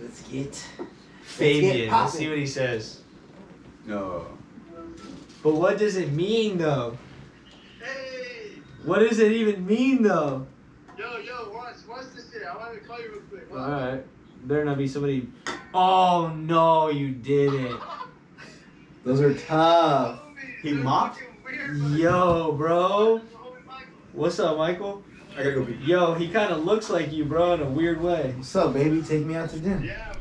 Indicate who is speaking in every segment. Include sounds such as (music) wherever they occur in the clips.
Speaker 1: Let's get.
Speaker 2: Fabian. Let's
Speaker 1: poppin'.
Speaker 2: see what he says.
Speaker 3: No.
Speaker 2: But what does it mean though?
Speaker 4: Hey,
Speaker 2: What does it even mean though?
Speaker 4: yo, yo, watch, watch this shit. I wanted to call you real quick. Watch.
Speaker 2: Alright. Better not be somebody Oh no, you did it.
Speaker 1: Those are tough.
Speaker 3: He mocked?
Speaker 2: Yo, bro. What's up, Michael?
Speaker 3: I gotta go pee.
Speaker 2: Yo, he kind of looks like you, bro, in a weird way.
Speaker 1: What's up, baby? Take me out to dinner.
Speaker 4: Yeah,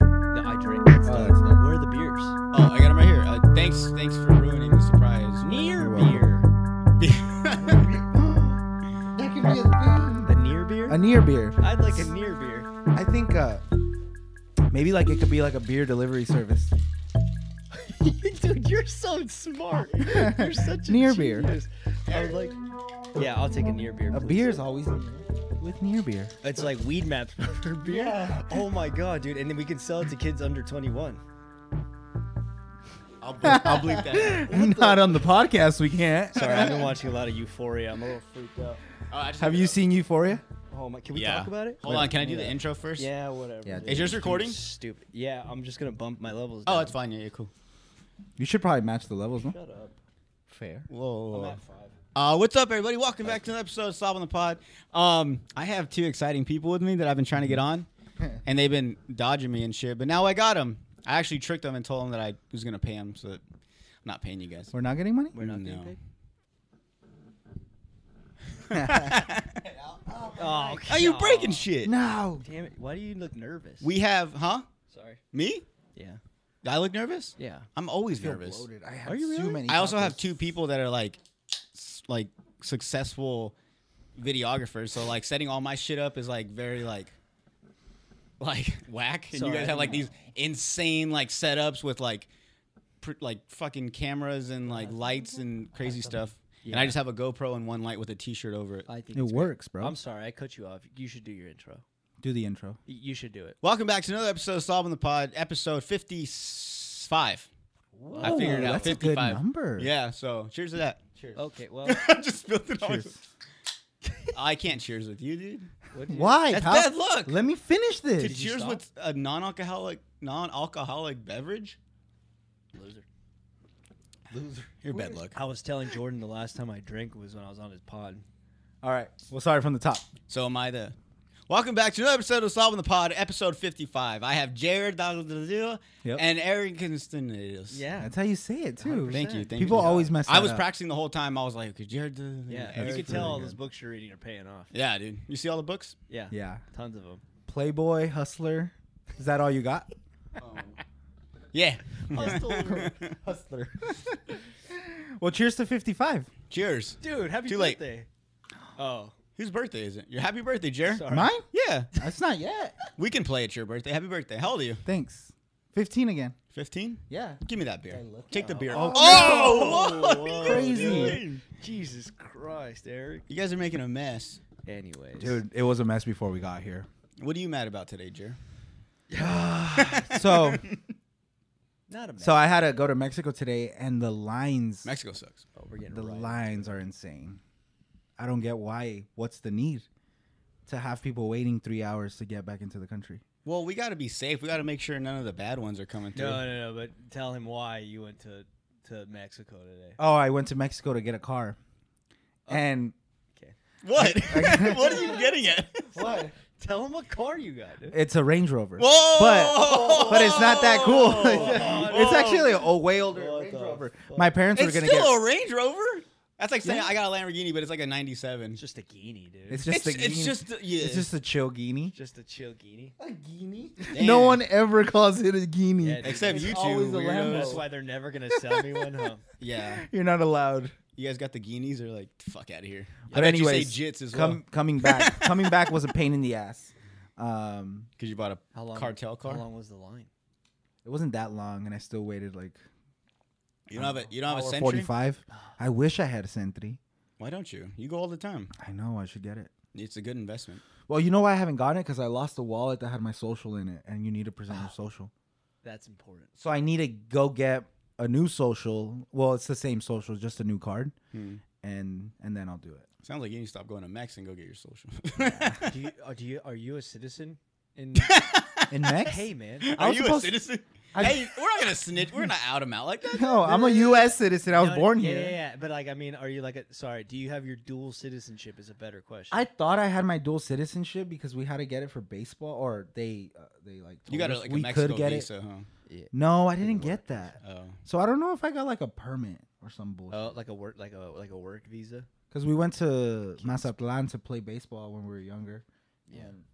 Speaker 4: bro.
Speaker 5: No, I drink. It's
Speaker 1: Oh,
Speaker 5: done.
Speaker 1: it's done.
Speaker 5: Where are the beers?
Speaker 6: Uh, Oh, I got him right here. Uh, thanks, thanks for ruining the surprise.
Speaker 5: Near
Speaker 6: You're
Speaker 5: beer.
Speaker 6: welcome.
Speaker 7: That could be a thing.
Speaker 5: The near beer?
Speaker 7: A near beer.
Speaker 5: I'd like a near beer.
Speaker 7: I think uh, maybe like it could be like a beer delivery service.
Speaker 5: (laughs) Dude, you're so smart.
Speaker 7: (laughs)
Speaker 5: You're such a
Speaker 7: Near beer.
Speaker 5: genius. I would like. Yeah, I'll take a near beer.
Speaker 7: A
Speaker 5: please.
Speaker 7: beer's always with near beer.
Speaker 5: It's like weed maps (laughs) for beer. Oh my god, dude! And then we can sell it to kids under 21.
Speaker 6: I'll, bleep, I'll (laughs) bleep that. out.
Speaker 7: Not on the podcast, we
Speaker 6: (laughs)
Speaker 7: can't.
Speaker 5: Sorry, I've been watching a lot of Euphoria. I'm a little freaked out.
Speaker 6: Oh, I just-
Speaker 7: Have you seen Euphoria?
Speaker 5: Oh my, can we
Speaker 6: Yeah.
Speaker 5: talk about it?
Speaker 6: Hold on, can I do
Speaker 5: Yeah.
Speaker 6: the intro first?
Speaker 5: Yeah, whatever.
Speaker 7: Yeah,
Speaker 5: dude.
Speaker 7: Is
Speaker 6: yours recording?
Speaker 5: You're Stupid. Yeah, I'm just gonna bump my levels.
Speaker 6: Oh,
Speaker 5: down.
Speaker 6: it's fine. Yeah, yeah, cool.
Speaker 7: You should probably match the levels, no?
Speaker 5: Shut up.
Speaker 7: Fair.
Speaker 6: Whoa. whoa,
Speaker 5: I'm
Speaker 6: whoa.
Speaker 5: at five.
Speaker 6: Uh, what's up, everybody? Welcome back to another episode of Slob on the Pod. Um, I have two exciting people with me that I've been trying to get on, and they've been dodging me and shit. But now I got them. I actually tricked them and told them that I was gonna pay them, so that I'm not paying you guys.
Speaker 7: We're not getting money?
Speaker 5: We're not
Speaker 6: No.
Speaker 5: getting paid.
Speaker 6: (laughs) Are
Speaker 5: Oh,
Speaker 6: you
Speaker 5: God.
Speaker 6: breaking shit?
Speaker 7: No.
Speaker 5: Damn it! Why do you look nervous?
Speaker 6: We have, huh?
Speaker 5: sorry.
Speaker 6: Me?
Speaker 5: Yeah.
Speaker 6: I look nervous.
Speaker 5: Yeah.
Speaker 6: I'm always
Speaker 7: Feel
Speaker 6: nervous.
Speaker 7: bloated. I have
Speaker 5: Are you
Speaker 7: too
Speaker 5: really?
Speaker 7: many
Speaker 6: I also have
Speaker 7: tacos.
Speaker 6: two people that are like, s- like successful videographers. So like setting all my shit up is like very like, like (laughs) whack. And you
Speaker 5: Sorry.
Speaker 6: guys have like these insane like setups with like, pr- like fucking cameras and like lights and crazy stuff. And I
Speaker 5: Yeah.
Speaker 6: just have a GoPro and one light with a T-shirt over it.
Speaker 5: I think
Speaker 7: It
Speaker 5: it's great.
Speaker 7: works, bro.
Speaker 5: I'm sorry, I cut you off. You should do your intro.
Speaker 7: Do the intro.
Speaker 5: Y- You should do it.
Speaker 6: Welcome back to another episode of Solving the Pod, episode fifty-five. I figured it
Speaker 7: Whoa,
Speaker 6: out.
Speaker 7: Oh, that's a good
Speaker 6: fifty-five
Speaker 7: number.
Speaker 6: Yeah. So cheers to (laughs) that. Cheers.
Speaker 5: Okay. Well,
Speaker 6: just spilled it all over-
Speaker 7: Cheers.
Speaker 6: I can't cheers with you, dude.
Speaker 5: what do you-
Speaker 7: Why?
Speaker 6: That's
Speaker 7: pal?
Speaker 6: bad luck.
Speaker 7: Let me finish
Speaker 6: To
Speaker 7: this.
Speaker 6: cheers with a non-alcoholic, non-alcoholic beverage.
Speaker 5: loser.
Speaker 6: You're bad luck.
Speaker 5: I was telling Jordan the last time I drank was when I was on his pod.
Speaker 7: All right. Well, sorry from the top.
Speaker 6: So am I the. Welcome back to another episode of Solving the Pod, episode 55. I have Jared Dalgadilla
Speaker 7: Yep.
Speaker 6: and Eric Constantinos.
Speaker 5: Yeah.
Speaker 7: That's how you say it, too.
Speaker 6: Thank you. Thank
Speaker 7: People
Speaker 6: you.
Speaker 7: always mess
Speaker 6: I
Speaker 7: that
Speaker 6: was
Speaker 7: up.
Speaker 6: practicing the whole time. I was like, okay, Jared. uh,
Speaker 5: Yeah.
Speaker 6: Eric.
Speaker 5: you can
Speaker 7: pretty
Speaker 5: tell all
Speaker 7: good.
Speaker 5: those books you're reading are paying off.
Speaker 6: Yeah, dude. You see all the books?
Speaker 5: Yeah.
Speaker 7: Yeah.
Speaker 5: Tons of them.
Speaker 7: Playboy, Hustler. Is that all you got? (laughs)
Speaker 5: (laughs)
Speaker 6: Yeah.
Speaker 7: Hustler. (laughs) well, cheers to 55.
Speaker 6: (laughs) Cheers.
Speaker 5: Dude, happy
Speaker 6: Too late.
Speaker 5: birthday. (gasps) (laughs) Oh,
Speaker 6: Whose birthday is it? Your happy birthday, Jared.
Speaker 5: sorry.
Speaker 7: Mine?
Speaker 6: Yeah.
Speaker 7: (laughs) That's not yet.
Speaker 6: We can play at your birthday. Happy birthday. How old are you?
Speaker 7: Thanks. 15 again.
Speaker 6: 15?
Speaker 7: Yeah.
Speaker 6: Give me that beer.
Speaker 7: I look
Speaker 6: Take the
Speaker 7: out.
Speaker 6: beer.
Speaker 7: Oh,
Speaker 6: Oh, what (laughs) are you
Speaker 7: Crazy.
Speaker 6: doing?
Speaker 5: Jesus Christ, Eric.
Speaker 6: You guys are making a mess.
Speaker 5: Anyways.
Speaker 7: Dude, it was a mess before we got here.
Speaker 6: What are you mad about today, Jer?
Speaker 7: (laughs) So,
Speaker 5: Not a mess.
Speaker 7: so I had to go to Mexico today and the lines
Speaker 6: Mexico sucks.
Speaker 5: oh, we're getting
Speaker 7: the
Speaker 5: right.
Speaker 7: lines are insane. I don't get why what's the need to have people waiting 3 hours to get back into the country.
Speaker 6: Well, we got to be safe. We got to make sure none of the bad ones are coming through.
Speaker 5: No, no, no. But tell him why you went to to Mexico (laughs) today.
Speaker 7: Oh, I went to Mexico to get a car. And
Speaker 5: (laughs)
Speaker 6: What? (laughs) what are you getting at?
Speaker 5: What? tell him what car you got, dude.
Speaker 7: it's a Range Rover.
Speaker 6: Whoa!
Speaker 7: But but it's not that cool. (laughs) it's
Speaker 6: Whoa.
Speaker 7: actually a way older
Speaker 5: What
Speaker 7: Range
Speaker 5: the
Speaker 7: Rover.
Speaker 5: fuck?
Speaker 7: My parents
Speaker 6: It's
Speaker 7: were
Speaker 6: still
Speaker 7: going to get
Speaker 6: a Range Rover? That's like saying
Speaker 7: Yeah.
Speaker 6: I got a Lamborghini, but it's like a 97.
Speaker 5: It's just a guinea, dude.
Speaker 7: It's
Speaker 6: It's,
Speaker 7: just a
Speaker 6: it's
Speaker 7: Gini.
Speaker 6: just, yeah.
Speaker 7: it's just a chill guinea.
Speaker 5: just a chill guinea.
Speaker 1: A guinea?
Speaker 7: No
Speaker 6: Damn.
Speaker 7: one ever calls it a guinea.
Speaker 5: Yeah, dude,
Speaker 6: Except
Speaker 5: it's
Speaker 6: you two.
Speaker 1: always a
Speaker 6: weirdos.
Speaker 1: Lambo.
Speaker 5: That's why they're never gonna sell me one, huh?
Speaker 6: Yeah.
Speaker 7: You're not allowed.
Speaker 6: You guys got the guineas? They're like, fuck out of here. I
Speaker 7: But
Speaker 6: bet you say
Speaker 7: anyways,
Speaker 6: jits as well.
Speaker 7: Come, coming
Speaker 6: (laughs)
Speaker 7: back, coming back was a pain in the ass. Um,
Speaker 6: Because you bought a
Speaker 5: (laughs) How long?
Speaker 6: cartel car.
Speaker 5: How long was the line?
Speaker 7: it wasn't that long, and I still waited like
Speaker 6: You don't have a you don't have a
Speaker 7: hour
Speaker 6: century.
Speaker 7: forty-five. I wish I had a Sentry.
Speaker 6: Why don't you? You go all the time.
Speaker 7: I know I should get it.
Speaker 6: It's a good investment.
Speaker 7: Well, you know why I haven't gotten it because I lost the wallet that had my social in it, and you need to present
Speaker 6: Ah.
Speaker 7: your social.
Speaker 5: That's important.
Speaker 7: So I need to go get a new social. Well, it's the same social, just a new card,
Speaker 6: Hmm.
Speaker 7: and and then I'll do it.
Speaker 5: (laughs)
Speaker 6: Sounds like you need to (laughs)
Speaker 5: uh,
Speaker 6: stop going to Mex and go get your social.
Speaker 5: Do you are, do you are you a citizen in
Speaker 7: in Mex?
Speaker 5: Hey, man.
Speaker 7: I
Speaker 6: Are
Speaker 7: was
Speaker 6: you
Speaker 7: supposed-
Speaker 6: a citizen?
Speaker 7: I-
Speaker 6: hey, we're not gonna snitch. We're not out him out like
Speaker 7: (laughs)
Speaker 6: that.
Speaker 7: No, I'm a U.S. citizen. I was
Speaker 5: (laughs) No,
Speaker 7: born
Speaker 5: yeah,
Speaker 7: here.
Speaker 5: Yeah, yeah, but like, I mean, are you like, a, sorry, do you have your dual citizenship? Is a better question.
Speaker 7: I thought I had my dual citizenship because we had to get it for baseball, or they uh, they like told
Speaker 6: You got a,
Speaker 7: us
Speaker 6: like a
Speaker 7: we
Speaker 6: Mexico
Speaker 7: could get
Speaker 6: visa,
Speaker 7: it. No, I didn't get that.
Speaker 6: huh? Oh,
Speaker 7: So I don't know if I got like a permit or some bullshit.
Speaker 5: oh, like a work, like a like a work visa.
Speaker 7: Because we went to Mazatlan to play baseball when we were younger.
Speaker 5: Yeah.
Speaker 7: And,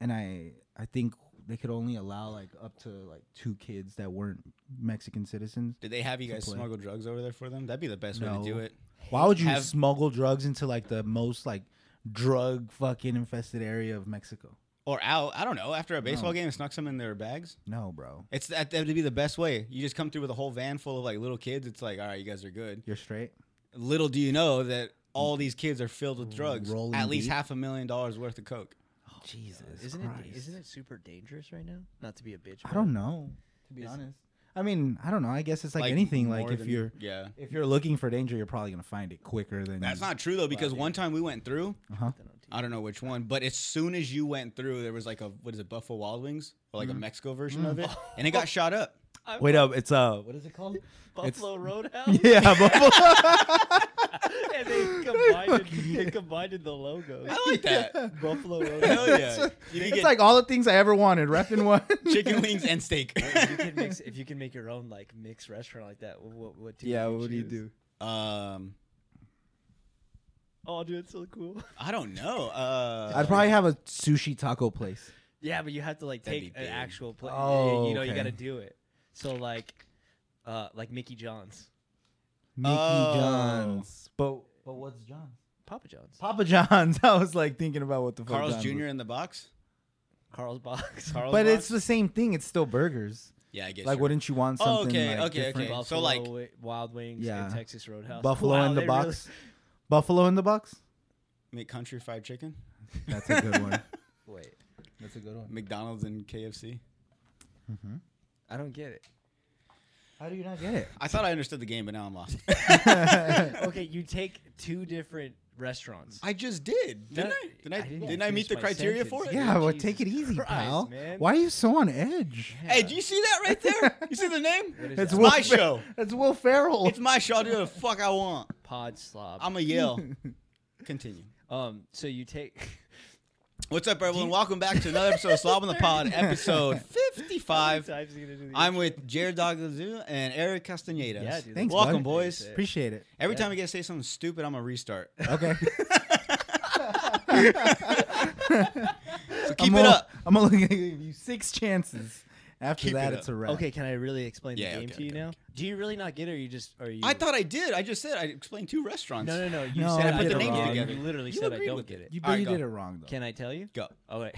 Speaker 7: and I I think they could only allow like up to like two kids that weren't Mexican citizens.
Speaker 6: did they have you guys
Speaker 7: play.
Speaker 6: smuggle drugs over there for them? That'd be the best way to do
Speaker 7: No.
Speaker 6: it.
Speaker 7: Why would you
Speaker 6: Have-
Speaker 7: smuggle drugs into like the most like drug fucking infested area of Mexico?
Speaker 6: Or out, I don't know. After a baseball game, snuck some in their bags.
Speaker 7: No, bro.
Speaker 6: It's that that would be the best way. You just come through with a whole van full of like little kids. It's like, all right, you guys are good.
Speaker 7: You're straight.
Speaker 6: Little do you know that all these kids are filled with drugs.
Speaker 7: Rolling
Speaker 6: At least
Speaker 7: deep.
Speaker 6: half a million dollars worth of coke.
Speaker 7: Jesus.
Speaker 5: Isn't
Speaker 7: Christ.
Speaker 5: it isn't it super dangerous right now? Not to be a bitch.
Speaker 7: I
Speaker 5: but-
Speaker 7: don't know. To be
Speaker 5: Is-
Speaker 7: honest, I mean, I don't know. I guess it's like, anything. Like
Speaker 6: more
Speaker 7: if
Speaker 6: than-
Speaker 7: you're
Speaker 6: yeah.
Speaker 7: if you're looking for danger, you're probably gonna find it quicker than
Speaker 6: That's not true though, because one time we went through.
Speaker 7: Uh-huh.
Speaker 5: Then on TV.
Speaker 6: I don't know which one, but as soon as you went through, there was like a what is it, Buffalo Wild Wings or
Speaker 7: Mm-hmm.
Speaker 6: like a Mexico version of
Speaker 7: Mm. (laughs)
Speaker 6: it, and it got shot up.
Speaker 7: Wait up, it's uh, what is it called?
Speaker 5: Buffalo Roadhouse.
Speaker 7: (laughs) yeah, Buffalo.
Speaker 5: and they combined it- they combined in the logo.
Speaker 6: I
Speaker 7: (laughs)
Speaker 6: like that.
Speaker 5: Buffalo
Speaker 6: Hell
Speaker 5: Roadhouse.
Speaker 6: yeah! You can
Speaker 7: it's
Speaker 6: get
Speaker 7: like (laughs) all the things I ever wanted wrapped in one.
Speaker 6: (laughs) chicken wings and steak.
Speaker 5: if you can mix, if you can make your own like mixed restaurant like that, what what, what do
Speaker 7: yeah,
Speaker 5: you
Speaker 7: what do you
Speaker 5: choose?
Speaker 7: do?
Speaker 6: (laughs) um,
Speaker 5: Oh, dude, it's so cool.
Speaker 6: I don't know. Uh,
Speaker 7: I'd probably have a sushi taco place.
Speaker 5: (laughs) Yeah, but you have to like
Speaker 6: That'd
Speaker 5: take
Speaker 6: be
Speaker 5: an
Speaker 6: big.
Speaker 5: actual place.
Speaker 7: Oh,
Speaker 5: you know, you
Speaker 7: okay.
Speaker 5: got to do it. So like, uh, like Mickey John's,
Speaker 7: Mickey
Speaker 6: Oh.
Speaker 7: John's, but but what's John's?
Speaker 5: Papa John's,
Speaker 7: Papa John's. (laughs) I was like thinking about what the fuck.
Speaker 6: Carl's
Speaker 7: John's
Speaker 6: Jr.
Speaker 7: was.
Speaker 6: in the box.
Speaker 5: Carl's
Speaker 7: (laughs)
Speaker 5: Box. (laughs)
Speaker 6: Carl's
Speaker 7: But
Speaker 6: box?
Speaker 7: it's the same thing. It's still burgers.
Speaker 6: yeah, I guess.
Speaker 7: Like,
Speaker 6: you're-
Speaker 7: wouldn't you want
Speaker 6: Oh,
Speaker 7: something? like,
Speaker 6: okay, okay, okay. (laughs)
Speaker 7: different?
Speaker 5: Buffalo
Speaker 6: So, like-
Speaker 5: Wi- Wild Wings
Speaker 7: Yeah.
Speaker 5: and Texas Roadhouse.
Speaker 7: Buffalo
Speaker 5: Wow,
Speaker 7: in the
Speaker 5: they really-
Speaker 7: box. Buffalo in the box.
Speaker 6: make country fried chicken,
Speaker 7: That's a good
Speaker 6: (laughs)
Speaker 7: one.
Speaker 5: (laughs) Wait,
Speaker 7: That's a good one.
Speaker 6: McDonald's and KFC.
Speaker 5: I don't get it.
Speaker 7: How do you not
Speaker 6: (laughs)
Speaker 7: get it?
Speaker 6: I thought I understood the game, but now
Speaker 7: (laughs)
Speaker 6: I'm lost. (laughs)
Speaker 5: Okay, you take two different restaurants.
Speaker 6: I just did, didn't
Speaker 5: No,
Speaker 6: I? Didn't I,
Speaker 5: I
Speaker 6: didn't
Speaker 5: didn't
Speaker 6: I
Speaker 5: finish
Speaker 6: meet the
Speaker 5: my
Speaker 6: criteria for
Speaker 5: sentence.
Speaker 6: it?
Speaker 7: Yeah, well,
Speaker 5: Jesus
Speaker 7: take it easy,
Speaker 5: Christ,
Speaker 7: pal.
Speaker 5: man.
Speaker 7: Why are you so on edge?
Speaker 6: Hey, do you see that right there? You see the name?
Speaker 5: What is
Speaker 7: It's
Speaker 5: that?
Speaker 7: Will
Speaker 6: my
Speaker 7: Fer-
Speaker 6: show.
Speaker 7: (laughs) That's Will Ferrell.
Speaker 6: It's my show. I'll do what the fuck I want.
Speaker 5: Pod slob.
Speaker 7: (laughs)
Speaker 6: I'm a yell. Continue.
Speaker 5: um, so you take. (laughs)
Speaker 6: What's up, everyone? Welcome back to another episode of Slob on the Pod,
Speaker 5: (laughs)
Speaker 6: episode 55.
Speaker 5: How many times are you gonna do the
Speaker 6: I'm with Jared Doglazoo and Eric Castaneda.
Speaker 5: Yeah, dude,
Speaker 7: Thanks,
Speaker 6: Welcome,
Speaker 7: bud.
Speaker 6: boys.
Speaker 7: Appreciate it.
Speaker 6: Every time I get to say something stupid, I'm going to restart. (laughs)
Speaker 7: Okay.
Speaker 6: So keep
Speaker 7: I'm
Speaker 6: it
Speaker 7: gonna-
Speaker 6: up.
Speaker 7: I'm only going to give you six chances. After
Speaker 6: Keep
Speaker 7: that,
Speaker 6: it
Speaker 7: it's a wrap.
Speaker 5: Okay, can I really explain
Speaker 6: Yeah,
Speaker 5: the game
Speaker 6: okay,
Speaker 5: to you
Speaker 6: okay,
Speaker 5: now? Do you really not get it, or you just are you?
Speaker 6: I thought I did. I just said I explained two
Speaker 5: (laughs)
Speaker 6: restaurants.
Speaker 5: No, no, no. You
Speaker 7: No,
Speaker 5: said
Speaker 7: I
Speaker 5: I
Speaker 7: put the
Speaker 5: don't
Speaker 7: names
Speaker 5: get it.
Speaker 6: together.
Speaker 5: You literally
Speaker 6: You
Speaker 5: said I
Speaker 6: agreed
Speaker 5: don't
Speaker 6: with
Speaker 5: get it.
Speaker 6: it.
Speaker 7: You,
Speaker 6: All
Speaker 7: but
Speaker 6: right,
Speaker 7: you
Speaker 6: go.
Speaker 7: did it wrong, (laughs) though.
Speaker 5: Can I tell you?
Speaker 6: Go.
Speaker 5: Oh wait.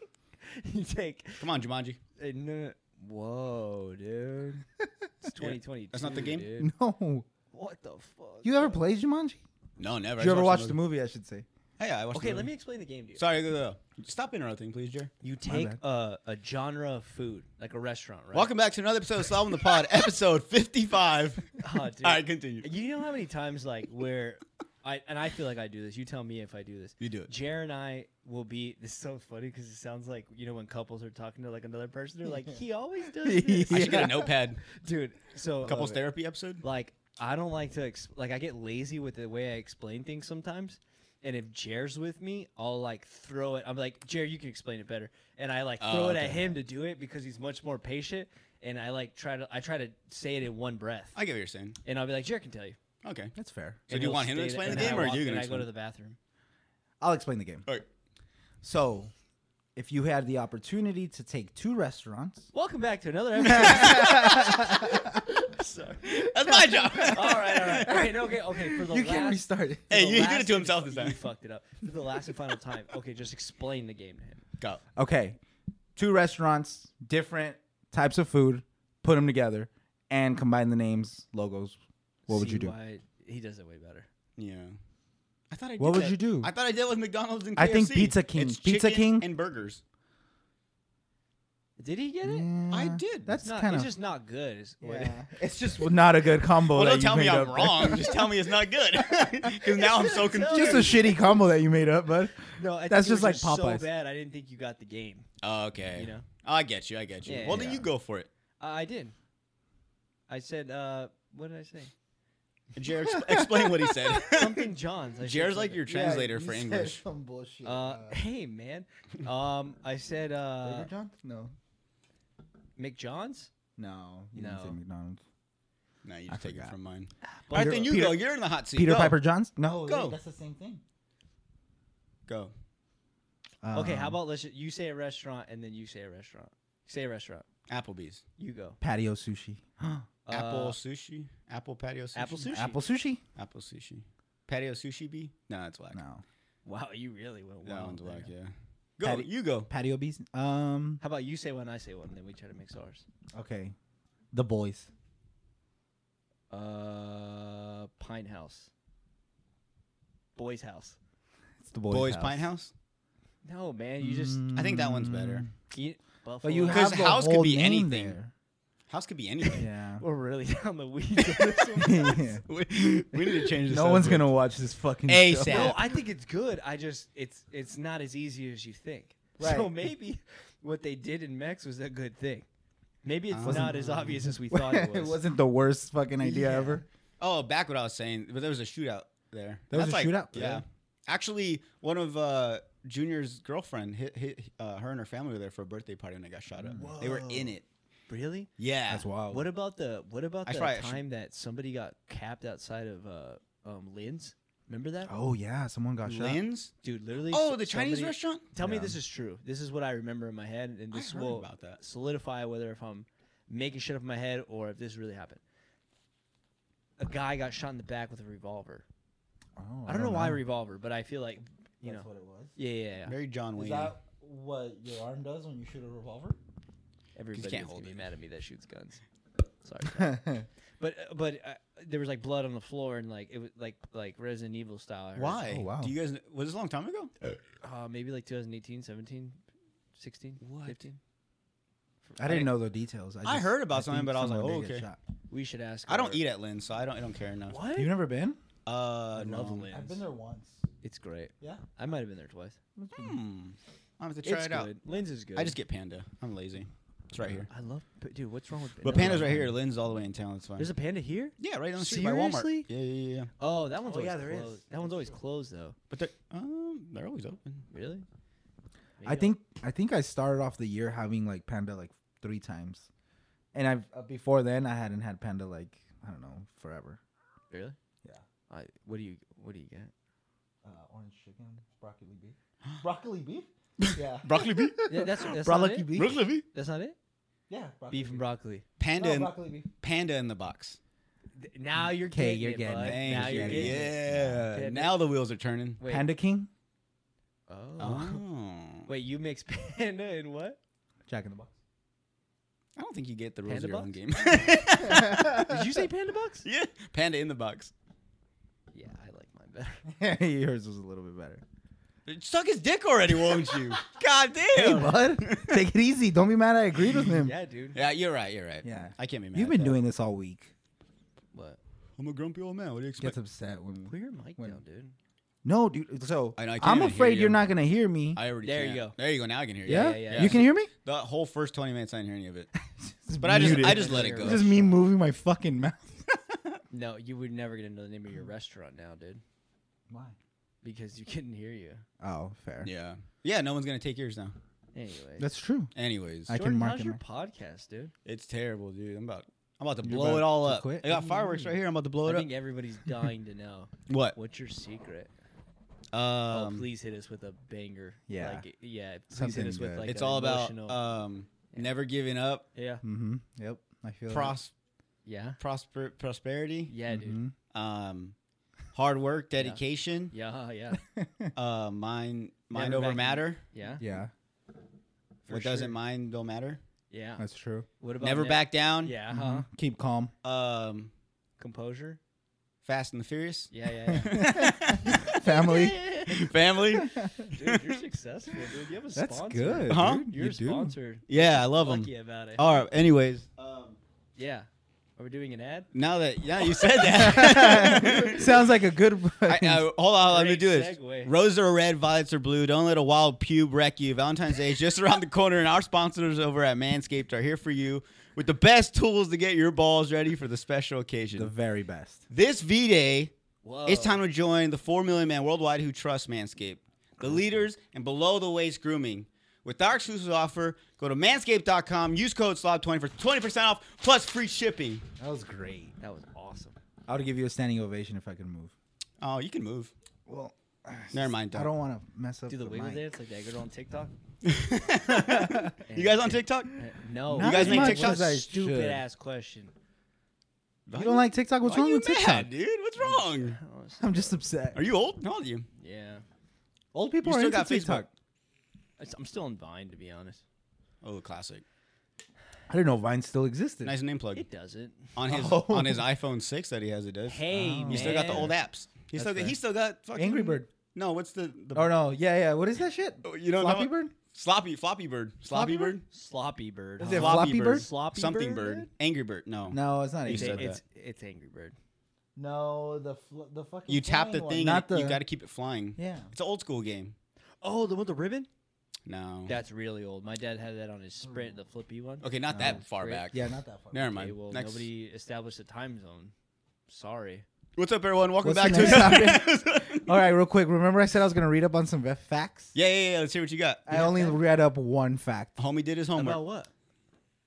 Speaker 5: (laughs) you take.
Speaker 6: Come on, Jumanji.
Speaker 5: uh, no- whoa, dude.
Speaker 6: (laughs)
Speaker 5: It's 2020.
Speaker 6: That's not the game?
Speaker 5: Dude.
Speaker 7: no.
Speaker 5: What the fuck?
Speaker 7: You ever
Speaker 5: bro?
Speaker 7: played Jumanji?
Speaker 6: No, never.
Speaker 7: Did you ever watch the movie, I should say?
Speaker 6: Hey, I watched
Speaker 5: Okay,
Speaker 6: the
Speaker 5: let
Speaker 6: movie.
Speaker 5: me explain the game to you.
Speaker 6: Sorry, go, go, go. Stop interrupting, please, Jared.
Speaker 5: You take
Speaker 7: bad.
Speaker 5: a, a genre of food, like a restaurant, right? (laughs)
Speaker 6: Welcome back to another episode of Slob on the Pod, (laughs) episode 55. (laughs)
Speaker 5: Oh, dude.
Speaker 6: All right, continue.
Speaker 5: You know how many times like where I and I feel like I do this. You tell me if I do this.
Speaker 6: You do it.
Speaker 5: Jer and I will be. This is so funny because it sounds like you know when couples are talking to like another person, they're like, "He always does this,
Speaker 6: I should get
Speaker 5: (laughs)
Speaker 6: a notepad.
Speaker 5: dude." So
Speaker 6: Couples
Speaker 5: uh,
Speaker 6: therapy episode?
Speaker 5: Like I don't like to exp- like I get lazy with the way I explain things sometimes. And if Jer's with me, I'll like throw it. I'm like, Jer, you can explain it better. And I like
Speaker 6: Oh,
Speaker 5: throw it at
Speaker 6: okay.
Speaker 5: him to do it because he's much more patient. And I like try to I try to say it in one breath.
Speaker 6: I get what you're saying.
Speaker 5: and I'll be like, Jer can tell you.
Speaker 6: Okay.
Speaker 7: That's fair.
Speaker 6: So
Speaker 5: And
Speaker 6: do you
Speaker 5: he'll
Speaker 6: want him to
Speaker 5: stay
Speaker 6: explain
Speaker 5: there,
Speaker 6: the
Speaker 5: and
Speaker 6: game,
Speaker 5: I
Speaker 6: or
Speaker 5: walk-
Speaker 6: you
Speaker 5: and
Speaker 6: gonna
Speaker 5: I go to
Speaker 6: explain?
Speaker 5: the bathroom.
Speaker 7: I'll explain the game.
Speaker 5: (laughs)
Speaker 6: All right.
Speaker 7: So, if you had the opportunity to take two restaurants,
Speaker 5: Welcome back to
Speaker 6: (laughs)
Speaker 5: another episode. (laughs) Sorry.
Speaker 6: That's my
Speaker 5: (laughs)
Speaker 6: job.
Speaker 5: All right, all right. Okay, okay, okay. For the
Speaker 7: you
Speaker 5: last,
Speaker 7: can't restart it.
Speaker 5: for
Speaker 6: Hey,
Speaker 5: the
Speaker 6: you- he did
Speaker 5: last
Speaker 6: it to
Speaker 5: and-
Speaker 6: himself this
Speaker 5: You
Speaker 6: time.
Speaker 5: fucked it up. For the last and final time. Okay, just explain the game to him.
Speaker 6: Go.
Speaker 7: (laughs) Okay, two restaurants, different types of food, put them together, and combine the names, logos. What would
Speaker 5: See
Speaker 7: you do?
Speaker 5: Why he does it way better.
Speaker 6: Yeah. I thought I did
Speaker 7: What would
Speaker 6: that.
Speaker 7: you do?
Speaker 6: I thought I did with McDonald's and KFC.
Speaker 7: I think Pizza King.
Speaker 6: It's
Speaker 7: Pizza
Speaker 6: chicken
Speaker 7: King?
Speaker 6: and burgers.
Speaker 5: Did he get it?
Speaker 6: I
Speaker 7: Yeah,
Speaker 6: did.
Speaker 7: Uh, That's
Speaker 5: It's not.
Speaker 7: kind
Speaker 5: it's
Speaker 7: of.
Speaker 5: just not good. Is what-
Speaker 7: Mm, yeah. (laughs) it's just not a good combo.
Speaker 6: Well,
Speaker 7: that
Speaker 6: don't
Speaker 7: you
Speaker 6: tell me
Speaker 7: made
Speaker 6: I'm
Speaker 7: up there.
Speaker 6: wrong. Just tell me it's not good. Because now I'm so
Speaker 7: (laughs)
Speaker 6: confused.
Speaker 7: Just a shitty combo that you made up, bud.
Speaker 5: (laughs) No, I think
Speaker 7: That's
Speaker 5: it was
Speaker 7: just like
Speaker 5: so
Speaker 7: Popeyes.
Speaker 5: bad. I didn't think you got the game.
Speaker 6: Oh, okay.
Speaker 5: You know?
Speaker 6: I get you. I get you.
Speaker 5: Yeah,
Speaker 6: well,
Speaker 5: yeah.
Speaker 6: then you
Speaker 5: (laughs)
Speaker 6: go for it.
Speaker 5: Uh, I did. I said, uh, what did I say?
Speaker 6: Jared, exp- explain what he said.
Speaker 5: Something John's. I said
Speaker 6: (laughs) Jared's like
Speaker 5: something.
Speaker 6: your translator
Speaker 1: you
Speaker 6: for
Speaker 1: said
Speaker 6: English.
Speaker 1: Some bullshit.
Speaker 5: Uh, hey
Speaker 6: (laughs)
Speaker 5: man, um, I said uh,
Speaker 1: Burger John? No.
Speaker 5: McJohn's.
Speaker 7: No, you didn't say
Speaker 5: No.
Speaker 7: McDonald's.
Speaker 6: No, you
Speaker 7: I
Speaker 6: just take it
Speaker 7: forgot.
Speaker 6: from mine.
Speaker 5: But-
Speaker 6: All right, then you
Speaker 7: Peter-
Speaker 6: go. You're in the hot seat.
Speaker 7: Peter
Speaker 6: go.
Speaker 7: Piper Johns? No,
Speaker 6: Go.
Speaker 7: Ah, Oh, that's the same thing.
Speaker 6: Go.
Speaker 5: Okay,
Speaker 7: Um,
Speaker 5: how about let's ju- you say a restaurant and then you say a restaurant. Say a restaurant.
Speaker 6: Applebee's.
Speaker 5: You go.
Speaker 7: patio
Speaker 6: (gasps)
Speaker 7: sushi?
Speaker 6: Apple
Speaker 5: Uh,
Speaker 6: sushi. Apple patio sushi.
Speaker 5: Apple sushi.
Speaker 7: (gasps) Apple sushi?
Speaker 6: Apple sushi. Patio sushi B? No, that's whack.
Speaker 7: No,
Speaker 5: Wow, you really went
Speaker 6: That
Speaker 5: wild.
Speaker 6: one's
Speaker 5: there.
Speaker 6: whack. Yeah. Go.
Speaker 7: Patty-
Speaker 6: you go.
Speaker 7: patio bees. Um,
Speaker 5: How about you say one, I say one, then we try to mix ours.
Speaker 7: okay, the boys.
Speaker 5: Uh, Pine House. Boys House.
Speaker 7: It's the
Speaker 6: Boys, Pine House.
Speaker 5: No man, you just (laughs)
Speaker 6: I think that one's better.
Speaker 7: Mm.
Speaker 5: you, Buffalo.
Speaker 7: But you
Speaker 5: (laughs)
Speaker 6: Because
Speaker 7: have the
Speaker 6: house could
Speaker 7: whole
Speaker 6: be
Speaker 7: name
Speaker 6: anything.
Speaker 7: there.
Speaker 6: House could be
Speaker 7: (laughs)
Speaker 6: anything.
Speaker 7: Yeah.
Speaker 5: We're really (laughs) down the weeds. on this
Speaker 7: (laughs)
Speaker 5: one.
Speaker 6: (laughs) we we need to change this.
Speaker 7: No one's
Speaker 6: subject.
Speaker 7: gonna watch this fucking
Speaker 6: ASAP.
Speaker 7: show.
Speaker 6: (laughs)
Speaker 5: No, I think it's good. I just it's it's not as easy as you think. So
Speaker 7: Right.
Speaker 5: maybe what they did in Mex was a good thing. Maybe it's
Speaker 6: Um,
Speaker 5: not as obvious as we thought it
Speaker 7: (laughs)
Speaker 5: was.
Speaker 7: it wasn't the worst fucking idea
Speaker 5: Yeah.
Speaker 7: ever.
Speaker 6: Oh, back what I was saying, but there was a shootout there.
Speaker 7: There was
Speaker 6: That's
Speaker 7: a shootout,
Speaker 6: Yeah.
Speaker 7: really?
Speaker 6: Actually, one of uh, Junior's girlfriend, hit, hit, uh, her and her family were there for a birthday party when they got shot up. They were in it.
Speaker 5: Really?
Speaker 6: Yeah.
Speaker 7: That's wild.
Speaker 5: What about the what about
Speaker 6: Oh. I
Speaker 5: the
Speaker 6: try- I should-
Speaker 5: time that somebody got capped outside of uh um Lynn's? Remember that?
Speaker 7: Oh yeah, someone got shot.
Speaker 6: Lynn's?
Speaker 5: Dude, literally.
Speaker 6: Oh,
Speaker 5: so-
Speaker 6: the Chinese
Speaker 5: somebody-
Speaker 6: restaurant?
Speaker 5: Tell me
Speaker 7: Yeah.
Speaker 5: this is true. This is what I remember in my head, and
Speaker 6: I
Speaker 5: this
Speaker 6: heard
Speaker 5: will
Speaker 6: about that.
Speaker 5: solidify whether if I'm making shit up in my head or if this really happened. A guy got shot in the back with a revolver.
Speaker 7: Oh,
Speaker 5: I don't know why revolver, but I feel like you know.
Speaker 1: what it was.
Speaker 5: Yeah, yeah, yeah.
Speaker 6: Very John Wayne.
Speaker 1: what your arm does when you shoot
Speaker 7: (laughs)
Speaker 1: a revolver?
Speaker 5: Everybody
Speaker 6: can't
Speaker 5: can't
Speaker 6: hold
Speaker 5: be
Speaker 6: it.
Speaker 5: mad at me that shoots guns. Sorry, (laughs) Kyle. but but uh, there was like blood on the floor and like it was like like Resident Evil style. I heard.
Speaker 6: Why?
Speaker 7: Oh, wow.
Speaker 6: Do you guys kn- was this a long time ago?
Speaker 5: Uh, maybe like 2018, 17, 16,
Speaker 6: What?
Speaker 5: 15.
Speaker 7: I didn't know the details. I,
Speaker 6: I
Speaker 7: just-
Speaker 6: heard about
Speaker 7: think
Speaker 6: something, but I was like,
Speaker 7: someone
Speaker 6: oh,
Speaker 7: did get
Speaker 6: okay.
Speaker 7: shot.
Speaker 5: We should ask.
Speaker 6: I
Speaker 5: our-
Speaker 6: don't eat at Lynn's, so I don't I don't care enough.
Speaker 5: What?
Speaker 7: You've never been?
Speaker 6: Uh
Speaker 5: I love
Speaker 6: no.
Speaker 5: Lynn's.
Speaker 1: I've been there once.
Speaker 5: It's great.
Speaker 1: Yeah?
Speaker 5: I might have been there twice.
Speaker 6: Hmm. I'll have to try
Speaker 5: it's
Speaker 6: it out.
Speaker 5: good. Lynn's is good.
Speaker 6: I just get Panda. I'm lazy. It's right here.
Speaker 5: I love. But dude, what's wrong with?
Speaker 6: But
Speaker 5: no,
Speaker 6: Panda's
Speaker 5: no.
Speaker 6: right here. Lynn's all the way in town. It's fine.
Speaker 5: There's a panda here.
Speaker 6: yeah, right on the street by Walmart.
Speaker 5: Seriously?
Speaker 6: Yeah, yeah, yeah, yeah.
Speaker 5: Oh, that one's
Speaker 1: Oh,
Speaker 5: always
Speaker 1: yeah, there is.
Speaker 5: closed. That one's always closed though.
Speaker 6: But they're um, they're always open.
Speaker 5: Really? Maybe
Speaker 7: I think I think I started off the year having like panda like three times, and I've uh, before then I hadn't had panda like I don't know forever.
Speaker 5: Really?
Speaker 1: Yeah.
Speaker 5: I, what do you What do you get? (laughs)
Speaker 1: Uh, orange chicken, broccoli
Speaker 5: (gasps)
Speaker 1: beef.
Speaker 5: (laughs)
Speaker 1: broccoli beef? Yeah.
Speaker 6: Broccoli beef.
Speaker 5: Yeah, that's that's not
Speaker 7: Broccoli
Speaker 5: it.
Speaker 7: beef.
Speaker 6: (laughs)
Speaker 7: Oh,
Speaker 6: Broccoli beef.
Speaker 5: That's not it.
Speaker 1: yeah. Broccoli
Speaker 5: Beef and broccoli.
Speaker 6: Panda
Speaker 1: No,
Speaker 6: in,
Speaker 1: broccoli beef.
Speaker 6: panda in the box.
Speaker 5: Th- Now you're
Speaker 7: Okay,
Speaker 5: getting
Speaker 7: you're
Speaker 5: it,
Speaker 7: getting
Speaker 5: bud.
Speaker 7: it.
Speaker 6: Thank
Speaker 5: now
Speaker 6: you.
Speaker 5: you're getting it.
Speaker 6: Yeah.
Speaker 5: Panda-
Speaker 6: Now the wheels are turning.
Speaker 5: Wait.
Speaker 7: Panda Uh-huh. King,
Speaker 5: Oh.
Speaker 6: Oh.
Speaker 5: Wait, you mix (laughs) panda and what?
Speaker 7: Jack in the Box.
Speaker 6: I don't think you get the rules
Speaker 5: Panda
Speaker 6: of your own
Speaker 5: box?
Speaker 6: game. (laughs)
Speaker 5: Did you
Speaker 7: (laughs)
Speaker 5: say panda box?
Speaker 6: yeah. Panda in the box.
Speaker 5: Yeah, I like mine
Speaker 7: (laughs)
Speaker 5: better.
Speaker 7: Yours was a little bit better.
Speaker 6: Suck his dick already, won't you? God
Speaker 7: Hey,
Speaker 6: damn.
Speaker 7: (laughs) bud, take it easy. Don't be mad. I agreed with him.
Speaker 5: (laughs) Yeah, dude.
Speaker 6: (laughs) yeah, you're right. You're right.
Speaker 7: Yeah.
Speaker 6: I can't be mad.
Speaker 7: You've
Speaker 6: at
Speaker 7: been
Speaker 6: that.
Speaker 7: doing this all week.
Speaker 5: What?
Speaker 6: I'm a grumpy old man. What do you expect?
Speaker 7: Gets upset when
Speaker 5: Put your mic
Speaker 7: When-
Speaker 5: down, dude.
Speaker 7: no, dude. So
Speaker 6: I know, I can't
Speaker 7: I'm
Speaker 6: even hear
Speaker 7: afraid
Speaker 6: you.
Speaker 7: you're not gonna hear me.
Speaker 6: I already.
Speaker 5: There you
Speaker 6: can't.
Speaker 5: go.
Speaker 6: There you go. Now I can hear you.
Speaker 7: yeah?
Speaker 5: yeah,
Speaker 6: yeah.
Speaker 7: you can hear
Speaker 6: (laughs)
Speaker 7: me. (laughs)
Speaker 6: The whole first 20 minutes, I didn't hear any of it. But I just, I just let it
Speaker 5: It's
Speaker 6: go.
Speaker 7: It's just me moving my fucking mouth. (laughs)
Speaker 5: No, you would never get into the name of your restaurant now, dude,
Speaker 1: Why?
Speaker 5: because you couldn't hear you.
Speaker 7: Oh, fair.
Speaker 6: Yeah. Yeah, no one's gonna take yours now.
Speaker 5: Anyway.
Speaker 7: That's true.
Speaker 6: Anyways,
Speaker 7: I can
Speaker 5: Jordan,
Speaker 7: mark
Speaker 5: how's
Speaker 7: it,
Speaker 5: your podcast, dude?
Speaker 6: it's terrible, dude. I'm about I'm about to
Speaker 7: You're
Speaker 6: blow
Speaker 7: about
Speaker 6: it all
Speaker 7: to
Speaker 6: up.
Speaker 7: quit?
Speaker 6: I got fireworks right here. I'm about to blow
Speaker 5: I
Speaker 6: it up.
Speaker 5: think everybody's dying to know
Speaker 6: What?
Speaker 5: what's your secret.
Speaker 6: Um,
Speaker 5: oh, please hit us with a banger.
Speaker 7: Yeah.
Speaker 5: like, yeah. Please
Speaker 7: Something
Speaker 5: hit us with
Speaker 7: good.
Speaker 5: like
Speaker 6: it's
Speaker 5: an
Speaker 6: all about
Speaker 5: emotional-
Speaker 6: um, never giving up,
Speaker 5: yeah,
Speaker 7: Mm-hmm. Yep. I feel.
Speaker 6: pros-
Speaker 5: yeah,
Speaker 6: prosper prosperity,
Speaker 5: yeah,
Speaker 7: it.
Speaker 5: dude.
Speaker 7: Mhm.
Speaker 6: um, hard work, dedication,
Speaker 5: Yeah,
Speaker 6: (laughs)
Speaker 5: yeah,
Speaker 6: uh, mind mind
Speaker 5: Never
Speaker 6: over
Speaker 5: back-
Speaker 6: matter.
Speaker 5: yeah,
Speaker 7: Mm-hmm. Yeah,
Speaker 6: What doesn't mind don't matter.
Speaker 5: yeah.
Speaker 7: that's true.
Speaker 5: What about
Speaker 6: Never
Speaker 5: ne-
Speaker 6: back down. Mm-hmm.
Speaker 5: Yeah, huh?
Speaker 7: Mhm. Keep calm.
Speaker 6: Um,
Speaker 5: Composure.
Speaker 6: Fast and the Furious.
Speaker 7: (laughs)
Speaker 5: Yeah, yeah, yeah.
Speaker 6: (laughs)
Speaker 7: Family.
Speaker 5: (laughs)
Speaker 6: Family.
Speaker 7: (laughs)
Speaker 5: dude, you're successful, dude. You have a
Speaker 7: That's
Speaker 5: sponsor.
Speaker 7: good.
Speaker 6: Huh?
Speaker 7: dude.
Speaker 5: You're
Speaker 6: (laughs)
Speaker 7: You do.
Speaker 5: sponsored.
Speaker 6: Yeah, I love them.
Speaker 5: Lucky about it.
Speaker 6: All right. Anyways,
Speaker 5: Yeah. Are we doing an ad?
Speaker 6: Now that yeah,
Speaker 5: (laughs)
Speaker 6: you said
Speaker 7: (laughs)
Speaker 6: that. (laughs)
Speaker 7: Sounds like a good.
Speaker 6: I, I, hold on, Oh, let me
Speaker 5: Great
Speaker 6: do this.
Speaker 5: segue.
Speaker 6: Roses are red, violets are blue. Don't let a wild pube wreck you. Valentine's Day is just around the corner, and our sponsors over at Manscaped are here for you with the best tools to get your balls ready for the special occasion.
Speaker 7: the very best.
Speaker 6: this V Day,
Speaker 5: Whoa.
Speaker 6: It's time to join the 4 million man worldwide who trust Manscaped, the leaders in below the waist grooming. With our exclusive offer, go to manscaped.com, use code SLOB20 for 20% off plus free shipping.
Speaker 7: That was great.
Speaker 5: That was awesome.
Speaker 7: I would give you a standing ovation if I could move.
Speaker 6: Oh, you can move. (laughs)
Speaker 7: Well,
Speaker 6: (sighs) Never mind,
Speaker 7: I
Speaker 6: don't.
Speaker 7: don't want to mess up.
Speaker 5: Do the wiggle
Speaker 7: mic.
Speaker 5: dance like that girl on TikTok?
Speaker 6: you guys on TikTok?
Speaker 5: Uh, No.
Speaker 6: You guys
Speaker 5: That's
Speaker 6: make
Speaker 5: my
Speaker 6: TikToks?
Speaker 5: one
Speaker 7: I
Speaker 5: Stupid
Speaker 7: should.
Speaker 5: ass question.
Speaker 7: You don't like TikTok? What's
Speaker 6: Why
Speaker 7: wrong
Speaker 6: you
Speaker 7: with TikTok? (laughs)
Speaker 6: mad, dude? What's wrong?
Speaker 7: I'm just upset.
Speaker 6: Are you old? How old are you?
Speaker 5: (laughs) Yeah.
Speaker 7: Old people
Speaker 6: You
Speaker 7: are
Speaker 6: still
Speaker 7: into
Speaker 6: got Facebook.
Speaker 7: TikTok.
Speaker 5: It's- I'm still in Vine to be honest.
Speaker 6: Oh, classic.
Speaker 7: I didn't know Vine still existed.
Speaker 6: Nice name plug.
Speaker 5: It doesn't.
Speaker 6: On his
Speaker 7: Oh.
Speaker 6: on his iPhone 6 that he has, it does.
Speaker 5: Hey, man.
Speaker 6: Oh. You still got the old apps. He still got,
Speaker 7: fair.
Speaker 6: he still got fucking
Speaker 7: Angry Bird.
Speaker 6: No, what's the, the
Speaker 7: Mm. Oh no, yeah, yeah. What is that shit?
Speaker 6: Oh, you don't know
Speaker 7: Floppy
Speaker 6: what-
Speaker 7: Bird?
Speaker 6: sloppy floppy bird? Sloppy,
Speaker 7: Floppy
Speaker 6: bird?
Speaker 7: Bird?
Speaker 5: Sloppy bird.
Speaker 7: Is
Speaker 5: huh?
Speaker 7: it Floppy Bird?
Speaker 5: Sloppy
Speaker 6: something
Speaker 5: bird,
Speaker 6: bird,
Speaker 5: dude?
Speaker 6: angry bird. No,
Speaker 7: No, it's not.
Speaker 6: You
Speaker 5: It's,
Speaker 7: Angry
Speaker 6: said
Speaker 7: Bird.
Speaker 5: it's, it's Angry Bird.
Speaker 1: No, the fl- the fucking.
Speaker 6: you tap the
Speaker 1: flying one.
Speaker 6: thing.
Speaker 7: Not
Speaker 6: and it-
Speaker 7: the-
Speaker 6: You got to keep it flying.
Speaker 7: Yeah.
Speaker 6: It's an old school game.
Speaker 5: Oh, the one with the ribbon?
Speaker 6: No.
Speaker 5: That's really old. My dad had that on his Sprint, the flippy one.
Speaker 6: okay, not that far
Speaker 5: great.
Speaker 6: back.
Speaker 7: Yeah, not that far.
Speaker 6: Never
Speaker 5: Okay,
Speaker 6: mind.
Speaker 5: well,
Speaker 6: Next.
Speaker 5: nobody established a time zone. Sorry.
Speaker 6: What's up, everyone? Welcome
Speaker 7: What's
Speaker 6: back
Speaker 7: the
Speaker 6: to
Speaker 7: next
Speaker 6: another episode.
Speaker 7: All right, real quick. Remember, I said I was gonna read up on some ve- facts.
Speaker 6: (laughs) yeah, yeah, yeah. Let's hear what you got.
Speaker 7: I only read up one fact.
Speaker 6: Homie did his homework.
Speaker 5: About what?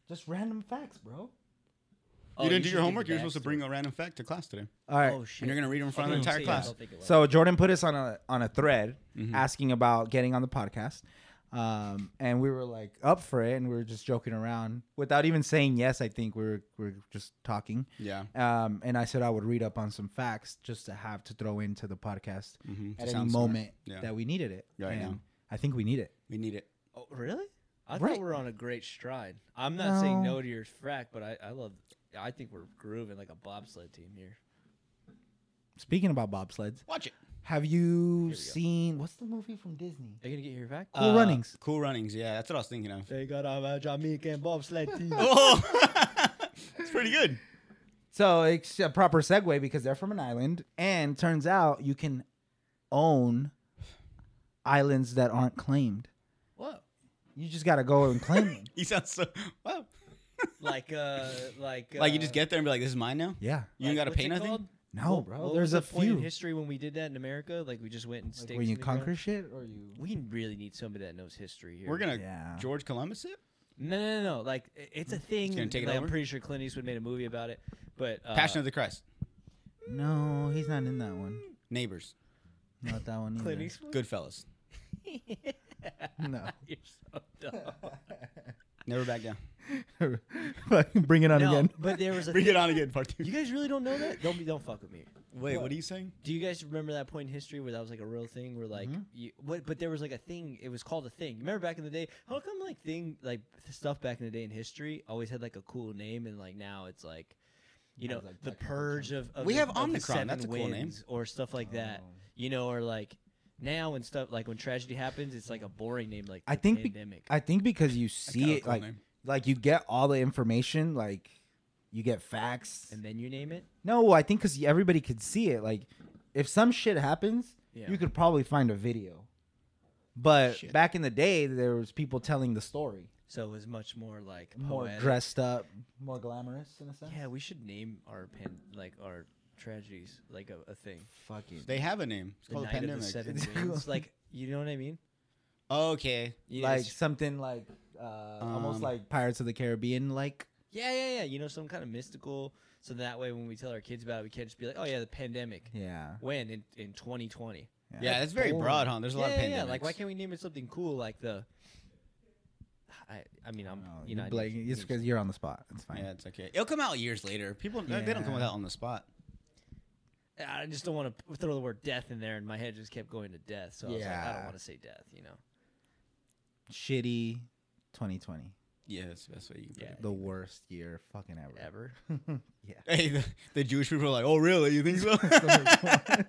Speaker 1: Just random facts, bro.
Speaker 5: Oh,
Speaker 6: you didn't do
Speaker 5: should
Speaker 6: your
Speaker 5: give
Speaker 6: homework.
Speaker 5: the
Speaker 6: You're supposed to bring
Speaker 5: backstory.
Speaker 6: a random fact to class today,
Speaker 7: All right.
Speaker 5: Oh shit!
Speaker 6: and you're gonna read it in front of the
Speaker 5: Okay,
Speaker 6: entire
Speaker 5: yeah,
Speaker 6: class.
Speaker 5: don't think it was.
Speaker 7: So Jordan put us on a on a thread
Speaker 6: Mm-hmm.
Speaker 7: asking about getting on the podcast, um, and we were like up for it, and we were just joking around without even saying yes. I think we were we were just talking.
Speaker 6: Yeah.
Speaker 7: Um, and I said I would read up on some facts just to have to throw into the podcast
Speaker 6: Mhm.
Speaker 7: at any
Speaker 6: Sounds smart.
Speaker 7: moment
Speaker 6: Yeah.
Speaker 7: that we needed it.
Speaker 6: Right
Speaker 7: and
Speaker 6: now.
Speaker 7: I think we need it.
Speaker 6: We need it.
Speaker 5: Oh, really? I
Speaker 7: Right.
Speaker 5: thought we were on a great stride. I'm not saying
Speaker 7: No.
Speaker 5: no to your frack, but I, I love. I think we're grooving like a bobsled team here.
Speaker 7: Speaking about bobsleds,
Speaker 6: Watch it.
Speaker 7: have you
Speaker 5: go.
Speaker 7: seen what's the movie from Disney?
Speaker 5: Are you gonna get your fact?
Speaker 7: Cool
Speaker 6: Uh,
Speaker 7: Runnings.
Speaker 6: Cool runnings. Yeah, that's what I was thinking of.
Speaker 5: They got a Jamaican bobsled team.
Speaker 6: (laughs) oh, (laughs) it's pretty good.
Speaker 7: So it's a proper segue because they're from an island, and turns out you can own islands that aren't claimed.
Speaker 5: what?
Speaker 7: You just gotta go and claim them.
Speaker 6: He sounds so wow.
Speaker 5: Like uh, like uh,
Speaker 6: Like you just get there and be like, "This is mine now."
Speaker 7: (laughs) Yeah.
Speaker 6: You ain't
Speaker 5: like,
Speaker 6: gotta
Speaker 5: what's
Speaker 6: pay
Speaker 5: it
Speaker 6: nothing?
Speaker 5: called?
Speaker 7: No,
Speaker 5: What-
Speaker 7: bro.
Speaker 5: what was
Speaker 7: There's a
Speaker 5: the point in
Speaker 7: few.
Speaker 5: history when we did that in America. Like we just went and
Speaker 7: Like,
Speaker 5: staked.
Speaker 7: when you
Speaker 5: in the ground.
Speaker 7: conquer shit, or (laughs) you
Speaker 5: We really need somebody that knows history here.
Speaker 6: We're gonna
Speaker 7: Yeah.
Speaker 6: George Columbus it.
Speaker 5: No, no, no, no. Like i- it's a thing.
Speaker 6: Mm. gonna take it
Speaker 5: like,
Speaker 6: over?
Speaker 5: I'm pretty sure Clint Eastwood made a movie about it. But uh,
Speaker 6: Passion of the Christ.
Speaker 7: no, he's not in that one.
Speaker 6: Neighbors.
Speaker 7: Not that one either.
Speaker 5: Clint Eastwood.
Speaker 6: Goodfellas.
Speaker 7: (laughs) No.
Speaker 5: (laughs) You're so dumb.
Speaker 6: Never back down.
Speaker 7: Fucking Bring it on
Speaker 5: no,
Speaker 7: again.
Speaker 5: but there was a
Speaker 6: (laughs) Bring
Speaker 5: thing.
Speaker 6: it on again, part two.
Speaker 5: You guys really don't know that? Don't be, don't fuck with me.
Speaker 6: (laughs) Wait, what are you saying?
Speaker 5: Do you guys remember that point in history where that was like a real thing? Where like, you, what, but there was like a thing. It was called a thing. Remember back in the day? How come like thing like stuff back in the day in history always had like a cool name, and like now it's like, you know,
Speaker 7: it's, like,
Speaker 5: the
Speaker 7: technical
Speaker 5: purge of, of
Speaker 6: We
Speaker 5: the-
Speaker 6: have
Speaker 5: of the
Speaker 6: Omicron,
Speaker 5: seven
Speaker 6: that's a cool name.
Speaker 5: winds or stuff like that. You know, or like now when stuff like when tragedy happens, it's like a boring name like
Speaker 7: I
Speaker 5: the
Speaker 7: think be-
Speaker 5: pandemic.
Speaker 7: I think because you
Speaker 6: kinda
Speaker 7: see
Speaker 6: a
Speaker 7: it
Speaker 6: cool
Speaker 7: like
Speaker 6: name.
Speaker 7: like you get all the information, like you get facts.
Speaker 5: and then you name it.
Speaker 7: No, I think because everybody could see it. Like if some shit happens,
Speaker 5: Yeah.
Speaker 7: you could probably find a video. But
Speaker 6: Shit.
Speaker 7: back in the day, there was people telling the story,
Speaker 5: So it was much more like
Speaker 7: more
Speaker 5: poetic.
Speaker 7: dressed up, more glamorous in a sense.
Speaker 5: Oh, Yeah, we should name our pan like our tragedies like a, a thing.
Speaker 7: Fuck it.
Speaker 6: They have a name. It's
Speaker 5: The
Speaker 6: called a
Speaker 5: night of the
Speaker 6: pandemic.
Speaker 5: seven winds, like you know what I mean?
Speaker 6: Okay.
Speaker 5: You
Speaker 7: like
Speaker 5: just-
Speaker 7: something like uh, almost
Speaker 6: Um,
Speaker 7: like Pirates of the Caribbean, like
Speaker 5: yeah, yeah, yeah. You know, some kind of mystical. So that way, when we tell our kids about it, we can't just be like, oh yeah, the pandemic.
Speaker 7: yeah,
Speaker 5: When in in 2020?
Speaker 6: Yeah, that's very
Speaker 7: boring.
Speaker 6: broad, huh? There's a lot
Speaker 5: yeah,
Speaker 6: of
Speaker 5: yeah,
Speaker 6: pandemics.
Speaker 5: yeah. Like, why can't we name it something cool like the? I, I mean, I'm
Speaker 7: Oh,
Speaker 5: you know, I
Speaker 7: you
Speaker 5: need-
Speaker 7: Blake, it's
Speaker 5: need-
Speaker 7: because you're on the spot. It's fine.
Speaker 6: Yeah, it's okay. It'll come out years later. People they don't come
Speaker 7: Yeah.
Speaker 6: out on the spot.
Speaker 5: I just don't want to throw the word death in there, and my head just kept going to death. So I was like, I
Speaker 7: Yeah.
Speaker 5: don't want to say death. You know?
Speaker 7: Shitty 2020,
Speaker 6: Yeah, that's the best way you can. put
Speaker 5: Yeah.
Speaker 6: it.
Speaker 7: the worst year fucking ever.
Speaker 5: Ever.
Speaker 7: (laughs)
Speaker 6: (laughs) Hey, the, the Jewish people are like, "Oh, really? You think so?"
Speaker 7: (laughs)
Speaker 6: (laughs) They're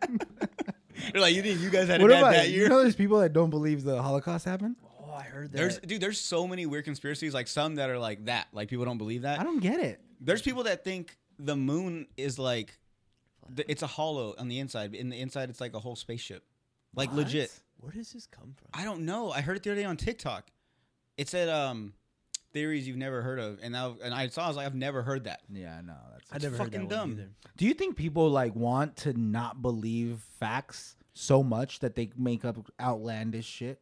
Speaker 6: like, "You think you guys had
Speaker 7: What
Speaker 6: it bad
Speaker 7: about
Speaker 6: that year?"
Speaker 7: you? Know, there's people that don't believe the Holocaust happened.
Speaker 5: Oh, I heard that.
Speaker 6: There's dude, there's so many weird conspiracies. Like some that are like that. Like people don't believe that.
Speaker 7: I don't get it.
Speaker 6: There's people that think the moon is like, th- it's a hollow on the inside. In the inside, it's like a whole spaceship, like
Speaker 5: What?
Speaker 6: legit.
Speaker 5: Where does this come from?
Speaker 6: I don't know. I heard it the other day on TikTok. It said um, theories you've never heard of, and I, and I saw. I was like, I've never heard that.
Speaker 7: Yeah, no, that's.
Speaker 5: I never
Speaker 6: fucking
Speaker 5: heard that one
Speaker 6: dumb.
Speaker 5: either.
Speaker 7: Do you think people like want to not believe facts so much that they make up outlandish shit?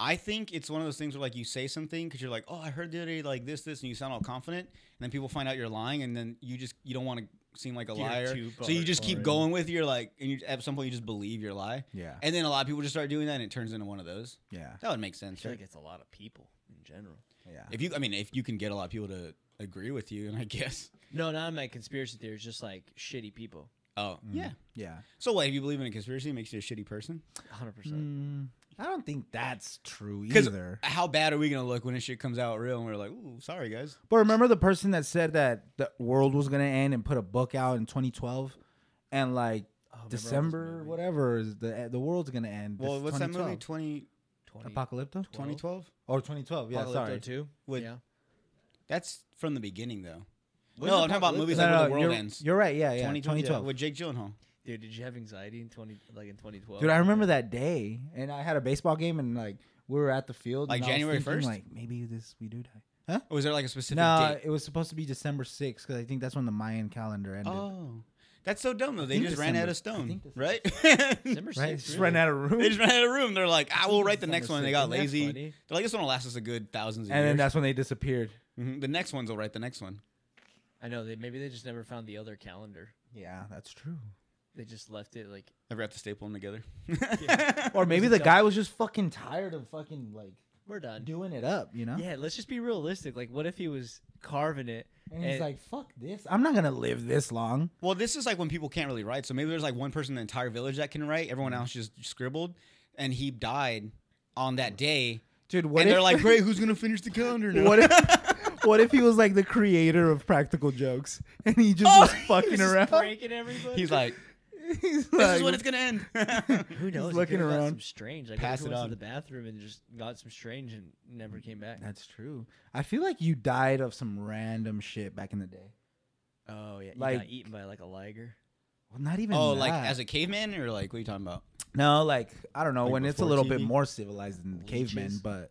Speaker 6: I think it's one of those things where like you say something because you're like, oh, I heard the other day like this, this, and you sound all confident, and then people find out you're lying, and then you just you don't want to seem like a
Speaker 5: You're
Speaker 6: liar,
Speaker 5: too
Speaker 6: so you
Speaker 5: far
Speaker 6: just
Speaker 5: gone.
Speaker 6: keep going with your like, and you, at some point you just believe your lie,
Speaker 7: Yeah.
Speaker 6: and then a lot of people just start doing that, and it turns into one of those.
Speaker 7: Yeah.
Speaker 6: That would make
Speaker 5: I
Speaker 6: sense.
Speaker 5: feel
Speaker 6: Right?
Speaker 5: like it's a lot of people in general.
Speaker 7: Yeah.
Speaker 6: If you, I mean, if you can get a lot of people to agree with you, (laughs) and I guess,
Speaker 5: No, not my conspiracy theories, just like shitty people.
Speaker 6: oh
Speaker 5: Mm-hmm.
Speaker 6: yeah.
Speaker 7: Yeah.
Speaker 6: So what? If you believe in a conspiracy, it makes you a shitty person.
Speaker 5: 100%.
Speaker 7: Mm, I don't think that's true
Speaker 6: Because
Speaker 7: either.
Speaker 6: how bad are we gonna look when this shit comes out real, and we're like, ooh, sorry guys.
Speaker 7: But remember the person that said that the world was gonna end and put a book out in 2012, and like
Speaker 5: Oh, all those
Speaker 7: December
Speaker 5: movies.
Speaker 7: whatever is the the world's gonna end.
Speaker 6: Well,
Speaker 7: It's
Speaker 6: what's that movie?
Speaker 7: 2012.
Speaker 6: 20,
Speaker 5: 20,
Speaker 7: Apocalypto
Speaker 6: 2012?
Speaker 7: or 2012? Oh, Yeah,
Speaker 5: Apocalypto
Speaker 7: sorry.
Speaker 5: 2?
Speaker 6: Would-
Speaker 5: yeah.
Speaker 6: That's from the beginning, though.
Speaker 5: When's
Speaker 6: no, I'm talking about
Speaker 5: Apocalypto?
Speaker 6: movies
Speaker 7: No,
Speaker 6: like
Speaker 7: no,
Speaker 6: When the World
Speaker 7: you're,
Speaker 6: Ends.
Speaker 7: you're right. Yeah, yeah.
Speaker 6: 2012,
Speaker 7: 2012.
Speaker 6: yeah, with Jake Gyllenhaal.
Speaker 5: Dude, did you have anxiety in 20 like in 2012?
Speaker 7: Dude, I remember that day, and I had a baseball game, and like we were at the field.
Speaker 6: Like
Speaker 7: and I was
Speaker 6: January
Speaker 7: thinking,
Speaker 6: 1st?
Speaker 7: Like maybe this we do die.
Speaker 6: Or was there like a specific
Speaker 7: No,
Speaker 6: date?
Speaker 7: it was supposed to be December 6th because I think that's when the Mayan calendar ended.
Speaker 6: Oh, that's so dumb though. They
Speaker 7: think
Speaker 6: just ran out of
Speaker 7: December- I
Speaker 6: stone,
Speaker 7: think December.
Speaker 6: right? (laughs)
Speaker 5: December
Speaker 7: (laughs) right,
Speaker 5: 6th,
Speaker 7: just
Speaker 5: really?
Speaker 7: ran out of room,
Speaker 6: they just ran out of room. They're like, I will write the next
Speaker 5: December
Speaker 6: one. And they
Speaker 5: 6th.
Speaker 6: got
Speaker 5: Isn't that
Speaker 6: lazy. They're
Speaker 5: funny?
Speaker 6: like, this one will last us a good thousands of
Speaker 7: and then
Speaker 6: years.
Speaker 7: that's when they disappeared.
Speaker 6: Mhm. The next ones will write the next one.
Speaker 5: I know they maybe they just never found the other calendar.
Speaker 7: Yeah, that's true.
Speaker 5: They just left it like
Speaker 6: I forgot to staple them together.
Speaker 7: Or maybe
Speaker 5: a
Speaker 7: the
Speaker 5: dumb-
Speaker 7: guy was just fucking tired of fucking like
Speaker 5: we're done.
Speaker 7: doing it up, you know?
Speaker 5: Yeah, let's just be realistic. Like, what if he was carving it?
Speaker 7: And he's like, "Fuck this! I'm not gonna live this long."
Speaker 6: (laughs) Well, this is like when people can't really write. So maybe there's like one person in the entire village that can write. Everyone
Speaker 7: Mm-hmm.
Speaker 6: else just scribbled, and he died on that day.
Speaker 7: Dude, what
Speaker 6: and
Speaker 7: if
Speaker 6: they're
Speaker 7: (laughs)
Speaker 6: like, great, who's gonna finish the calendar now?
Speaker 7: what if (laughs) what if he was like the creator of practical jokes and he just
Speaker 6: Oh, (laughs)
Speaker 7: was fucking
Speaker 5: He's just
Speaker 7: around?
Speaker 5: breaking everybody.
Speaker 6: He's like,
Speaker 7: (laughs) He's
Speaker 6: this
Speaker 7: like,
Speaker 6: is when it's gonna end.
Speaker 7: (laughs)
Speaker 6: (laughs)
Speaker 5: who knows? He
Speaker 7: looking
Speaker 5: could've got
Speaker 7: around.
Speaker 5: some strange. Like, pass
Speaker 6: Pass it
Speaker 5: it went
Speaker 6: on.
Speaker 5: to the bathroom and just got some strange and never came back.
Speaker 7: That's true. I feel like you died of some random shit back in the day.
Speaker 5: Oh yeah, you
Speaker 7: Like-
Speaker 5: got eaten by like a liger.
Speaker 7: Well, not even.
Speaker 6: oh, like
Speaker 7: that.
Speaker 6: as a caveman, or like what are you talking about?
Speaker 7: no, like I don't know
Speaker 6: Like
Speaker 7: when it's a
Speaker 6: before
Speaker 7: little bit
Speaker 6: TV?
Speaker 7: more civilized than the cavemen,
Speaker 5: Leeches?
Speaker 7: but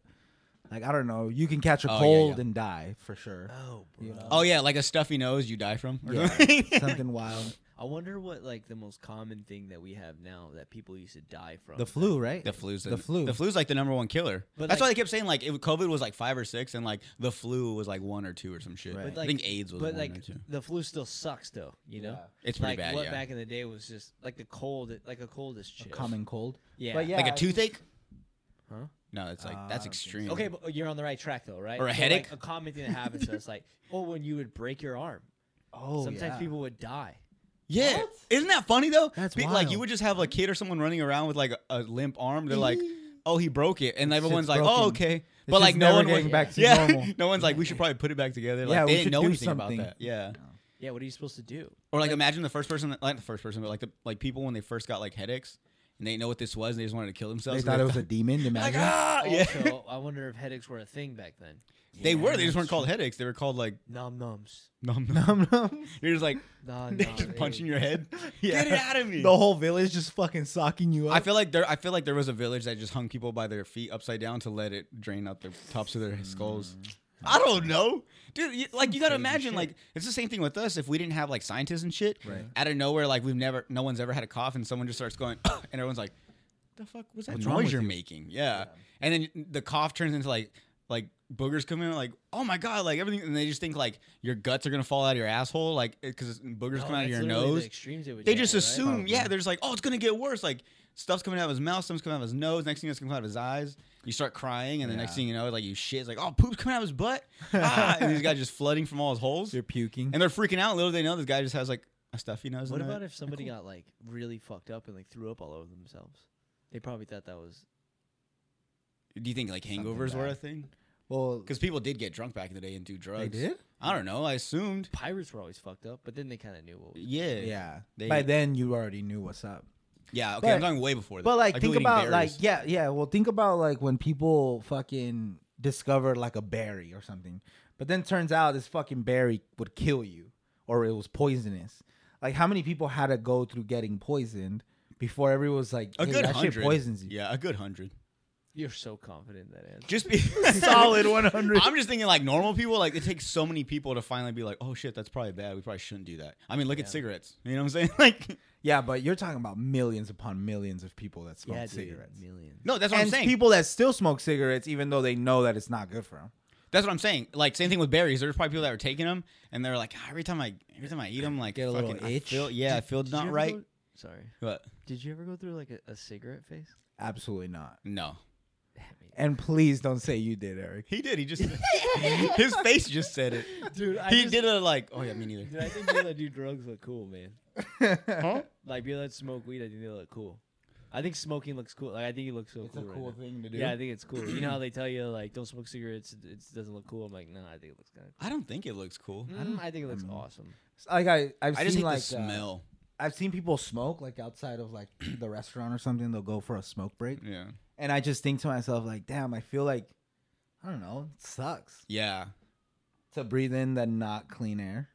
Speaker 7: like I don't know, you can catch a
Speaker 6: Oh, yeah,
Speaker 7: cold
Speaker 6: yeah.
Speaker 7: and die for sure.
Speaker 6: (laughs)
Speaker 5: Oh, bro.
Speaker 7: You know.
Speaker 6: Oh yeah, like a stuffy nose you die from. or
Speaker 7: Yeah,
Speaker 6: something. (laughs)
Speaker 7: something wild.
Speaker 5: I wonder what like the most common thing that we have now that people used to die from.
Speaker 7: The flu, right?
Speaker 6: The flu's
Speaker 7: The flu.
Speaker 6: The flu's like the number one killer.
Speaker 5: But,
Speaker 6: That's
Speaker 5: like-
Speaker 6: why they kept saying like it, COVID was like five or six, and like the flu was like one or two or some shit.
Speaker 7: Right. But,
Speaker 6: I
Speaker 5: like-
Speaker 6: think AIDS was
Speaker 5: but
Speaker 6: one or
Speaker 5: like
Speaker 6: two.
Speaker 5: the flu still sucks though, you know.
Speaker 7: Yeah.
Speaker 6: It's pretty
Speaker 5: like
Speaker 6: bad.
Speaker 5: what
Speaker 6: yeah,
Speaker 5: back in the day was just like the cold, like a cold is
Speaker 7: A
Speaker 5: chill.
Speaker 7: common cold.
Speaker 5: yeah.
Speaker 7: But yeah,
Speaker 6: like
Speaker 7: I
Speaker 6: a
Speaker 7: think-
Speaker 6: toothache.
Speaker 5: Huh?
Speaker 6: No, it's like
Speaker 7: Ah, I don't
Speaker 6: that's
Speaker 7: think so.
Speaker 6: extreme.
Speaker 5: Okay, but you're on the right track though, right?
Speaker 6: Or a
Speaker 5: So,
Speaker 6: headache?
Speaker 5: Like, a common thing that happens to us,
Speaker 6: (laughs)
Speaker 5: like, oh, when you would break your arm,
Speaker 7: Oh,
Speaker 5: sometimes
Speaker 7: yeah.
Speaker 5: people would die.
Speaker 6: Yeah,
Speaker 7: What?
Speaker 6: is isn't that funny though?
Speaker 7: That's
Speaker 6: Be- like you
Speaker 7: wild.
Speaker 6: would just have a kid or someone running around with like a, a limp arm.
Speaker 7: (laughs)
Speaker 6: They're like, "Oh, he broke it,ver and everyone's like, "Oh,
Speaker 7: broken.
Speaker 6: okay."
Speaker 7: It's
Speaker 6: but like
Speaker 7: just
Speaker 6: no
Speaker 7: never
Speaker 6: one
Speaker 7: getting
Speaker 6: was,
Speaker 7: back to
Speaker 6: (laughs) yeah,
Speaker 7: normal.
Speaker 6: no one's like, "We should probably put it back together." Like
Speaker 7: Yeah, we
Speaker 6: they didn't
Speaker 7: should
Speaker 6: know
Speaker 7: do
Speaker 6: anything
Speaker 7: something.
Speaker 6: about that. Yeah,
Speaker 5: Yeah, what are you supposed to do?
Speaker 6: or like imagine the first person, that- like the first person, but like the like people when they first got like headaches and they didn't know what this was and they just wanted to kill
Speaker 7: They
Speaker 6: themselves. so
Speaker 7: thought it was a demon.
Speaker 6: like,
Speaker 7: Imagine. Oh,
Speaker 6: ah! yeah.
Speaker 5: Also, I wonder if headaches were a thing back then.
Speaker 6: (laughs) they were. They just weren't called headaches. They were
Speaker 7: (laughs)
Speaker 6: called like
Speaker 5: Nom
Speaker 6: (laughs)
Speaker 5: noms.
Speaker 6: nom nom.
Speaker 7: Nom nom.
Speaker 6: You're just like (laughs)
Speaker 5: Nah, nah,
Speaker 6: just
Speaker 7: (laughs)
Speaker 6: punching your head.
Speaker 7: Yeah.
Speaker 6: Get it out of me.
Speaker 7: The whole village just fucking socking you up.
Speaker 6: I feel like there. I feel like there was a village that just hung people by their feet upside down to let it drain out their tops of their skulls.
Speaker 7: Mm.
Speaker 6: I don't know, dude. You, like you gotta imagine, like it's the same thing with us. If we didn't have like scientists and shit,
Speaker 7: Right.
Speaker 6: out of nowhere, like we've never, no one's ever had a cough, and someone just starts going, (coughs) and everyone's like, "The fuck was that
Speaker 7: What's wrong
Speaker 6: noise
Speaker 7: with
Speaker 6: you're
Speaker 7: you?"
Speaker 6: making?" Yeah. and then the cough turns into like, like boogers come in, like, "Oh my god!" Like everything, and they just think like your guts are gonna fall out of your asshole, like because boogers
Speaker 5: No,
Speaker 6: come out
Speaker 5: Oh, that's
Speaker 6: of your
Speaker 5: literally
Speaker 6: nose
Speaker 5: The extremes it would
Speaker 6: they
Speaker 5: get,
Speaker 6: just
Speaker 5: right?
Speaker 6: assume, yeah, they're just like, oh, it's gonna get worse. Like stuff's coming out of his mouth, stuff's coming out of his nose. Next thing you know, it's coming out of his eyes. You start crying, and the next
Speaker 7: Yeah.
Speaker 6: thing you know, like you shit. It's like, oh, poop's coming out of
Speaker 7: (laughs)
Speaker 6: his butt. ah, and this guy just flooding from all his holes,
Speaker 7: you're puking.
Speaker 6: and they're freaking out. Little they know this guy just has like a stuffy nose.
Speaker 5: What
Speaker 6: and
Speaker 5: about
Speaker 6: that.
Speaker 5: if somebody got like really fucked up and like threw up all over themselves? They probably thought that was
Speaker 6: Do you think like hangovers were a thing?
Speaker 7: Well,
Speaker 6: Because people did get drunk back in the day and do drugs.
Speaker 7: they did.
Speaker 6: I don't know. I assumed.
Speaker 5: pirates were always fucked up, but then they kind of knew what. Was.
Speaker 6: Yeah.
Speaker 7: Yeah.
Speaker 6: They-
Speaker 7: By then, you already knew what's up.
Speaker 6: Yeah. Okay. I'm
Speaker 7: But-
Speaker 6: talking way before that.
Speaker 7: But like,
Speaker 6: people
Speaker 7: think
Speaker 6: eating
Speaker 7: about like,
Speaker 6: berries.
Speaker 7: yeah, yeah. Well, think about like when people fucking discovered like a berry or something, but then turns out this fucking berry would kill you. or it was poisonous. Like how many people had to go through getting poisoned before everyone was like,
Speaker 6: A
Speaker 7: "Hey,
Speaker 6: good
Speaker 7: that
Speaker 6: hundred.
Speaker 7: shit poisons you."
Speaker 6: Yeah, a good hundred.
Speaker 5: You're so confident in that
Speaker 7: (laughs)
Speaker 5: answer.
Speaker 6: Just be (laughs)
Speaker 7: Solid 100.
Speaker 6: I'm just thinking like normal people. Like it takes so many people to finally be like, oh shit, that's probably bad. We probably shouldn't do that. I mean, look at cigarettes. You know what I'm saying? (laughs) Like,
Speaker 7: Yeah, but you're talking about millions upon millions of people that smoke
Speaker 5: Yeah, dude,
Speaker 7: cigarettes.
Speaker 5: millions.
Speaker 6: no, that's what
Speaker 7: and
Speaker 6: I'm saying.
Speaker 7: people that still smoke cigarettes, even though they know that it's not good for them.
Speaker 6: that's what I'm saying. Like same thing with berries. There's probably people that were taking them and they're like, "Ah, every time I every time I eat them, like
Speaker 5: Get a
Speaker 6: fucking,
Speaker 5: little
Speaker 6: I
Speaker 5: itch.
Speaker 6: feel- yeah, I feel
Speaker 5: Did you
Speaker 6: not
Speaker 5: ever
Speaker 6: right.
Speaker 5: go- sorry.
Speaker 6: But
Speaker 5: Did you ever go through like a, a cigarette phase?
Speaker 6: (laughs)
Speaker 7: Absolutely not.
Speaker 6: no,
Speaker 7: And please don't say you did, Eric. (laughs)
Speaker 6: he did.
Speaker 5: (laughs)
Speaker 6: He just his face just said it.
Speaker 5: Dude, I
Speaker 6: he
Speaker 5: just-
Speaker 6: did it like, oh yeah, me neither.
Speaker 5: (laughs) Dude, I think people that do drugs look cool, man. Like people that smoke weed, I think they look cool. I think smoking looks cool. Like I think it looks so
Speaker 7: It's a
Speaker 5: cool. right
Speaker 7: cool
Speaker 5: now.
Speaker 7: thing to do.
Speaker 5: Yeah, I think it's cool. you know how they tell you like don't smoke cigarettes; it it doesn't look cool. I'm like, nah, I think it looks kind of.
Speaker 6: I don't think it looks cool.
Speaker 5: I, don't, I think it looks awesome.
Speaker 7: like I, I've
Speaker 6: I
Speaker 7: seen
Speaker 6: just hate
Speaker 7: like
Speaker 6: the smell.
Speaker 7: uh, I've seen people smoke like outside of like (clears throat) the restaurant or something. They'll go for a smoke break,
Speaker 6: Yeah.
Speaker 7: and I just think to myself like, damn, I feel like I don't know, it sucks
Speaker 6: Yeah.
Speaker 7: to breathe in the not clean air.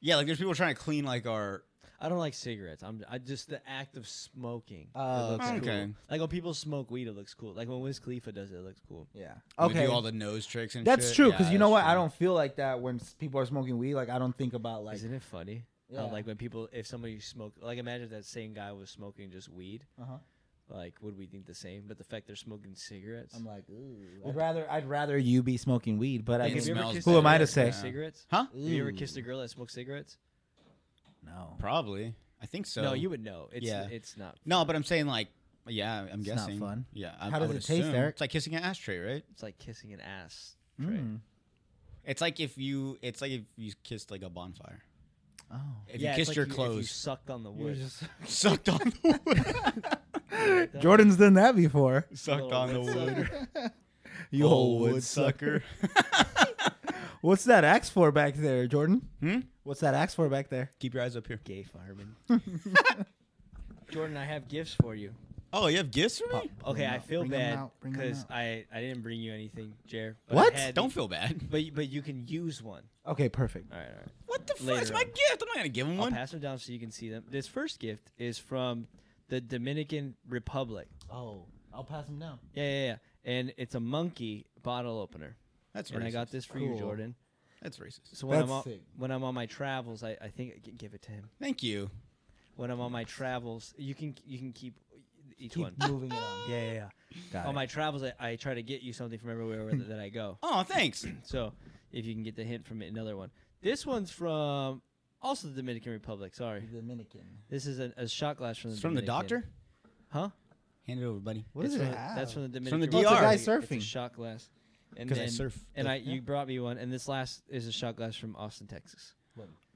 Speaker 6: Yeah, like there's people trying to clean like our
Speaker 5: I don't like cigarettes. I'm I just the act of smoking. it
Speaker 7: Oh,
Speaker 5: looks
Speaker 6: okay.
Speaker 5: cool.
Speaker 6: Okay.
Speaker 5: Like when people smoke weed, it looks cool. Like when Wiz Khalifa does it, it looks cool.
Speaker 7: Yeah.
Speaker 6: we
Speaker 7: Okay.
Speaker 6: do all the nose tricks and
Speaker 7: that's
Speaker 6: shit.
Speaker 7: true
Speaker 6: Yeah,
Speaker 7: because you
Speaker 6: that's
Speaker 7: know what? I
Speaker 6: true.
Speaker 7: don't feel like that when s- people are smoking weed. Like I don't think about like
Speaker 5: Isn't it funny? how,
Speaker 7: Yeah.
Speaker 5: like when people, if somebody smoked, like imagine if that same guy was smoking just weed.
Speaker 7: Uh-huh.
Speaker 5: Like, would we think the same? But the fact they're smoking cigarettes.
Speaker 7: I'm like, ooh. I'd rather I'd rather you be smoking weed, but I
Speaker 6: It
Speaker 7: mean,
Speaker 6: smells
Speaker 5: kissed
Speaker 7: who
Speaker 5: a
Speaker 7: am I
Speaker 5: girl
Speaker 7: to
Speaker 5: that smokes
Speaker 7: say?
Speaker 5: Cigarettes?
Speaker 6: Huh?
Speaker 5: Have you ever
Speaker 7: Ooh.
Speaker 5: kissed a girl that smoked cigarettes?
Speaker 7: No.
Speaker 6: Probably. I think so.
Speaker 5: no, you would know. It's
Speaker 6: Yeah.
Speaker 5: it's not.
Speaker 6: No, but I'm saying like yeah, I'm
Speaker 7: It's not
Speaker 6: guessing.
Speaker 7: fun.
Speaker 6: Yeah. I,
Speaker 7: How
Speaker 6: I
Speaker 7: does
Speaker 6: would
Speaker 7: it taste,
Speaker 6: assume.
Speaker 7: Eric?
Speaker 6: It's like kissing an ashtray, right?
Speaker 5: It's like kissing an ass. Trey.
Speaker 7: Mm.
Speaker 6: It's like if you it's like if you kissed like a bonfire.
Speaker 7: Oh.
Speaker 6: If
Speaker 5: Yeah, it's
Speaker 6: you kissed
Speaker 5: like
Speaker 6: your
Speaker 5: you- if You
Speaker 6: clothes.
Speaker 5: sucked on the wood.
Speaker 7: (laughs)
Speaker 5: (laughs)
Speaker 6: (laughs) sucked on the wood.
Speaker 5: Like that.
Speaker 7: Jordan's done that (laughs) before.
Speaker 6: sucked
Speaker 5: Little
Speaker 6: on the
Speaker 5: wood
Speaker 6: wood.
Speaker 7: (laughs) (laughs) You
Speaker 6: Oh,
Speaker 7: old
Speaker 5: (laughs)
Speaker 7: woodsucker. (laughs) What's that axe for back there, Jordan?
Speaker 6: (laughs) hmm?
Speaker 7: What's that axe for back
Speaker 5: (laughs)
Speaker 7: there? (laughs)
Speaker 6: Keep your eyes up here.
Speaker 5: Gay fireman. Jordan, I have gifts for you.
Speaker 6: Oh, you have gifts for me?
Speaker 5: Okay, I feel
Speaker 7: bring 'em
Speaker 5: bad
Speaker 7: out, bring 'em
Speaker 5: because
Speaker 7: out.
Speaker 5: I I didn't bring you anything, Jer. but I
Speaker 7: What?
Speaker 5: had-
Speaker 6: Don't feel bad.
Speaker 5: But you- but you can use one.
Speaker 7: Okay, perfect.
Speaker 5: All right, all right.
Speaker 6: What the
Speaker 5: Later
Speaker 6: fuck's my
Speaker 5: on.
Speaker 6: gift? I'm not gonna give him
Speaker 5: I'll
Speaker 6: one.
Speaker 5: pass them down so you can see them. This first gift is from the Dominican Republic.
Speaker 7: Oh, I'll pass him down.
Speaker 5: Yeah, yeah, yeah. And it's a monkey bottle opener.
Speaker 6: That's
Speaker 5: and
Speaker 6: racist.
Speaker 5: I got this for you,
Speaker 7: Cool.
Speaker 5: Jordan.
Speaker 6: That's racist.
Speaker 5: So when I'm
Speaker 7: That's
Speaker 5: on,
Speaker 7: sick.
Speaker 5: when I'm on my travels, I, I think I can give it to him.
Speaker 6: Thank you.
Speaker 5: When I'm on my travels, you can you can keep each
Speaker 7: Keep
Speaker 5: one.
Speaker 7: moving it on.
Speaker 5: Yeah, yeah, yeah.
Speaker 7: Got
Speaker 5: on
Speaker 7: it.
Speaker 5: my travels, I, I try to get you something from everywhere where- that I go.
Speaker 6: Oh, thanks.
Speaker 5: So if you can get the hint from another one, this one's from also the Dominican Republic. Sorry,
Speaker 7: Mm-hmm. Dominican.
Speaker 5: this is a, a shot glass from the
Speaker 6: It's from the
Speaker 5: Dominican.
Speaker 6: doctor?
Speaker 5: huh?
Speaker 6: Hand it over, buddy.
Speaker 7: What
Speaker 5: It's
Speaker 7: is it?
Speaker 5: from the- That's from the
Speaker 6: It's from
Speaker 5: Dominican
Speaker 6: the
Speaker 5: Republic.
Speaker 6: DR.
Speaker 7: It's a guy
Speaker 5: It's a
Speaker 7: surfing.
Speaker 5: shot glass. And
Speaker 6: 'Cause I
Speaker 5: then-
Speaker 6: surf.
Speaker 5: And
Speaker 6: Yeah.
Speaker 5: I, you brought me one, and this last is a shot glass from Austin, Texas.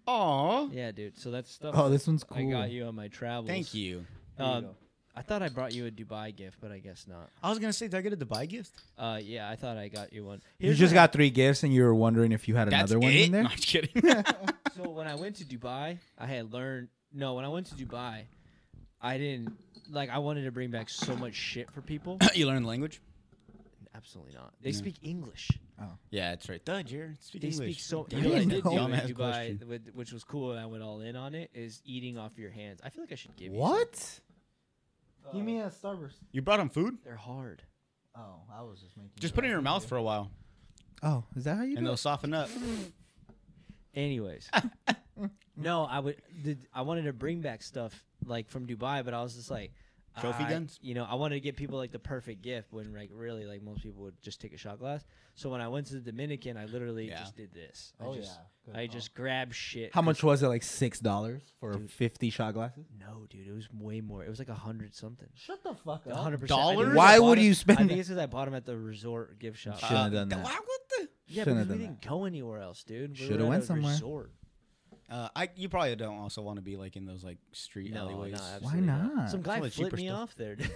Speaker 6: Aw.
Speaker 5: Yeah, dude. So that's stuff.
Speaker 7: Oh,
Speaker 5: that
Speaker 7: this one's
Speaker 5: I
Speaker 7: cool.
Speaker 5: got you on my travels.
Speaker 6: Thank you.
Speaker 7: Here you
Speaker 5: Um,
Speaker 7: go.
Speaker 5: I thought I brought you a Dubai gift, but I guess not.
Speaker 6: I was gonna say, did I get a Dubai gift?
Speaker 5: Uh, yeah, I thought I got you one.
Speaker 7: You
Speaker 5: Here's
Speaker 7: just
Speaker 5: what-
Speaker 7: got three gifts, and you were wondering if you had
Speaker 6: That's
Speaker 7: another one
Speaker 6: it?
Speaker 7: in there.
Speaker 6: No, I'm just kidding.
Speaker 7: (laughs)
Speaker 6: (laughs)
Speaker 5: So when I went to Dubai, I had learned. No, when I went to Dubai, I didn't like. I wanted to bring back so much shit for
Speaker 6: (coughs)
Speaker 5: people.
Speaker 6: you learn language?
Speaker 5: Absolutely not. They
Speaker 6: Yeah.
Speaker 5: speak English.
Speaker 6: Yeah, that's right. Duh, Jared. Speak
Speaker 5: They
Speaker 6: English.
Speaker 5: speak so.
Speaker 6: Damn
Speaker 5: You know what I
Speaker 6: it.
Speaker 5: did do in
Speaker 6: Dumbass
Speaker 5: Dubai,
Speaker 6: question.
Speaker 5: with- which was cool, and I went all in on it. Is eating off your hands. I feel like I should give you some.
Speaker 7: What? Give me a Starburst.
Speaker 6: You brought him food?
Speaker 5: They're hard.
Speaker 7: Oh, I was just making.
Speaker 6: Just put it in your mouth for a while,
Speaker 7: Oh, is that how you
Speaker 6: and
Speaker 7: do?
Speaker 6: they'll
Speaker 7: it?
Speaker 6: soften up.
Speaker 5: (laughs) Anyways, no, I would. Did, I wanted to bring back stuff like from Dubai, but I was just like
Speaker 6: Trophy
Speaker 5: I-
Speaker 6: guns?
Speaker 5: You know, I wanted to get people like the perfect gift when like really like most people would just take a shot glass. So when I went to the Dominican, I literally
Speaker 6: Yeah.
Speaker 5: just did this. I
Speaker 7: Oh,
Speaker 5: just,
Speaker 7: yeah. Good
Speaker 5: I
Speaker 7: call.
Speaker 5: just grabbed shit.
Speaker 7: How
Speaker 5: 'cause-
Speaker 7: much was it? Like six dollars for fifty shot glasses.
Speaker 5: No, dude, it was way more. It was like a hundred something.
Speaker 7: Shut the fuck
Speaker 5: A hundred percent. I think
Speaker 6: Dollars?
Speaker 5: because I
Speaker 7: Why
Speaker 5: bought
Speaker 7: would
Speaker 5: it-
Speaker 7: you
Speaker 5: I
Speaker 7: spend?
Speaker 5: think it's because I bought them at the resort gift shop.
Speaker 7: Shouldn't have done
Speaker 6: th-
Speaker 7: that.
Speaker 6: Uh, why- What the?
Speaker 5: Uh, yeah,
Speaker 7: shouldn't
Speaker 5: because
Speaker 7: have
Speaker 5: we
Speaker 7: done
Speaker 5: didn't go anywhere else, dude. We
Speaker 7: Should've
Speaker 5: were at
Speaker 7: went
Speaker 5: a
Speaker 7: somewhere.
Speaker 5: Resort.
Speaker 6: Uh, I you probably don't also want to be like in those like street
Speaker 5: No, no,
Speaker 6: alleyways.
Speaker 5: absolutely
Speaker 7: not?
Speaker 5: Some
Speaker 7: It's
Speaker 5: guy
Speaker 6: all the
Speaker 5: flipped
Speaker 6: cheaper
Speaker 5: me
Speaker 6: stuff.
Speaker 5: off there. dude.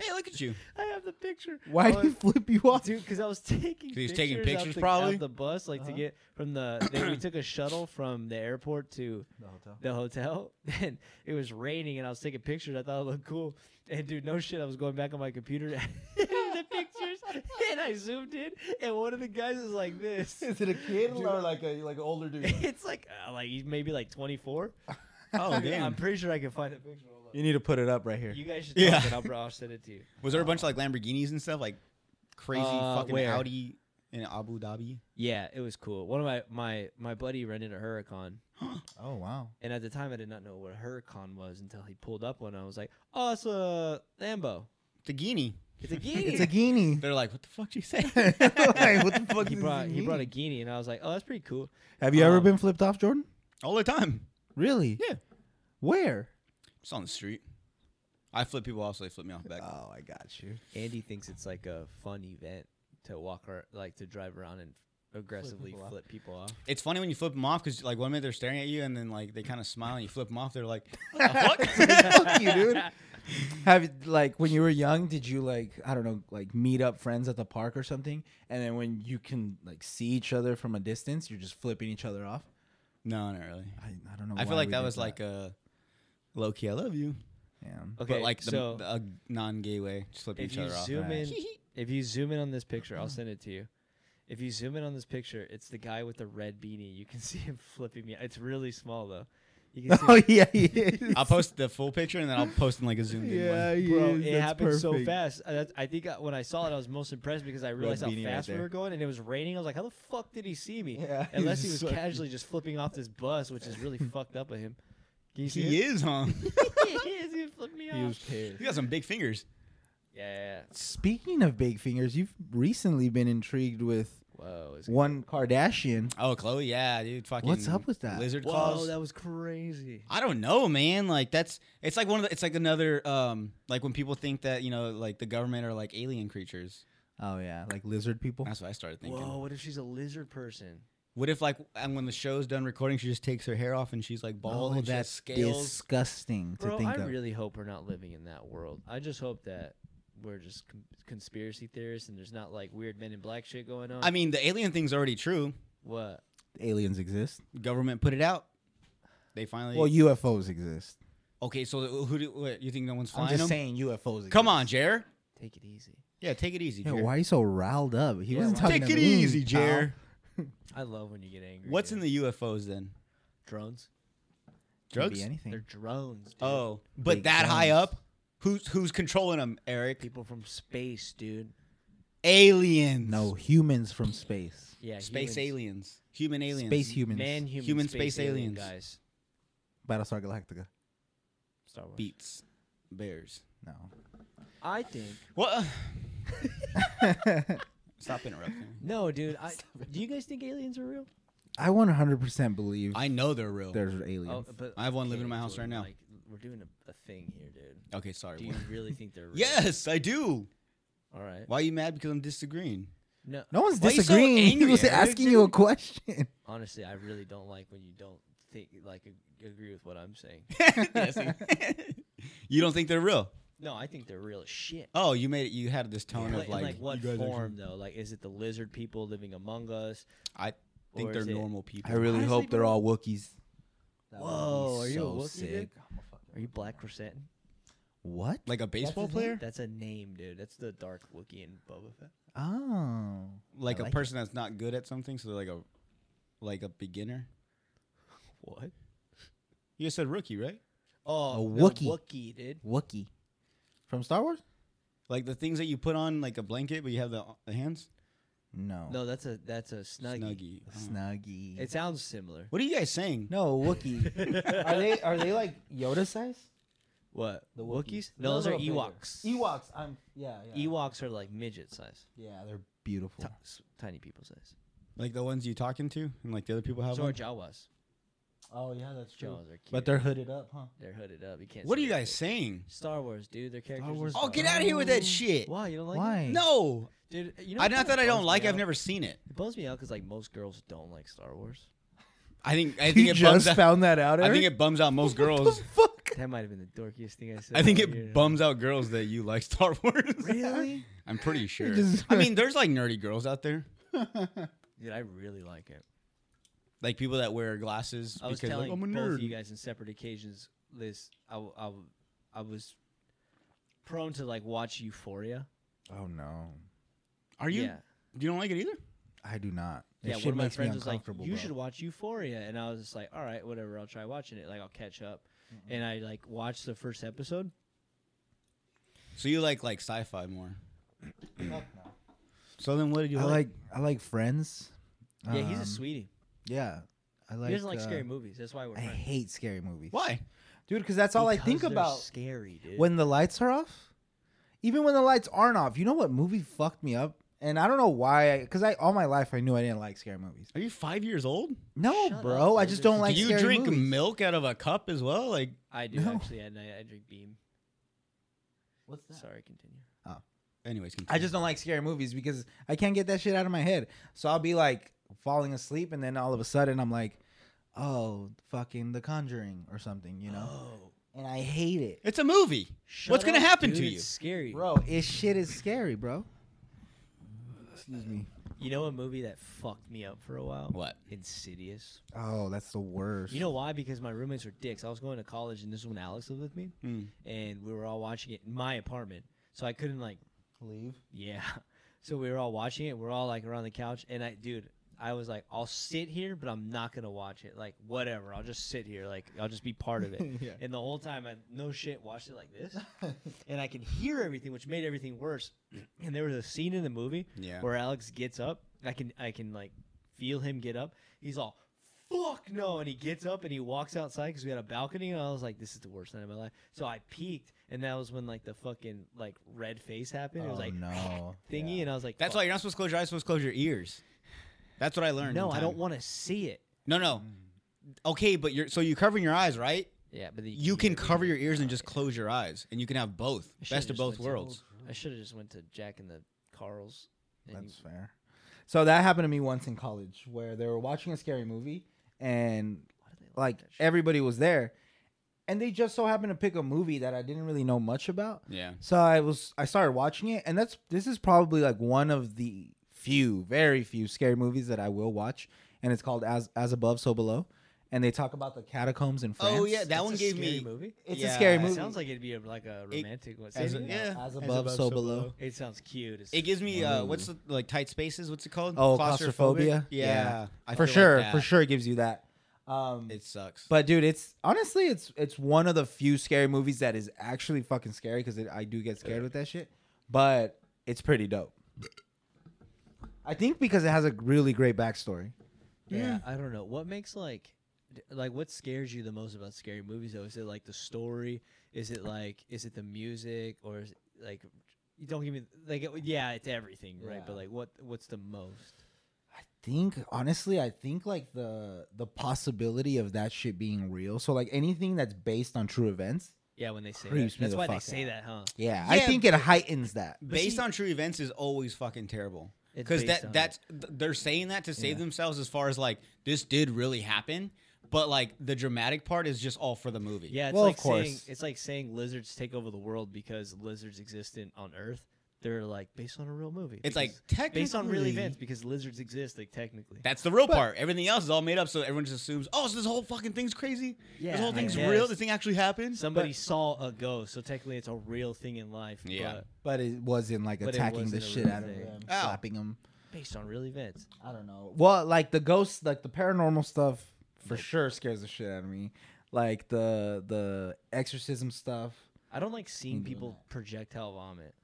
Speaker 6: hey, look at you.
Speaker 5: I have the picture.
Speaker 7: Why
Speaker 5: I
Speaker 7: did he
Speaker 5: was-
Speaker 7: flip you off?
Speaker 5: Dude, because I was taking
Speaker 6: he was taking
Speaker 5: out
Speaker 6: pictures,
Speaker 5: the,
Speaker 6: probably?
Speaker 5: out the bus, like to
Speaker 7: Uh-huh.
Speaker 5: get from the. They,
Speaker 6: (clears throat)
Speaker 5: we took a shuttle from the airport to
Speaker 7: The hotel.
Speaker 5: the hotel, (laughs) and it was raining, and I was (laughs) taking pictures. (laughs) I thought it looked cool, and dude, no shit, I was going back on my computer, editing the pictures, and I zoomed in, and one of the guys is like (laughs) this.
Speaker 1: Is it a kid or like a like an older dude?
Speaker 5: It's like uh, like he's maybe like 24.
Speaker 6: (laughs)
Speaker 5: (laughs)
Speaker 6: Oh
Speaker 5: I'm
Speaker 6: damn!
Speaker 5: pretty sure I can find a picture. Hold on.
Speaker 7: (laughs) You need to put it up right here.
Speaker 5: You guys should talk,
Speaker 6: Yeah.
Speaker 5: and I'll, bro, I'll send it to you.
Speaker 6: Was there a bunch of like Lamborghinis and stuff, like crazy
Speaker 5: Uh,
Speaker 6: fucking
Speaker 5: where?
Speaker 6: Audi in Abu Dhabi?
Speaker 5: (laughs) Yeah, it was cool. One of my my my buddy rented a Huracan,
Speaker 7: Oh wow.
Speaker 5: and at the time I did not know what a Huracan was until he pulled up one. I was like, oh, it's a Lambo.
Speaker 6: The Guinea.
Speaker 5: It's a Guinea.
Speaker 1: It's
Speaker 6: (laughs)
Speaker 1: a guinea.
Speaker 6: They're like, what the fuck did
Speaker 5: (laughs)
Speaker 6: you say?
Speaker 7: (laughs) like, what the fuck
Speaker 5: he
Speaker 7: is
Speaker 5: brought
Speaker 7: this
Speaker 5: he brought a
Speaker 7: mean?
Speaker 5: Guinea, and I was like, oh, that's pretty cool.
Speaker 7: Have you ever
Speaker 5: um,
Speaker 7: been flipped off, Jordan?
Speaker 6: All the time.
Speaker 7: Really?
Speaker 6: Yeah.
Speaker 7: Where?
Speaker 6: Just on the street. I flip people off, so they flip me off back.
Speaker 7: Oh, I got
Speaker 6: (laughs)
Speaker 7: you.
Speaker 5: Andy thinks it's like a fun event to walk or like to drive around and aggressively
Speaker 1: people off.
Speaker 5: flip people off.
Speaker 6: It's funny when you flip them off because like one minute they're staring at you and then like they kind of smile and you flip them off. They're like,
Speaker 7: (laughs) fuck you,
Speaker 5: (laughs)
Speaker 7: dude. Have you- like when you were young, did you like I don't know, like meet up friends at the park or something? And then when you can like see each other from a distance, you're just flipping each other off.
Speaker 6: no, not really.
Speaker 7: I, I don't know.
Speaker 6: I
Speaker 7: why
Speaker 6: feel like
Speaker 7: we
Speaker 6: that
Speaker 7: did
Speaker 6: was like a low key. I love you,
Speaker 7: yeah.
Speaker 6: (laughs)
Speaker 7: (laughs)
Speaker 5: Okay,
Speaker 6: but like the,
Speaker 5: so
Speaker 6: the- a non-gay way, just flipping
Speaker 5: if
Speaker 6: each
Speaker 5: you
Speaker 6: other off.
Speaker 5: zoom
Speaker 7: Right.
Speaker 5: in, if you zoom in on this picture, I'll send it to you. If you zoom in on this picture, it's the guy with the red beanie. You can (laughs) see him flipping me. It's really small though.
Speaker 7: (laughs)
Speaker 5: You can see
Speaker 7: Oh yeah, he is.
Speaker 6: (laughs) I'll post the full picture and then I'll post in like a zoomed in
Speaker 7: yeah,
Speaker 6: one.
Speaker 7: he
Speaker 5: Bro,
Speaker 7: is.
Speaker 5: it
Speaker 7: That's
Speaker 5: happened so
Speaker 7: perfect.
Speaker 5: fast. I, that's- I think I, when I saw it, I was most impressed because I realized how
Speaker 7: beanie right
Speaker 5: fast we
Speaker 7: there.
Speaker 5: were going, and it was raining. I was like, "How the fuck did he see me?"
Speaker 7: Yeah, (laughs) he's
Speaker 5: Unless he was
Speaker 7: just like-
Speaker 5: casually just flipping off this bus, which is
Speaker 7: (laughs)
Speaker 5: really fucked up of him. Can you see?
Speaker 6: He
Speaker 5: it?
Speaker 6: is, (laughs) huh?
Speaker 5: (laughs) he is. He flipped me
Speaker 7: He was
Speaker 5: off.
Speaker 7: pissed.
Speaker 6: you got some big fingers.
Speaker 5: Yeah.
Speaker 7: Speaking of big fingers, you've recently been intrigued with
Speaker 5: Whoa. it's-
Speaker 7: one Kardashian.
Speaker 6: Oh, Chloe, yeah, dude, fucking.
Speaker 7: What's up with that?
Speaker 6: Lizard
Speaker 5: Whoa,
Speaker 6: claws.
Speaker 5: that was crazy.
Speaker 6: I don't know, man. Like that's it's like one of the, it's like another um like when people think that you know like the government are like alien creatures.
Speaker 7: Oh yeah, like lizard people.
Speaker 6: That's what I started thinking.
Speaker 5: Whoa, what if she's a lizard person?
Speaker 6: What if like and when the show's done recording, she just takes her hair off and she's like bald and she has scales.
Speaker 7: disgusting to
Speaker 5: Bro,
Speaker 7: think
Speaker 5: I
Speaker 7: of.
Speaker 5: really hope we're not living in that world. I just hope that we're just con- conspiracy theorists and there's not like weird men in black shit going on.
Speaker 6: I mean, the alien thing's already true.
Speaker 5: what?
Speaker 7: Aliens exist.
Speaker 6: Government put it out. They finally.
Speaker 7: Well, UFOs exist.
Speaker 6: okay, so who do what, you think no one's
Speaker 7: I'm
Speaker 6: flying
Speaker 7: just
Speaker 6: them?
Speaker 7: saying UFOs. Exist.
Speaker 6: Come on, Jer.
Speaker 5: Take it easy.
Speaker 6: Yeah, take it easy,
Speaker 7: Yeah,
Speaker 6: Jer.
Speaker 7: why are you so riled up? He wasn't
Speaker 5: why-
Speaker 7: talking
Speaker 6: Take
Speaker 7: to
Speaker 6: it
Speaker 7: me,
Speaker 6: easy,
Speaker 7: pal.
Speaker 6: Jer.
Speaker 5: I love when you get angry.
Speaker 6: What's in
Speaker 5: dude.
Speaker 6: the UFOs then?
Speaker 5: drones?
Speaker 7: Could
Speaker 6: Drugs.
Speaker 7: Be anything.
Speaker 5: They're drones. Dude.
Speaker 6: Oh, but
Speaker 7: Big
Speaker 6: that high
Speaker 7: guns.
Speaker 6: up, who's who's controlling them, Eric?
Speaker 5: people from space, dude.
Speaker 6: Aliens.
Speaker 7: no humans from space.
Speaker 5: Yeah,
Speaker 6: Space
Speaker 5: humans.
Speaker 6: aliens. Human aliens.
Speaker 7: Space humans.
Speaker 5: man, human,
Speaker 6: Human
Speaker 5: space,
Speaker 6: space
Speaker 5: alien
Speaker 6: aliens.
Speaker 5: guys.
Speaker 7: Battlestar Galactica.
Speaker 5: Star Wars.
Speaker 6: Beats. Bears.
Speaker 7: No.
Speaker 5: I think
Speaker 6: What? (sighs) Stop interrupting.
Speaker 5: no, dude. I, do you guys think aliens are real?
Speaker 7: I 100% believe
Speaker 6: I know they're real.
Speaker 7: there's aliens.
Speaker 5: Oh, but
Speaker 6: I have one living in
Speaker 5: okay,
Speaker 6: my house right
Speaker 5: Jordan,
Speaker 6: now.
Speaker 5: Like, we're doing a, a thing here, dude.
Speaker 6: okay, sorry.
Speaker 5: Do you
Speaker 6: what?
Speaker 5: really think
Speaker 6: (laughs)
Speaker 5: they're real?
Speaker 6: Yes, I do.
Speaker 5: All right.
Speaker 6: Why are you mad? Because I'm disagreeing.
Speaker 5: No,
Speaker 7: no one's
Speaker 6: Why you so
Speaker 7: disagreeing. (laughs) he
Speaker 6: angry,
Speaker 7: was
Speaker 6: Eric,
Speaker 7: asking you a question.
Speaker 5: honestly, I really don't like when you don't think like ag- agree with what I'm
Speaker 6: (laughs)
Speaker 5: saying.
Speaker 6: Yes, you- you don't think they're real?
Speaker 5: No, I think they're real as shit.
Speaker 6: Oh, you made it. You had this tone
Speaker 5: Like,
Speaker 6: of
Speaker 5: in,
Speaker 6: like,
Speaker 5: like what
Speaker 6: you guys are-
Speaker 5: form though? Like, is it the lizard people living among us?
Speaker 6: I
Speaker 5: or
Speaker 6: think they're
Speaker 5: is it-
Speaker 6: normal people.
Speaker 7: I really
Speaker 5: Honestly,
Speaker 7: hope they're
Speaker 5: bro-
Speaker 7: all Wookiees. That would be
Speaker 5: Whoa, are you a
Speaker 7: so
Speaker 5: Wookiee, dude?
Speaker 7: sick. I'm a fucking-
Speaker 5: Are you Black Crescent?
Speaker 7: What?
Speaker 6: like a baseball
Speaker 7: his name?
Speaker 6: player,
Speaker 5: That's a name, dude. That's the Dark Wookiee and Boba Fett.
Speaker 7: Oh.
Speaker 6: like
Speaker 7: I
Speaker 6: a
Speaker 7: like it.
Speaker 6: person that's not good at something, so they're like a like a beginner.
Speaker 5: What?
Speaker 6: You just said rookie, right?
Speaker 5: Oh,
Speaker 7: A
Speaker 5: no,
Speaker 7: Wookiee.
Speaker 5: Wookiee, dude.
Speaker 7: Wookie. From Star Wars?
Speaker 6: Like the things that you put on like a blanket, but you have the, the hands.
Speaker 7: No.
Speaker 5: No, that's a that's a snuggie.
Speaker 6: Snuggie.
Speaker 7: A
Speaker 6: Oh.
Speaker 7: Snuggie.
Speaker 5: It sounds (laughs) similar.
Speaker 6: What are you guys saying?
Speaker 7: no
Speaker 5: (laughs)
Speaker 7: Wookie. are they are they like Yoda size?
Speaker 5: What? The Wookiees?
Speaker 7: Wookiees?
Speaker 5: No, those
Speaker 7: They're
Speaker 5: are
Speaker 7: a little bigger.
Speaker 5: Ewoks. E-
Speaker 7: Ewoks. I'm yeah yeah.
Speaker 5: Ewoks are like midget size,
Speaker 7: Yeah, they're beautiful.
Speaker 5: Ti- s- tiny people size.
Speaker 6: Like the ones you talking to, and like the other people have.
Speaker 5: So are
Speaker 6: One?
Speaker 5: Jawas.
Speaker 7: Oh yeah, that's true.
Speaker 5: Jawas are cute.
Speaker 7: But they're hooded up, huh?
Speaker 5: they're hooded up. You can't.
Speaker 6: What are
Speaker 5: see
Speaker 6: you
Speaker 5: their
Speaker 6: guys
Speaker 5: face.
Speaker 6: saying?
Speaker 5: Star Wars, dude. Their characters. in
Speaker 7: Wars.
Speaker 5: Star
Speaker 6: Oh, get out of here with that shit!
Speaker 5: Why you don't like? it?
Speaker 7: Why?
Speaker 6: No,
Speaker 5: dude. You know
Speaker 6: I
Speaker 5: it
Speaker 6: not
Speaker 5: kinda
Speaker 6: that I don't
Speaker 5: bums
Speaker 6: like.
Speaker 5: me
Speaker 6: I've
Speaker 5: out.
Speaker 6: never seen it.
Speaker 5: It bums me out because like most girls don't like Star
Speaker 6: (laughs)
Speaker 5: Wars.
Speaker 6: I think I think
Speaker 7: You
Speaker 6: it bums.
Speaker 7: just
Speaker 6: Out,
Speaker 7: found that out.
Speaker 6: I think
Speaker 7: Eric?
Speaker 6: it bums out most
Speaker 7: What
Speaker 6: girls.
Speaker 7: the fuck.
Speaker 5: That might have been the dorkiest thing I said.
Speaker 6: I think
Speaker 5: all year.
Speaker 6: it bums out girls that you like Star (laughs) Wars.
Speaker 7: Really?
Speaker 6: I'm pretty sure.
Speaker 7: just- (laughs)
Speaker 6: I mean, there's like nerdy girls out there,
Speaker 5: Dude, I really like it.
Speaker 6: like people that wear glasses
Speaker 5: I was
Speaker 6: because like,
Speaker 5: telling
Speaker 6: I'm a
Speaker 5: both
Speaker 6: nerd.
Speaker 5: of you guys in separate occasions this. I, w- I, w- I was prone to like watch Euphoria,
Speaker 7: Oh no.
Speaker 6: Are you?
Speaker 5: Yeah.
Speaker 6: You don't like it either?
Speaker 7: I do not. That
Speaker 5: Yeah,
Speaker 7: shit
Speaker 5: one of my
Speaker 7: makes me
Speaker 5: friends was like,
Speaker 7: uncomfortable,
Speaker 5: "You
Speaker 7: bro.
Speaker 5: should watch Euphoria," and I was just like, "All right, whatever. I'll try watching it. Like, I'll catch up." And I like watched the first episode.
Speaker 6: So you like like sci-fi more.
Speaker 1: Fuck no.
Speaker 6: So then what did you
Speaker 7: I
Speaker 6: like?
Speaker 7: like I like Friends.
Speaker 5: Yeah, he's
Speaker 7: Um,
Speaker 5: a sweetie.
Speaker 7: Yeah, I like.
Speaker 5: he doesn't like scary
Speaker 7: uh,
Speaker 5: movies. That's why we're
Speaker 7: I
Speaker 5: friends.
Speaker 7: hate scary movies.
Speaker 6: Why?
Speaker 7: dude? Because that's all I
Speaker 5: Because
Speaker 7: think
Speaker 5: they're
Speaker 7: about.
Speaker 5: Scary, dude.
Speaker 7: when the lights are off even when the lights aren't off you know what movie fucked me up and i don't know why because I, all my life i knew i didn't like scary movies
Speaker 6: Are you five years old?
Speaker 7: no
Speaker 5: Shut
Speaker 7: bro
Speaker 5: up,
Speaker 7: i
Speaker 5: dude.
Speaker 7: just don't like
Speaker 6: do you
Speaker 7: scary
Speaker 6: drink
Speaker 7: movies.
Speaker 6: milk out of a cup as well? Like
Speaker 5: I do
Speaker 7: No.
Speaker 5: actually, and I, I drink Beam.
Speaker 1: What's that?
Speaker 5: Sorry, continue.
Speaker 6: anyways,
Speaker 7: i
Speaker 6: continue.
Speaker 7: just don't like scary movies because i can't get that shit out of my head so i'll be like falling asleep and then all of a sudden i'm like oh fucking the conjuring or something you know
Speaker 5: Oh.
Speaker 7: and i hate it
Speaker 6: It's a movie.
Speaker 5: Shut
Speaker 6: What's gonna
Speaker 5: up,
Speaker 6: happen to
Speaker 5: dude,
Speaker 6: you?
Speaker 5: It's scary,
Speaker 7: bro it shit is scary bro excuse me
Speaker 5: You know a movie that fucked me up for a while?
Speaker 6: What?
Speaker 5: Insidious.
Speaker 7: oh that's the worst (laughs)
Speaker 5: You know why? Because my roommates were dicks. I was going to college, and this is when Alex lived with me,
Speaker 6: Hmm.
Speaker 5: and we were all watching it in my apartment. So I couldn't like (laughs)
Speaker 7: (laughs)
Speaker 1: Leave.
Speaker 5: Yeah. So we were all watching it. We're all like around the couch, and I, dude, I was like, I'll sit here, but I'm not gonna watch it. Like, whatever. I'll just sit here. Like, I'll just be part
Speaker 7: (laughs)
Speaker 5: of it.
Speaker 1: Yeah.
Speaker 5: And the whole time, I no shit watched it like this, and I could hear everything, which made everything worse. (clears throat) And there was a scene in the movie
Speaker 6: Yeah.
Speaker 5: where Alex gets up. I can, I can like feel him get up. He's all. Fuck no! And he gets up and he walks outside because we had a balcony, and I was like, "This is the worst night of my life." So I peeked, and that was when like the fucking like red face happened. it was
Speaker 7: Oh,
Speaker 5: like
Speaker 7: no.
Speaker 5: (laughs) thingy,
Speaker 7: Yeah.
Speaker 5: and I was like,
Speaker 6: That's why you're not supposed to close your eyes. You're supposed to close your ears. That's what I learned.
Speaker 5: No,
Speaker 6: in
Speaker 5: I
Speaker 6: time.
Speaker 5: don't want to see it.
Speaker 6: No, no. Okay, but you're so you're covering your eyes, right?
Speaker 5: Yeah, but
Speaker 6: You can cover your ears and just close your eyes, and you can have both. Best of both worlds.
Speaker 5: I should have just went to Jack and the Carl's. and
Speaker 7: That's fair. So that happened to me once in college where they were watching a scary movie and
Speaker 5: why do they
Speaker 7: like
Speaker 5: that shit?
Speaker 7: everybody was there and they just so happened to pick a movie that I didn't really know much about.
Speaker 6: Yeah.
Speaker 7: So I was I started watching it and that's this is probably like one of the few, very few scary movies that I will watch and it's called As As Above So Below and they talk about the catacombs in France.
Speaker 6: Oh yeah, that
Speaker 5: That's
Speaker 6: one
Speaker 5: a
Speaker 6: gave
Speaker 5: scary
Speaker 6: me.
Speaker 5: movie.
Speaker 7: It's a
Speaker 6: Yeah,
Speaker 7: scary
Speaker 6: it
Speaker 5: It
Speaker 7: movie.
Speaker 5: sounds like it'd be a, like a romantic one. Say
Speaker 6: As,
Speaker 5: it
Speaker 6: a-
Speaker 5: again.
Speaker 6: yeah.
Speaker 7: As above, so below.
Speaker 5: It sounds cute. as-
Speaker 6: It gives me uh,
Speaker 7: Ooh.
Speaker 6: what's the, like tight spaces? What's it called?
Speaker 7: Oh,
Speaker 6: Claustrophobic?
Speaker 7: claustrophobia?
Speaker 6: Yeah,
Speaker 7: Yeah.
Speaker 6: I
Speaker 7: for
Speaker 6: feel like
Speaker 7: sure, for
Speaker 6: that.
Speaker 7: sure it gives you that. Um
Speaker 6: It sucks.
Speaker 7: But dude, it's honestly it's it's one of the few scary movies that is actually fucking scary because I do get scared with that shit. But it's pretty dope. I think because it has a really great backstory.
Speaker 5: yeah, I don't know what makes like, d- like what scares you the most about scary movies though. Is it like the story? Is it like is it the music or is it, like you don't give me like it- yeah it's everything right? But
Speaker 7: Yeah.
Speaker 5: like what what's the most?
Speaker 7: I think honestly, I think like the the possibility of that shit being real. So like anything that's based on true events.
Speaker 5: Yeah, when they say that.
Speaker 7: Creeps me
Speaker 5: that's
Speaker 7: the
Speaker 5: why they
Speaker 7: fuck
Speaker 5: say
Speaker 7: out.
Speaker 5: that, huh?
Speaker 7: Yeah, I
Speaker 6: Yeah,
Speaker 7: think it heightens that.
Speaker 6: Based
Speaker 5: see-
Speaker 6: on true events is always fucking terrible.
Speaker 5: It's
Speaker 6: Because
Speaker 5: based on it.
Speaker 6: that that's th- they're saying that to save themselves as far as like this did really happen, but like the dramatic part is just all for the movie.
Speaker 5: Yeah, it's
Speaker 7: Well, of
Speaker 5: like saying
Speaker 7: course.
Speaker 5: it's like saying lizards take over the world because lizards existent on Earth. They're like based on a real movie.
Speaker 6: It's like
Speaker 5: because-
Speaker 6: technically
Speaker 5: based on real events because lizards exist. Like technically,
Speaker 6: That's the real part. Everything else is all made up, so everyone just assumes, oh, so this whole fucking thing's crazy.
Speaker 5: Yeah,
Speaker 6: this whole
Speaker 5: I
Speaker 6: thing's real.
Speaker 5: guess.
Speaker 6: This thing actually happened.
Speaker 5: somebody saw a ghost, so technically it's a real thing in life.
Speaker 6: Yeah.
Speaker 5: but
Speaker 7: But it wasn't like
Speaker 5: But it
Speaker 7: attacking the
Speaker 5: wasn't a
Speaker 7: shit
Speaker 5: real
Speaker 7: out of
Speaker 5: thing.
Speaker 7: them,
Speaker 6: Ow.
Speaker 7: slapping them.
Speaker 5: based on real events.
Speaker 7: I don't know. Well, like the ghosts, like the paranormal stuff, for sure scares the shit out of me. Like the the exorcism stuff,
Speaker 5: I don't like seeing
Speaker 7: Ain't doing
Speaker 5: people
Speaker 7: that.
Speaker 5: projectile vomit.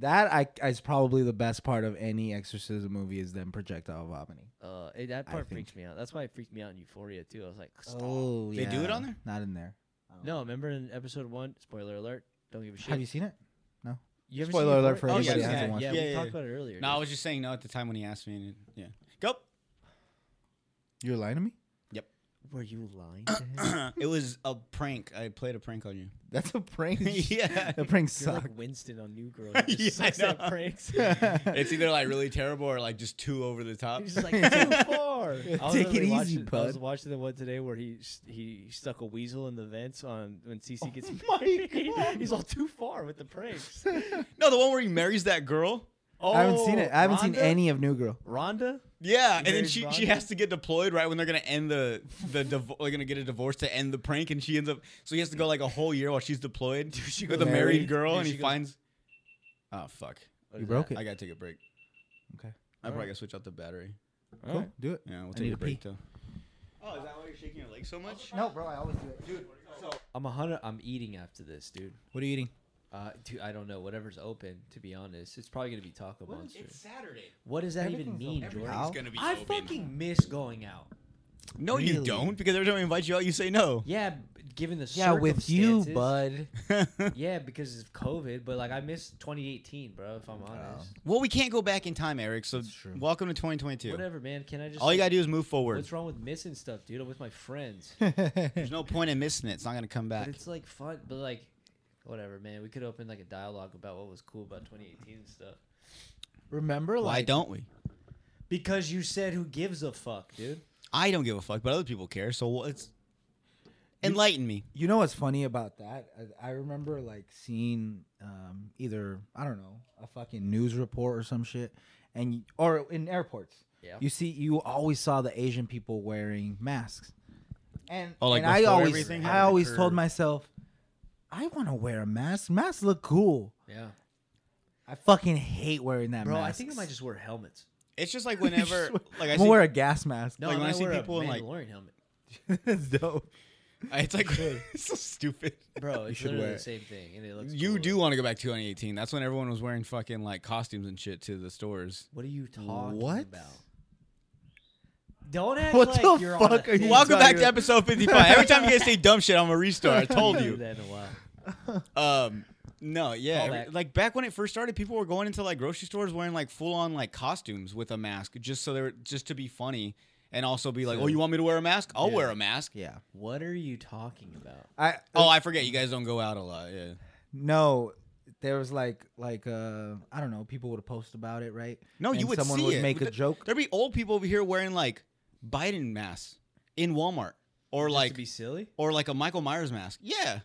Speaker 7: that I is probably the best part of any exorcism movie is them projectile vomiting.
Speaker 5: Uh, it, that
Speaker 7: I
Speaker 5: part
Speaker 7: think-
Speaker 5: freaks me out. That's why it freaked me out in Euphoria too. I was like, stop.
Speaker 7: Oh,
Speaker 6: They do it on there?
Speaker 7: Not in there.
Speaker 5: No, remember in episode one? Spoiler alert! Don't give a shit.
Speaker 7: Have you seen it?
Speaker 5: You ever
Speaker 7: spoiler
Speaker 5: seen
Speaker 7: alert
Speaker 5: Euphoria?
Speaker 7: for
Speaker 5: Oh,
Speaker 6: anybody
Speaker 5: yeah,
Speaker 6: who
Speaker 5: yeah,
Speaker 6: hasn't
Speaker 5: yeah,
Speaker 6: watched it.
Speaker 5: we
Speaker 6: Yeah, yeah,
Speaker 5: talked
Speaker 6: yeah.
Speaker 5: about it earlier.
Speaker 6: No,
Speaker 5: dude.
Speaker 6: I was just saying no at the time when he asked me. And it, yeah. Go. (clears throat)
Speaker 7: You're lying to me.
Speaker 5: were you lying to him?
Speaker 6: it was a prank. I played a prank on you.
Speaker 7: (laughs) That's a prank.
Speaker 6: Yeah.
Speaker 7: the prank
Speaker 5: You're
Speaker 7: sucks. (laughs)
Speaker 6: (laughs)
Speaker 5: like Winston on New Girl.
Speaker 6: Yeah,
Speaker 5: Just
Speaker 6: I
Speaker 5: sucks at
Speaker 6: know.
Speaker 5: pranks.
Speaker 6: (laughs) It's either like really terrible or like just too over the
Speaker 7: (laughs)
Speaker 5: (laughs)
Speaker 6: top.
Speaker 5: He's just like too far. (laughs) I was
Speaker 7: Take it
Speaker 5: literally
Speaker 7: easy,
Speaker 5: watching, I was
Speaker 7: bud.
Speaker 5: watching the one today where he s- he stuck a weasel in the vents on when
Speaker 7: Oh
Speaker 5: CC gets.
Speaker 7: (laughs)
Speaker 5: married. He's all too far with the pranks.
Speaker 6: No, the one where he marries that girl.
Speaker 5: Oh,
Speaker 7: I haven't seen it. I haven't seen
Speaker 5: Rhonda?
Speaker 7: any of New Girl.
Speaker 5: Rhonda.
Speaker 6: Yeah, and then
Speaker 5: marries
Speaker 6: she,
Speaker 5: Ron?
Speaker 6: she has to get deployed right when they're gonna end the the div- they're gonna get a divorce to end the prank, and she ends up so he has to go like a whole year while she's deployed with a married
Speaker 7: Married.
Speaker 6: girl,
Speaker 5: Dude,
Speaker 6: and he
Speaker 5: she goes-
Speaker 6: finds. Oh fuck!
Speaker 5: What
Speaker 7: You
Speaker 5: is
Speaker 7: broke
Speaker 5: that?
Speaker 7: it.
Speaker 6: I gotta take a break.
Speaker 7: Okay.
Speaker 6: I probably gotta switch out the battery.
Speaker 7: Cool. Do it.
Speaker 6: Yeah, we'll
Speaker 7: need
Speaker 6: take a
Speaker 7: to
Speaker 6: break
Speaker 7: pee.
Speaker 6: though. Oh, is that why you're shaking your leg so much?
Speaker 1: No, bro, I always do it. Dude,
Speaker 5: I'm a hundred. I'm eating after this, dude.
Speaker 7: What are you eating?
Speaker 5: Uh, dude, I don't know. Whatever's open, to be honest, it's probably gonna be Taco Monster.
Speaker 6: Saturday.
Speaker 5: What does that even
Speaker 1: Everything's
Speaker 5: mean,
Speaker 1: open.
Speaker 5: Jordan?
Speaker 1: Everything's
Speaker 6: gonna be
Speaker 5: I
Speaker 6: open.
Speaker 5: fucking miss going out.
Speaker 6: No, you
Speaker 5: Really?
Speaker 6: don't, because every time we invite you out, you
Speaker 5: (laughs)
Speaker 6: say no.
Speaker 5: Yeah, b- given the
Speaker 7: Yeah, with you,
Speaker 5: circumstances.
Speaker 7: bud.
Speaker 5: Yeah, because of COVID, but like I miss 2018, bro. If I'm
Speaker 7: Oh.
Speaker 5: honest,
Speaker 6: well, we can't go back in time, Eric. So
Speaker 7: true.
Speaker 6: welcome to 2022.
Speaker 5: whatever, man. Can I just?
Speaker 6: All you
Speaker 5: like,
Speaker 6: gotta do is move forward.
Speaker 5: What's wrong with missing stuff, dude? I'm with my friends,
Speaker 7: (laughs)
Speaker 6: There's no point in missing it. It's not gonna come
Speaker 5: but
Speaker 6: back.
Speaker 5: it's like fun. But like, whatever, man. We could open like a dialogue about what was cool about 2018 and stuff.
Speaker 7: Remember,
Speaker 6: Why
Speaker 7: like,
Speaker 6: don't we?
Speaker 5: Because you said, "Who gives a fuck, dude?"
Speaker 6: I don't give a fuck, but other people care. So well, it's enlighten me.
Speaker 7: you know what's funny about that? I, I remember like seeing um, either I don't know a fucking news report or some shit, and or in airports.
Speaker 5: Yeah.
Speaker 7: You see, you always saw the Asian people wearing masks, and
Speaker 6: Oh, like
Speaker 7: and I
Speaker 6: before
Speaker 7: always
Speaker 6: everything
Speaker 7: I
Speaker 6: happened,
Speaker 7: always told
Speaker 6: or-
Speaker 7: myself, I want to wear a mask. Masks look cool.
Speaker 5: Yeah,
Speaker 7: I fucking hate wearing that
Speaker 5: bro.
Speaker 7: mask.
Speaker 5: I think I
Speaker 7: (laughs)
Speaker 5: might just (laughs) wear helmets.
Speaker 6: It's just
Speaker 5: (laughs)
Speaker 6: like whenever, like I
Speaker 7: I'm
Speaker 6: see,
Speaker 7: gonna wear a gas mask. (laughs)
Speaker 5: No,
Speaker 6: Like,
Speaker 5: I
Speaker 6: when I
Speaker 5: might
Speaker 6: see
Speaker 5: wear
Speaker 6: people
Speaker 5: a
Speaker 6: in, like-
Speaker 5: Mandalorian helmet,
Speaker 7: That's dope.
Speaker 6: (laughs) it's like it's (laughs) so stupid. (laughs)
Speaker 5: bro. It's
Speaker 7: should
Speaker 5: literally
Speaker 7: wear
Speaker 5: the
Speaker 7: it.
Speaker 5: same thing, and it looks.
Speaker 6: You
Speaker 5: cool.
Speaker 6: do want to go back to 2018. That's when everyone was wearing fucking like costumes and shit to the stores.
Speaker 5: What are you talking
Speaker 7: What?
Speaker 5: about? Don't act
Speaker 7: What
Speaker 5: like
Speaker 7: the
Speaker 5: you're on a
Speaker 7: fuck are you
Speaker 5: thing.
Speaker 6: Welcome back to
Speaker 7: about-
Speaker 6: episode 55. Every time
Speaker 5: (laughs)
Speaker 6: you guys say dumb shit, I'm gonna restart. I told
Speaker 5: Haven't
Speaker 6: you.
Speaker 5: done that in a while.
Speaker 6: Um, no, yeah,
Speaker 5: Call
Speaker 6: every-
Speaker 5: back.
Speaker 6: like back when it first started, people were going into like grocery stores wearing like full on like costumes with a mask just so they were just to be funny and also be like, oh, you want me to wear a mask? I'll
Speaker 5: Yeah.
Speaker 6: wear a mask.
Speaker 7: Yeah.
Speaker 5: What are you talking about?
Speaker 7: I
Speaker 6: Oh, I forget. You guys don't go out a lot. Yeah.
Speaker 7: No, there was like like uh I don't know, people would post about it, right?
Speaker 6: No, you
Speaker 7: And
Speaker 6: would
Speaker 7: someone
Speaker 6: see
Speaker 7: would
Speaker 6: it.
Speaker 7: make a
Speaker 6: Th-
Speaker 7: joke.
Speaker 6: There'd be old people over here wearing like Biden masks in Walmart or
Speaker 5: Just
Speaker 6: like
Speaker 5: to be silly.
Speaker 6: or like a Michael Myers mask. Yeah. They're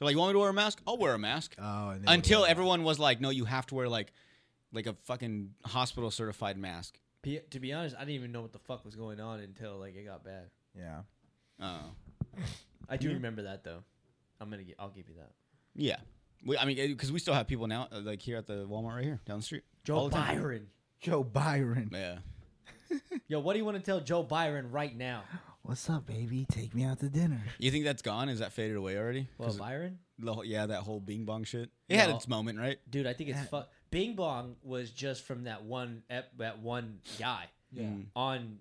Speaker 6: like, you want me to wear a mask? I'll wear a mask.
Speaker 7: Oh, and
Speaker 6: Until everyone was like, no, you have to wear like like a fucking hospital certified mask.
Speaker 5: P- to be honest, I didn't even know what the fuck was going on until like it got bad.
Speaker 7: Yeah.
Speaker 6: Oh.
Speaker 5: I do remember that though. I'm gonna. gi- I'll give you that.
Speaker 6: Yeah. We, I mean, because we still have people now, uh, like here at the Walmart right here down the street.
Speaker 5: Joe
Speaker 6: All the time.
Speaker 5: Byron.
Speaker 7: Joe Byron.
Speaker 6: Yeah.
Speaker 5: Yo, what do you want to tell Joe Byron right (gasps) now?
Speaker 7: What's up, baby? Take me out to dinner.
Speaker 6: You think that's gone? Is that faded away already?
Speaker 5: Well,
Speaker 6: 'Cause
Speaker 5: Byron,
Speaker 6: the whole- yeah, that whole Bing Bong shit. It had
Speaker 5: No.
Speaker 6: its moment, right?
Speaker 5: dude, I think it's fuck. Bing Bong was just from that one ep- that one guy
Speaker 7: Yeah.
Speaker 6: Mm.
Speaker 5: on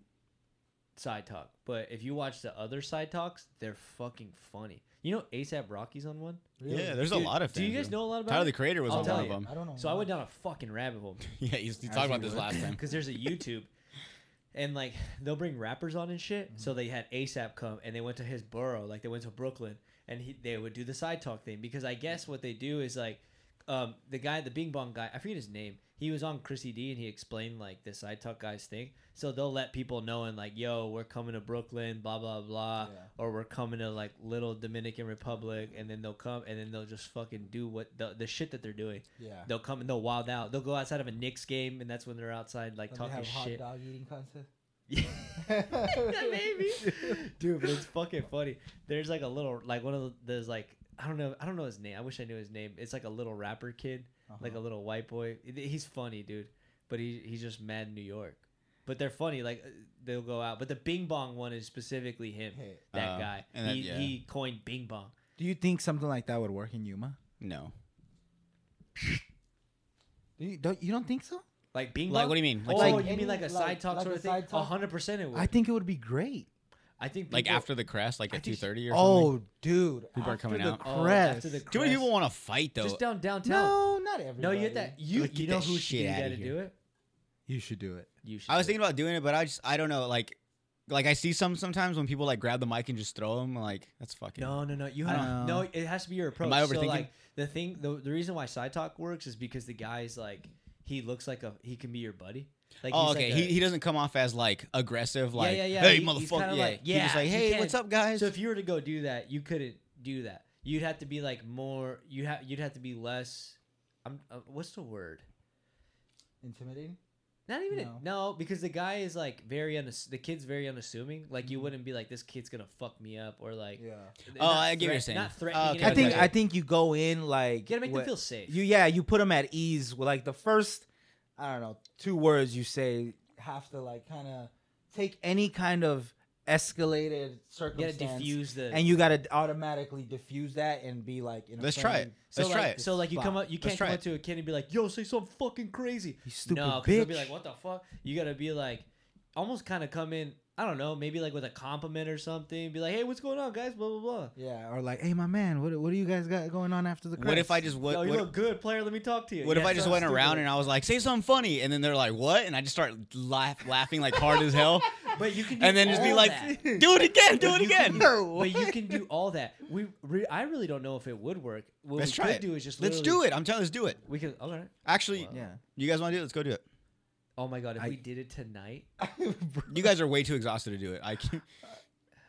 Speaker 5: Side Talk. But if you watch the other Side Talks, they're fucking funny. You know, ASAP Rocky's on one.
Speaker 6: Yeah, there's a lot of
Speaker 5: Do
Speaker 6: things.
Speaker 5: you guys
Speaker 6: yeah.
Speaker 5: know a lot about?
Speaker 6: Tyler
Speaker 5: it?
Speaker 6: the Creator was
Speaker 5: I'll
Speaker 6: on
Speaker 5: tell
Speaker 6: one of
Speaker 5: you.
Speaker 6: them.
Speaker 7: I don't know.
Speaker 5: So I went down a fucking rabbit hole.
Speaker 6: (laughs) Yeah, you, you talked about this last (laughs) time.
Speaker 5: because there's a YouTube, and like they'll bring rappers on and shit. So they had ASAP come and they went to his borough, like they went to Brooklyn, and he, they would do the side talk thing because I guess what they do is like, um, the guy, the Bing Bong guy, I forget his name. He was on Chrissy D and he explained like the side talk guy's thing. So they'll let people know and like, yo, we're coming to Brooklyn, blah blah blah,
Speaker 7: Yeah.
Speaker 5: or we're coming to like little Dominican Republic, and then they'll come and then they'll just fucking do what the the shit that they're doing.
Speaker 7: Yeah.
Speaker 5: They'll come and they'll wild out. They'll go outside of a Knicks game, and that's when they're outside like
Speaker 7: Don't they
Speaker 5: talking
Speaker 7: have hot
Speaker 5: shit. (laughs)
Speaker 7: dog eating
Speaker 6: (laughs)
Speaker 7: contest? (laughs)
Speaker 1: (laughs)
Speaker 5: Maybe, dude, but it's fucking funny. There's like a little like one of the, there's like I don't know I don't know his name. I wish I knew his name. It's like a little rapper kid,
Speaker 1: Uh-huh.
Speaker 5: like a
Speaker 6: (laughs)
Speaker 5: little white boy. It- He's funny, dude, but he he's just mad in New York. But they're funny. Like uh, they'll go out. But the Bing Bong one is specifically him,
Speaker 1: Hey.
Speaker 5: that
Speaker 6: Oh,
Speaker 5: guy.
Speaker 6: and that-
Speaker 5: he
Speaker 6: yeah.
Speaker 5: he coined Bing Bong.
Speaker 7: Do you think something like that would work in Yuma?
Speaker 5: (laughs)
Speaker 6: No.
Speaker 7: Do you don't you don't think so?
Speaker 5: Like Bing Bong.
Speaker 6: Like, what do you mean? Like,
Speaker 5: oh,
Speaker 6: some-
Speaker 5: you mean like a
Speaker 1: Any,
Speaker 5: side
Speaker 1: like-
Speaker 5: talk
Speaker 1: like
Speaker 5: sort
Speaker 1: a
Speaker 5: of thing?
Speaker 1: side talk?
Speaker 5: hundred percent, it would.
Speaker 7: I think it would be great.
Speaker 5: I think
Speaker 6: like
Speaker 5: people-
Speaker 6: after the crash, like at
Speaker 5: think-
Speaker 6: 2.30 or something?
Speaker 7: Oh, dude.
Speaker 6: People are
Speaker 7: after
Speaker 6: coming
Speaker 7: the
Speaker 6: out.
Speaker 5: Oh,
Speaker 7: Crest.
Speaker 5: after the
Speaker 6: Too many
Speaker 5: crest.
Speaker 6: people want to fight, though.
Speaker 5: Just down downtown.
Speaker 7: no, not everybody.
Speaker 5: No, you get that. You
Speaker 6: Like,
Speaker 5: you
Speaker 6: get
Speaker 5: know
Speaker 6: that
Speaker 5: who should
Speaker 6: shit
Speaker 5: you
Speaker 6: outta
Speaker 5: gotta
Speaker 6: here.
Speaker 5: do it?
Speaker 7: You should do it.
Speaker 5: You should.
Speaker 6: I was
Speaker 5: do it.
Speaker 6: thinking about doing it, but I just, I don't know. Like, like I see some sometimes when people like grab the mic and just throw them. Like, that's fucking.
Speaker 5: No, no, no. You
Speaker 6: I
Speaker 5: have
Speaker 6: don't
Speaker 5: no.
Speaker 6: know.
Speaker 5: It has to be your approach.
Speaker 6: I
Speaker 5: So
Speaker 6: overthinking?
Speaker 5: like the thing, the, the reason why side talk works is because the guy's like he looks like a he can be your buddy. Like
Speaker 6: oh,
Speaker 5: he's
Speaker 6: okay.
Speaker 5: Like
Speaker 6: he, he doesn't come off as like aggressive, like,
Speaker 5: yeah, yeah.
Speaker 6: hey,
Speaker 5: He- he's
Speaker 6: motherfucker.
Speaker 5: kinda
Speaker 6: Yeah.
Speaker 5: like-
Speaker 6: He's just
Speaker 5: yeah,
Speaker 6: like,
Speaker 5: you
Speaker 6: hey,
Speaker 5: can.
Speaker 6: what's up, guys?
Speaker 5: so if you were to go do that, you couldn't do that. You'd have to be like more. You have you'd have to be less. I'm. Uh, what's the word?
Speaker 1: Intimidating?
Speaker 5: Not even a-
Speaker 1: No.
Speaker 5: no. because the guy is like very unass- the kid's very unassuming. Like
Speaker 6: Mm-hmm.
Speaker 5: you wouldn't be like this kid's gonna fuck me up or like.
Speaker 1: Yeah.
Speaker 6: Oh,
Speaker 5: not
Speaker 6: I get what you're
Speaker 5: threat-
Speaker 6: saying.
Speaker 5: Not
Speaker 6: Oh,
Speaker 5: threatening.
Speaker 6: okay,
Speaker 5: in
Speaker 7: I
Speaker 5: a
Speaker 6: okay,
Speaker 7: think
Speaker 5: way.
Speaker 6: okay.
Speaker 7: I think you go in like
Speaker 5: You gotta make
Speaker 7: what-
Speaker 5: them feel safe.
Speaker 7: You yeah, you put them at ease. Well, Like the first, I I don't know, two words you say have to like kind of take any kind of escalated
Speaker 5: You gotta
Speaker 7: circumstance
Speaker 5: diffuse the.
Speaker 7: and you got to automatically diffuse that and be like in a
Speaker 6: Let's try
Speaker 7: friendly-
Speaker 6: it. Let's
Speaker 5: like,
Speaker 6: try it.
Speaker 5: So like you come
Speaker 7: Fuck.
Speaker 5: up, you
Speaker 6: Let's
Speaker 5: can't come
Speaker 6: try
Speaker 5: up to a kid and be like, "Yo, say something fucking crazy."
Speaker 7: You stupid
Speaker 5: no, they'll be
Speaker 7: bitch.
Speaker 5: like, "What the fuck?" You gotta be like, almost kind of come in. I don't know, maybe like with a compliment or something. Be like, "Hey, what's going on, guys?" Blah blah blah.
Speaker 7: yeah or like hey my man what, what do you guys got going on after the
Speaker 6: What if I
Speaker 7: credits?"
Speaker 6: just what?
Speaker 5: Yo, you
Speaker 6: what-
Speaker 5: look good, player. Let me talk to you.
Speaker 6: What if
Speaker 5: Yeah,
Speaker 6: I just
Speaker 5: sounds
Speaker 6: went
Speaker 5: stupid.
Speaker 6: around and I was like, say something funny, and then they're like, what? And I just start laugh, laughing like hard as hell,
Speaker 5: (laughs) But you can do
Speaker 6: and then just be
Speaker 5: all
Speaker 6: like, (laughs)
Speaker 5: that.
Speaker 6: do it again, do
Speaker 5: (laughs)
Speaker 6: it
Speaker 5: You can
Speaker 6: again.
Speaker 5: do- but you can do all that. We, re, I really don't know if it would work. What
Speaker 6: Let's
Speaker 5: we
Speaker 6: try
Speaker 5: could
Speaker 6: it.
Speaker 5: do is just
Speaker 6: Let's do
Speaker 5: literally-
Speaker 6: it. I'm telling you, let's do it.
Speaker 5: We could. All right.
Speaker 6: Actually,
Speaker 5: Wow.
Speaker 7: yeah
Speaker 6: you guys want to do it? Let's go do it.
Speaker 5: Oh my god, if
Speaker 7: I-
Speaker 5: we did it
Speaker 6: (laughs)
Speaker 5: tonight,
Speaker 6: You guys are way too exhausted to do it. I can't. (laughs)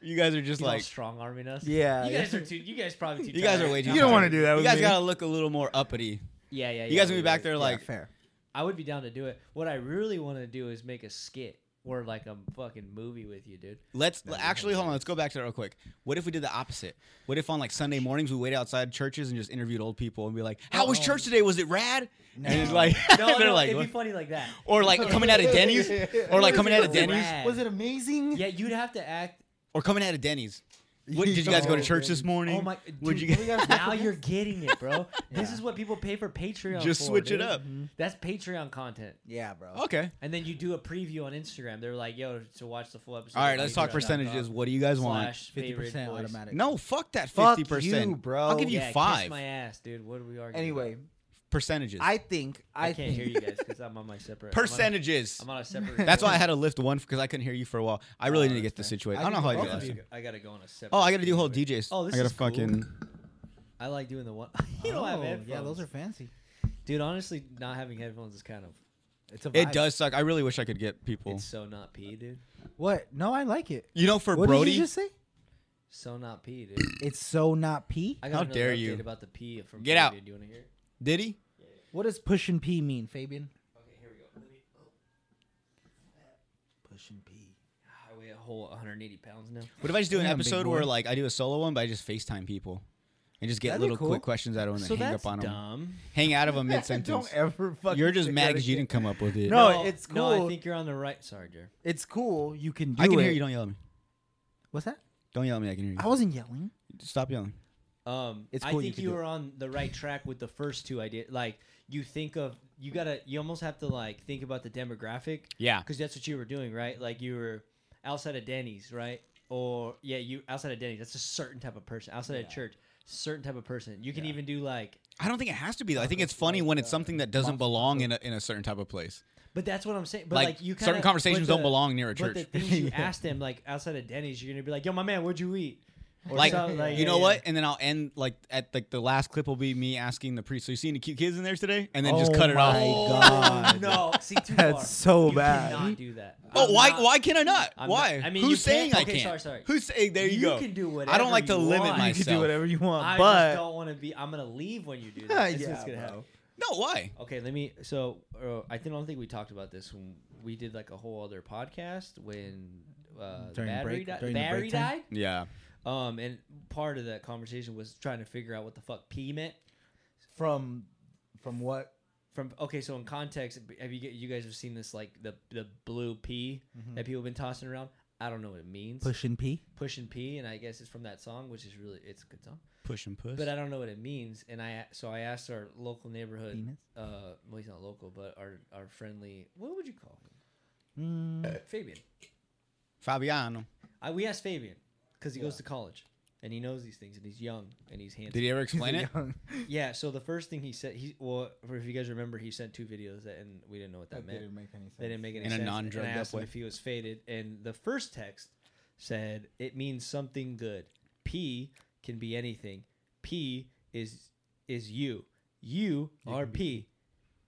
Speaker 6: You guys are just
Speaker 5: like
Speaker 6: like.
Speaker 5: strong arming us.
Speaker 7: yeah
Speaker 5: You guys are too. You guys probably too.
Speaker 6: You guys
Speaker 5: tired.
Speaker 6: are way too.
Speaker 7: You don't wanna
Speaker 6: tired.
Speaker 7: do that
Speaker 6: You
Speaker 7: with
Speaker 6: guys
Speaker 7: me.
Speaker 6: gotta look a little more uppity.
Speaker 5: Yeah, yeah. yeah
Speaker 6: You guys gonna
Speaker 5: we
Speaker 6: be back
Speaker 5: would.
Speaker 6: there like,
Speaker 7: fair
Speaker 5: I would be down to do it. What I really want to do is make a skit or like a fucking movie with you,
Speaker 6: (laughs)
Speaker 5: dude.
Speaker 6: let's actually hold on. Let's go back to that real quick. What if we did the opposite? What if on like Sunday mornings we wait outside churches and just interviewed old people and be like, "How was church today? Was it rad?" And it's like,
Speaker 5: Oh. No,
Speaker 6: (laughs) they're
Speaker 5: no,
Speaker 6: like,
Speaker 5: it'd
Speaker 6: "What?"
Speaker 5: be funny like
Speaker 6: (laughs)
Speaker 5: that.
Speaker 6: or
Speaker 7: (laughs)
Speaker 6: like coming out of Denny's,
Speaker 5: (laughs)
Speaker 6: or like coming out of
Speaker 5: Was it
Speaker 6: Denny's,
Speaker 5: rad?
Speaker 1: Was it amazing?
Speaker 5: Yeah, you'd have to act.
Speaker 6: or coming out
Speaker 5: (laughs)
Speaker 6: of Denny's. What, did you guys go to church this morning?
Speaker 5: Oh my!
Speaker 6: (laughs) Would
Speaker 5: dude,
Speaker 6: you guys
Speaker 5: now
Speaker 6: (laughs)
Speaker 5: you're getting it, bro. This is what people pay for Patreon.
Speaker 6: just
Speaker 5: for,
Speaker 6: switch it
Speaker 5: dude.
Speaker 6: up?
Speaker 5: That's Patreon content.
Speaker 7: yeah bro
Speaker 6: Okay.
Speaker 5: And then you do a preview on Instagram. They're like, "Yo, to watch the full episode."
Speaker 6: All right. Let's talk
Speaker 5: patreon.com
Speaker 6: percentages. What do you guys want?
Speaker 5: slash
Speaker 7: 50%
Speaker 5: favorite voice.
Speaker 7: automatic
Speaker 6: No, fuck that
Speaker 7: Fuck
Speaker 6: fifty
Speaker 7: you,
Speaker 6: percent,
Speaker 7: bro.
Speaker 6: I'll give you
Speaker 5: Yeah,
Speaker 6: five
Speaker 5: Kiss my ass, dude. What are we arguing?
Speaker 7: anyway
Speaker 6: percentages.
Speaker 7: i think i,
Speaker 5: I, can't
Speaker 7: think-
Speaker 5: hear you guys because I'm on my separate I'm on a- (laughs)
Speaker 6: (laughs) percentages.
Speaker 5: I'm on a separate.
Speaker 6: That's why I had to lift one because I couldn't hear you for a while. I really need to get the situation. I don't
Speaker 5: (laughs)
Speaker 6: know how I
Speaker 5: Oh, I
Speaker 6: did
Speaker 5: gotta,
Speaker 6: last time.
Speaker 5: go- I gotta go on a separate.
Speaker 6: Oh, I got to do whole
Speaker 5: anyway.
Speaker 6: DJs.
Speaker 5: Oh, this
Speaker 6: I gotta
Speaker 5: is cool.
Speaker 6: fucking.
Speaker 5: I like doing the one. (laughs) you don't have
Speaker 7: Oh,
Speaker 5: headphones.
Speaker 7: yeah those are fancy
Speaker 5: Dude, honestly, not having headphones is kind of.
Speaker 7: it's a
Speaker 6: It
Speaker 7: vibe.
Speaker 6: does suck. I really wish I could get people.
Speaker 5: It's so not P, dude.
Speaker 7: what no i like it
Speaker 6: You know, for
Speaker 7: what did
Speaker 6: Brody,
Speaker 7: you just say
Speaker 5: So not P,
Speaker 6: (clears throat)
Speaker 5: dude.
Speaker 7: it's so not p
Speaker 5: I
Speaker 6: How
Speaker 5: got another
Speaker 6: dare
Speaker 5: update
Speaker 6: you.
Speaker 5: About the P from
Speaker 6: Get out.
Speaker 5: Fabian. Do you want to hear? it?
Speaker 6: did he?
Speaker 7: what does push and p mean fabian
Speaker 5: Okay, here we go. Let me-
Speaker 7: push and p
Speaker 5: I weigh a whole 180 pounds now.
Speaker 6: What if I just do an
Speaker 7: Damn, big
Speaker 6: episode where
Speaker 7: boy.
Speaker 6: like I do a solo one, but I just Facetime people and just get
Speaker 7: That'd be
Speaker 6: little
Speaker 7: cool.
Speaker 6: quick questions out of them and
Speaker 5: So
Speaker 6: hang
Speaker 5: that's
Speaker 6: up on them,
Speaker 5: dumb.
Speaker 6: hang out
Speaker 7: (laughs)
Speaker 6: of them mid sentence.
Speaker 7: don't ever fucking
Speaker 6: You're just
Speaker 7: say
Speaker 6: mad
Speaker 7: that
Speaker 6: because you
Speaker 7: again.
Speaker 6: didn't come up with it.
Speaker 7: No, it's
Speaker 5: No, I
Speaker 7: cool.
Speaker 5: think you're on the right. Sorry, Jer.
Speaker 7: it's cool you can do
Speaker 6: I can
Speaker 7: it
Speaker 6: hear you. Don't yell at me.
Speaker 7: what's that
Speaker 6: Don't yell at me. I can hear you.
Speaker 7: i wasn't yelling
Speaker 6: Stop yelling.
Speaker 5: Um,
Speaker 7: It's
Speaker 5: I
Speaker 7: cool you
Speaker 5: think
Speaker 7: can
Speaker 5: you
Speaker 7: do
Speaker 5: were on the right track with the first two I did. Like you think of, you gotta, you almost have to like think about the demographic
Speaker 6: Yeah.
Speaker 5: because that's what you were doing, right? Like you were outside of Denny's, right? Or yeah, you outside of Denny's. That's a certain type of person. Outside of church, certain type of person. You can even do like,
Speaker 6: I don't think it has to be. though. I think it's funny when it's something that doesn't belong in a, in a certain type of place.
Speaker 5: but that's what I'm saying. But
Speaker 6: Like,
Speaker 5: like, you
Speaker 6: certain
Speaker 5: kinda-
Speaker 6: conversations
Speaker 5: but
Speaker 6: don't belong near a
Speaker 5: but
Speaker 6: church.
Speaker 5: the things you
Speaker 6: (laughs) Yeah.
Speaker 5: ask them, like outside of Denny's, you're gonna be like, "Yo, my man, what'd you eat?" Or
Speaker 6: Like,
Speaker 5: something,
Speaker 6: you
Speaker 5: yeah,
Speaker 6: know
Speaker 5: yeah.
Speaker 6: what? And then I'll end like at like the last clip will be me asking the priest. So you see any cute kids in there today? And then just
Speaker 7: Oh
Speaker 6: cut it
Speaker 7: my
Speaker 6: off.
Speaker 7: God.
Speaker 5: (laughs) no, see, too
Speaker 7: That's
Speaker 5: far.
Speaker 7: so
Speaker 5: you
Speaker 7: bad.
Speaker 5: Cannot do that.
Speaker 6: Oh,
Speaker 5: I'm
Speaker 6: why?
Speaker 5: not-
Speaker 6: why can I not?
Speaker 5: I'm
Speaker 6: why?
Speaker 5: not- I mean,
Speaker 6: who's
Speaker 5: you
Speaker 6: saying
Speaker 5: can't-
Speaker 6: I
Speaker 5: okay,
Speaker 6: can't?
Speaker 5: sorry, sorry.
Speaker 6: Who's saying? There you,
Speaker 5: You
Speaker 6: go.
Speaker 5: can do
Speaker 6: I don't like to
Speaker 5: whatever you
Speaker 7: you
Speaker 5: want. (laughs) You
Speaker 6: limit myself.
Speaker 5: can
Speaker 7: can do whatever you want
Speaker 5: I just
Speaker 7: but
Speaker 5: don't want to be. I'm gonna leave when you
Speaker 6: (laughs)
Speaker 5: do
Speaker 7: Yeah, (laughs)
Speaker 5: that. That's what's gonna
Speaker 7: bro.
Speaker 5: happen.
Speaker 6: No, why?
Speaker 5: Okay, let me. So uh, I think- I don't think we talked about this when we did like a whole other podcast when uh, the
Speaker 7: During
Speaker 5: battery
Speaker 7: break-
Speaker 5: di-
Speaker 7: during the
Speaker 5: Barry
Speaker 7: break time?
Speaker 5: died.
Speaker 6: Yeah.
Speaker 5: Um, and part of that conversation was trying to figure out what the fuck P meant.
Speaker 7: from from what
Speaker 5: From okay, so in context, have you you guys have seen this like the the blue P that people have been tossing around? I don't know what it means.
Speaker 7: Mm-hmm. push and p
Speaker 5: push and P, and I guess it's from that song, which is really it's a good song.
Speaker 6: Push and push.
Speaker 5: but I don't know what it means. And I so I asked our local neighborhood.
Speaker 7: Penis?
Speaker 5: Uh, well, he's not local, but our our friendly. What would you call him?
Speaker 7: Mm.
Speaker 5: Fabian.
Speaker 6: Fabiano.
Speaker 5: I, we asked Fabian because he goes to college and he knows these things and he's young and he's handsome.
Speaker 6: Did
Speaker 5: (laughs)
Speaker 6: he
Speaker 7: (laughs)
Speaker 6: ever explain it?
Speaker 5: yeah. So the first thing he said, he well, if you guys remember, he sent two videos that, and we didn't know what that,
Speaker 1: That
Speaker 5: meant.
Speaker 1: didn't make any sense.
Speaker 5: They didn't make any
Speaker 6: In a
Speaker 5: sense.
Speaker 6: non-drugged
Speaker 5: and I
Speaker 6: up
Speaker 5: asked him
Speaker 6: way.
Speaker 5: if he was faded, and the first text said it means something good. P can be anything. P is is you. You are P.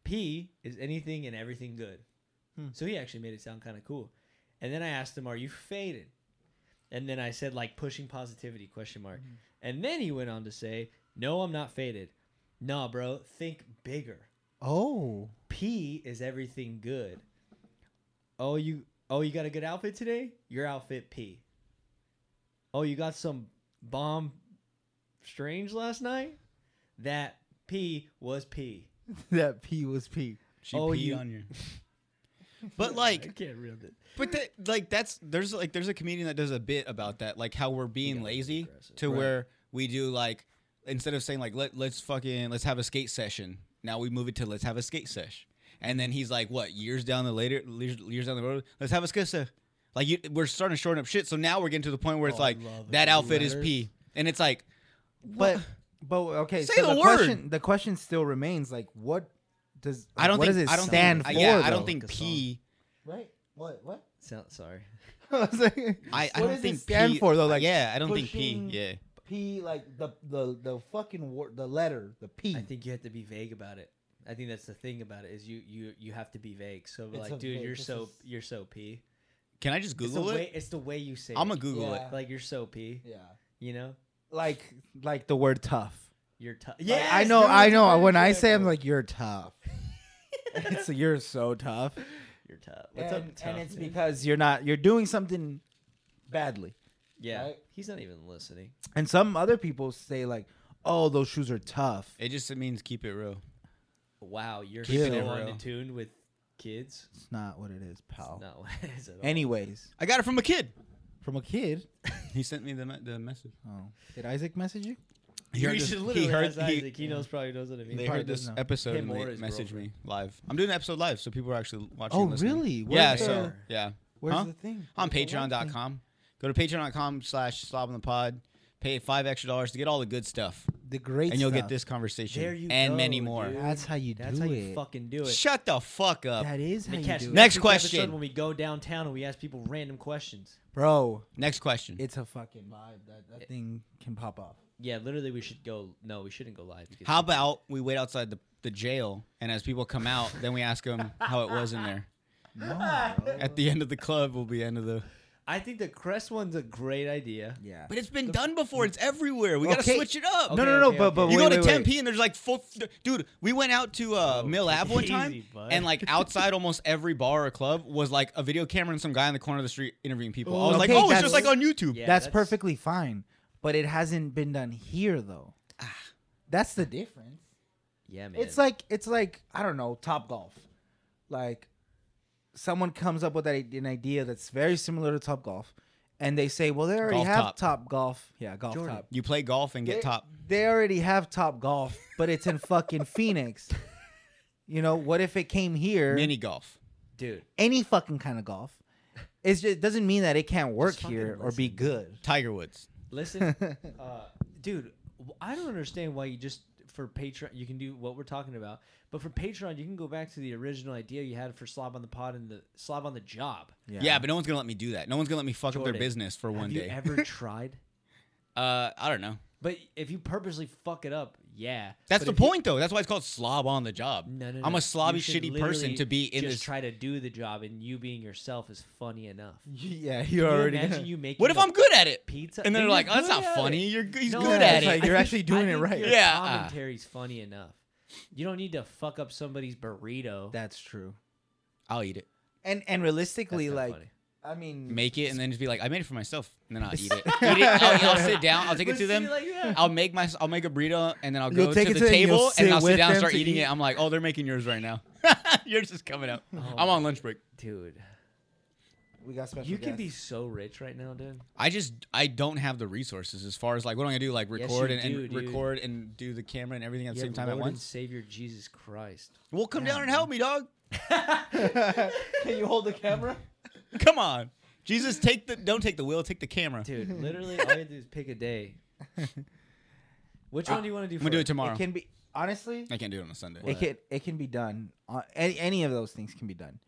Speaker 5: P is anything and everything good. So he actually made it sound kind of cool. And then I asked him, "Are you faded?" And then I said, "Like pushing positivity?" Question mark. And then he went on to say, "No, I'm not faded. Nah, bro, think bigger."
Speaker 7: (laughs) oh
Speaker 5: P is everything good. Oh, you oh you got a good outfit today? Your outfit P. Oh, you got some bomb strange last night? That P was P.
Speaker 7: that p was p
Speaker 6: She
Speaker 5: Oh,
Speaker 6: peed
Speaker 5: you- (laughs)
Speaker 6: on you. But
Speaker 5: I
Speaker 6: like,
Speaker 5: can't read it.
Speaker 6: but that like that's there's like there's a comedian that does a bit about that, like how we're being lazy
Speaker 5: aggressive.
Speaker 6: to
Speaker 5: Right.
Speaker 6: where we do like instead of saying like let let's fucking let's have a skate session, now we move it to let's have a skate sesh, and then he's like, what years down the later years, years down the road, let's have a skate sesh. Like you, we're starting to shorten up shit, so now we're getting to the point where it's
Speaker 5: Oh, I
Speaker 6: like
Speaker 5: love it.
Speaker 6: that
Speaker 5: You
Speaker 6: outfit is
Speaker 5: letters.
Speaker 6: pee, and it's like,
Speaker 7: But but okay,
Speaker 6: Say
Speaker 7: so
Speaker 6: the
Speaker 7: the,
Speaker 6: word.
Speaker 7: question the question still remains like what does
Speaker 6: I don't
Speaker 7: what
Speaker 6: think
Speaker 7: does it
Speaker 6: I don't
Speaker 7: stand
Speaker 6: think,
Speaker 7: for?
Speaker 6: yeah, I
Speaker 7: though?
Speaker 6: don't think
Speaker 5: Like a song.
Speaker 6: pee.
Speaker 1: Right? What?
Speaker 7: (laughs)
Speaker 1: What?
Speaker 5: Sound, sorry.
Speaker 7: I, was like,
Speaker 6: I, I
Speaker 1: What
Speaker 6: don't
Speaker 1: does it
Speaker 6: think
Speaker 7: stand
Speaker 6: pee,
Speaker 7: for, though? Like,
Speaker 6: yeah, I don't think pee.
Speaker 1: pushing-
Speaker 6: Yeah,
Speaker 1: P like the the the fucking word, the letter, the P.
Speaker 7: Hmm.
Speaker 5: I think you have to be vague about it. I think that's the thing about it is you you you have to be vague. So
Speaker 1: It's a
Speaker 5: like, dude,
Speaker 1: vague-
Speaker 5: you're
Speaker 1: this
Speaker 5: so
Speaker 1: is-
Speaker 5: you're so p.
Speaker 6: can I just
Speaker 5: It's the
Speaker 6: Google it?
Speaker 5: way it's the way you say.
Speaker 6: I'm
Speaker 5: it.
Speaker 6: gonna Google
Speaker 1: Yeah.
Speaker 6: it.
Speaker 5: like you're so p.
Speaker 1: yeah.
Speaker 5: You know,
Speaker 7: like like the word tough.
Speaker 5: you're tough.
Speaker 7: Like,
Speaker 5: Yeah,
Speaker 7: I know, I know. When I say I'm like you're tough. (laughs)
Speaker 5: (laughs)
Speaker 7: it's you're so tough.
Speaker 5: you're tough. What's
Speaker 7: And,
Speaker 5: up,
Speaker 7: and
Speaker 5: tough,
Speaker 7: it's
Speaker 5: man?
Speaker 7: because you're not you're doing something badly.
Speaker 5: yeah,
Speaker 1: right?
Speaker 5: he's not even listening.
Speaker 7: And some other people say like, "Oh, those shoes are tough."
Speaker 6: It just it means keep it real.
Speaker 5: Wow, you're
Speaker 6: Keeping
Speaker 5: so
Speaker 6: it
Speaker 5: on
Speaker 6: real.
Speaker 5: the tune with kids.
Speaker 7: It's not what it is, pal.
Speaker 5: No, is it all?
Speaker 7: Anyways,
Speaker 6: I got it from a kid.
Speaker 7: from a kid.
Speaker 6: He sent me the, me- the message.
Speaker 7: Oh, did Isaac message you?
Speaker 5: (laughs)
Speaker 6: He
Speaker 5: You
Speaker 6: heard this-
Speaker 5: should
Speaker 6: he
Speaker 5: literally
Speaker 6: heard-
Speaker 5: ask
Speaker 6: he-
Speaker 5: Isaac. He, knows probably knows what it means.
Speaker 6: They
Speaker 7: probably
Speaker 6: heard this
Speaker 7: doesn't know.
Speaker 6: episode
Speaker 5: Him
Speaker 6: and they
Speaker 5: or his
Speaker 6: messaged
Speaker 5: girlfriend.
Speaker 6: me live. I'm doing an episode live, so people are actually watching.
Speaker 7: Oh,
Speaker 6: and listening.
Speaker 7: really? Where's
Speaker 6: yeah.
Speaker 7: the-
Speaker 6: So yeah,
Speaker 7: Where's
Speaker 6: Huh?
Speaker 7: the thing?
Speaker 6: on
Speaker 7: Where's the link?
Speaker 6: Patreon.com. Go to Patreon.com slash Slob on the Pod. Pay five extra dollars to get all the good stuff,
Speaker 7: The great
Speaker 6: and you'll get
Speaker 7: stuff.
Speaker 6: this conversation
Speaker 5: There you
Speaker 6: and
Speaker 5: go,
Speaker 6: many more.
Speaker 5: dude.
Speaker 7: That's how you
Speaker 5: That's
Speaker 7: do
Speaker 5: how
Speaker 7: it.
Speaker 5: you fucking do it.
Speaker 6: Shut the fuck up.
Speaker 7: That is how
Speaker 5: And
Speaker 7: you
Speaker 5: catch
Speaker 7: do it,
Speaker 6: Next
Speaker 5: next question.
Speaker 6: question.
Speaker 5: Episode when we go downtown and we ask people random questions.
Speaker 7: bro.
Speaker 6: Next question.
Speaker 7: It's a fucking vibe. That that thing can pop
Speaker 6: (laughs)
Speaker 7: off.
Speaker 5: Yeah, literally, we should go. No, we shouldn't go live. because-
Speaker 6: How about we wait outside the, the jail, and as people come out, then we ask them how it was in there.
Speaker 7: No, bro.
Speaker 6: At the end of the club will be end of the.
Speaker 5: I think the Crest one's a great idea.
Speaker 7: Yeah.
Speaker 6: But it's been done before. It's everywhere. We gotta
Speaker 7: Okay.
Speaker 6: switch it up.
Speaker 5: Okay,
Speaker 7: no, no, no.
Speaker 5: okay,
Speaker 7: but
Speaker 5: okay.
Speaker 7: but
Speaker 6: you
Speaker 7: wait,
Speaker 6: go to
Speaker 7: wait, wait.
Speaker 6: Tempe and there's like full, dude. We went out to uh,
Speaker 5: Oh,
Speaker 6: Mill
Speaker 5: take
Speaker 6: Ave
Speaker 5: it
Speaker 6: one time,
Speaker 5: easy, bud.
Speaker 6: and like outside almost every bar or club was like a video camera and some guy in the corner of the street interviewing people. I was like,
Speaker 7: Okay,
Speaker 6: oh, it's
Speaker 7: that's-
Speaker 6: just like on YouTube.
Speaker 5: Yeah,
Speaker 7: that's, perfectly fine. But it hasn't been done here though. That's the difference.
Speaker 5: Yeah, man.
Speaker 7: It's like it's like I don't know Top Golf. Like someone comes up with a- an idea that's very similar to Top Golf, and they say, "Well, they already
Speaker 6: Golf
Speaker 7: have
Speaker 6: Top.
Speaker 7: Top Golf. Yeah, Golf
Speaker 5: Jordan.
Speaker 7: Top.
Speaker 6: You play golf and get
Speaker 7: They-
Speaker 6: top.
Speaker 7: They already have Top Golf, but it's in fucking Phoenix. You know what? If it came here,
Speaker 6: Mini golf.
Speaker 5: dude.
Speaker 7: any fucking kind of golf, it's just, it doesn't mean that it can't work
Speaker 5: Just fucking
Speaker 7: here or be
Speaker 5: listen.
Speaker 7: good. (laughs)
Speaker 6: Tiger Woods.
Speaker 5: Listen, uh, dude, w- I don't understand why you just for Patreon you can do what we're talking about, but for Patreon you can go back to the original idea you had for Slob on the Pod and the Slob on the Job.
Speaker 6: Yeah. but no one's gonna let me do that. No one's gonna let me fuck up
Speaker 5: Jordan,
Speaker 6: their business for one
Speaker 5: Have
Speaker 6: day.
Speaker 5: you
Speaker 6: (laughs)
Speaker 5: ever tried?
Speaker 6: uh, I don't know.
Speaker 5: But if you purposely fuck it up, yeah.
Speaker 6: That's
Speaker 5: But
Speaker 6: the
Speaker 5: if you-
Speaker 6: point, though. That's why it's called slob on the job.
Speaker 5: No, no, no.
Speaker 6: I'm a slobby,
Speaker 5: You should
Speaker 6: shitty person
Speaker 5: literally
Speaker 6: to be in
Speaker 5: just
Speaker 6: this.
Speaker 5: try to do the job, and you being yourself is funny enough.
Speaker 7: Yeah, you're
Speaker 5: Can you
Speaker 7: already. (laughs)
Speaker 6: (laughs)
Speaker 5: imagine you making
Speaker 6: what if
Speaker 5: the
Speaker 6: I'm good at it?
Speaker 5: pizza?
Speaker 6: (laughs) And they're
Speaker 5: Then
Speaker 6: like,
Speaker 5: you're
Speaker 6: oh, that's
Speaker 5: good
Speaker 6: not
Speaker 5: at
Speaker 6: funny.
Speaker 5: it.
Speaker 6: You're g- he's
Speaker 5: No,
Speaker 6: good
Speaker 5: it's
Speaker 6: at it.
Speaker 7: like you're
Speaker 6: (laughs)
Speaker 7: actually
Speaker 5: I
Speaker 7: doing it
Speaker 5: think
Speaker 7: right.
Speaker 5: Your
Speaker 6: Yeah.
Speaker 5: commentary's funny enough. You don't need to fuck up somebody's burrito.
Speaker 7: That's true.
Speaker 6: I'll eat it.
Speaker 7: And and
Speaker 5: That's
Speaker 7: realistically,
Speaker 5: not
Speaker 7: like
Speaker 5: funny.
Speaker 7: I mean,
Speaker 6: Make it and then just be like, I made it for myself, and then I'll eat it. Eat it. I'll, I'll sit down. I'll take it
Speaker 5: But
Speaker 6: to
Speaker 5: see,
Speaker 6: them.
Speaker 5: like, (laughs) yeah.
Speaker 6: I'll make my. I'll make a burrito, and then I'll
Speaker 7: You'll
Speaker 6: go
Speaker 7: take
Speaker 6: to
Speaker 7: it
Speaker 6: the
Speaker 7: to them, you'll
Speaker 6: table, and
Speaker 7: sit
Speaker 6: I'll sit
Speaker 7: with
Speaker 6: down and
Speaker 7: them
Speaker 6: start
Speaker 7: to
Speaker 6: eating
Speaker 7: eat.
Speaker 6: it. I'm like, oh, they're making yours right now. (laughs) yours is coming up. I'm on lunch break.
Speaker 5: dude,
Speaker 7: we got special.
Speaker 5: you can
Speaker 7: guests.
Speaker 5: be so rich right now, dude.
Speaker 6: I just I don't have the resources as far as like what am I gonna do like
Speaker 5: Yes,
Speaker 6: record
Speaker 5: you
Speaker 6: and,
Speaker 5: do,
Speaker 6: and
Speaker 5: dude.
Speaker 6: record and do the camera and everything at the
Speaker 5: You
Speaker 6: same
Speaker 5: have
Speaker 6: time at
Speaker 5: Lord and
Speaker 6: once.
Speaker 5: Savior Jesus Christ.
Speaker 6: Well, come down and help me, dog.
Speaker 7: (laughs)
Speaker 5: (laughs)
Speaker 1: Can you hold the camera?
Speaker 6: Come on, Jesus, take the don't take the wheel, take the camera.
Speaker 7: (laughs)
Speaker 5: Dude, literally, all you have to do is pick a day. Which one do you want to do?
Speaker 6: Uh, I'm gonna do it
Speaker 5: first?
Speaker 6: tomorrow.
Speaker 7: It can be honestly.
Speaker 6: I can't do it on a Sunday.
Speaker 7: It can it can be done. On, any any of those things can be done.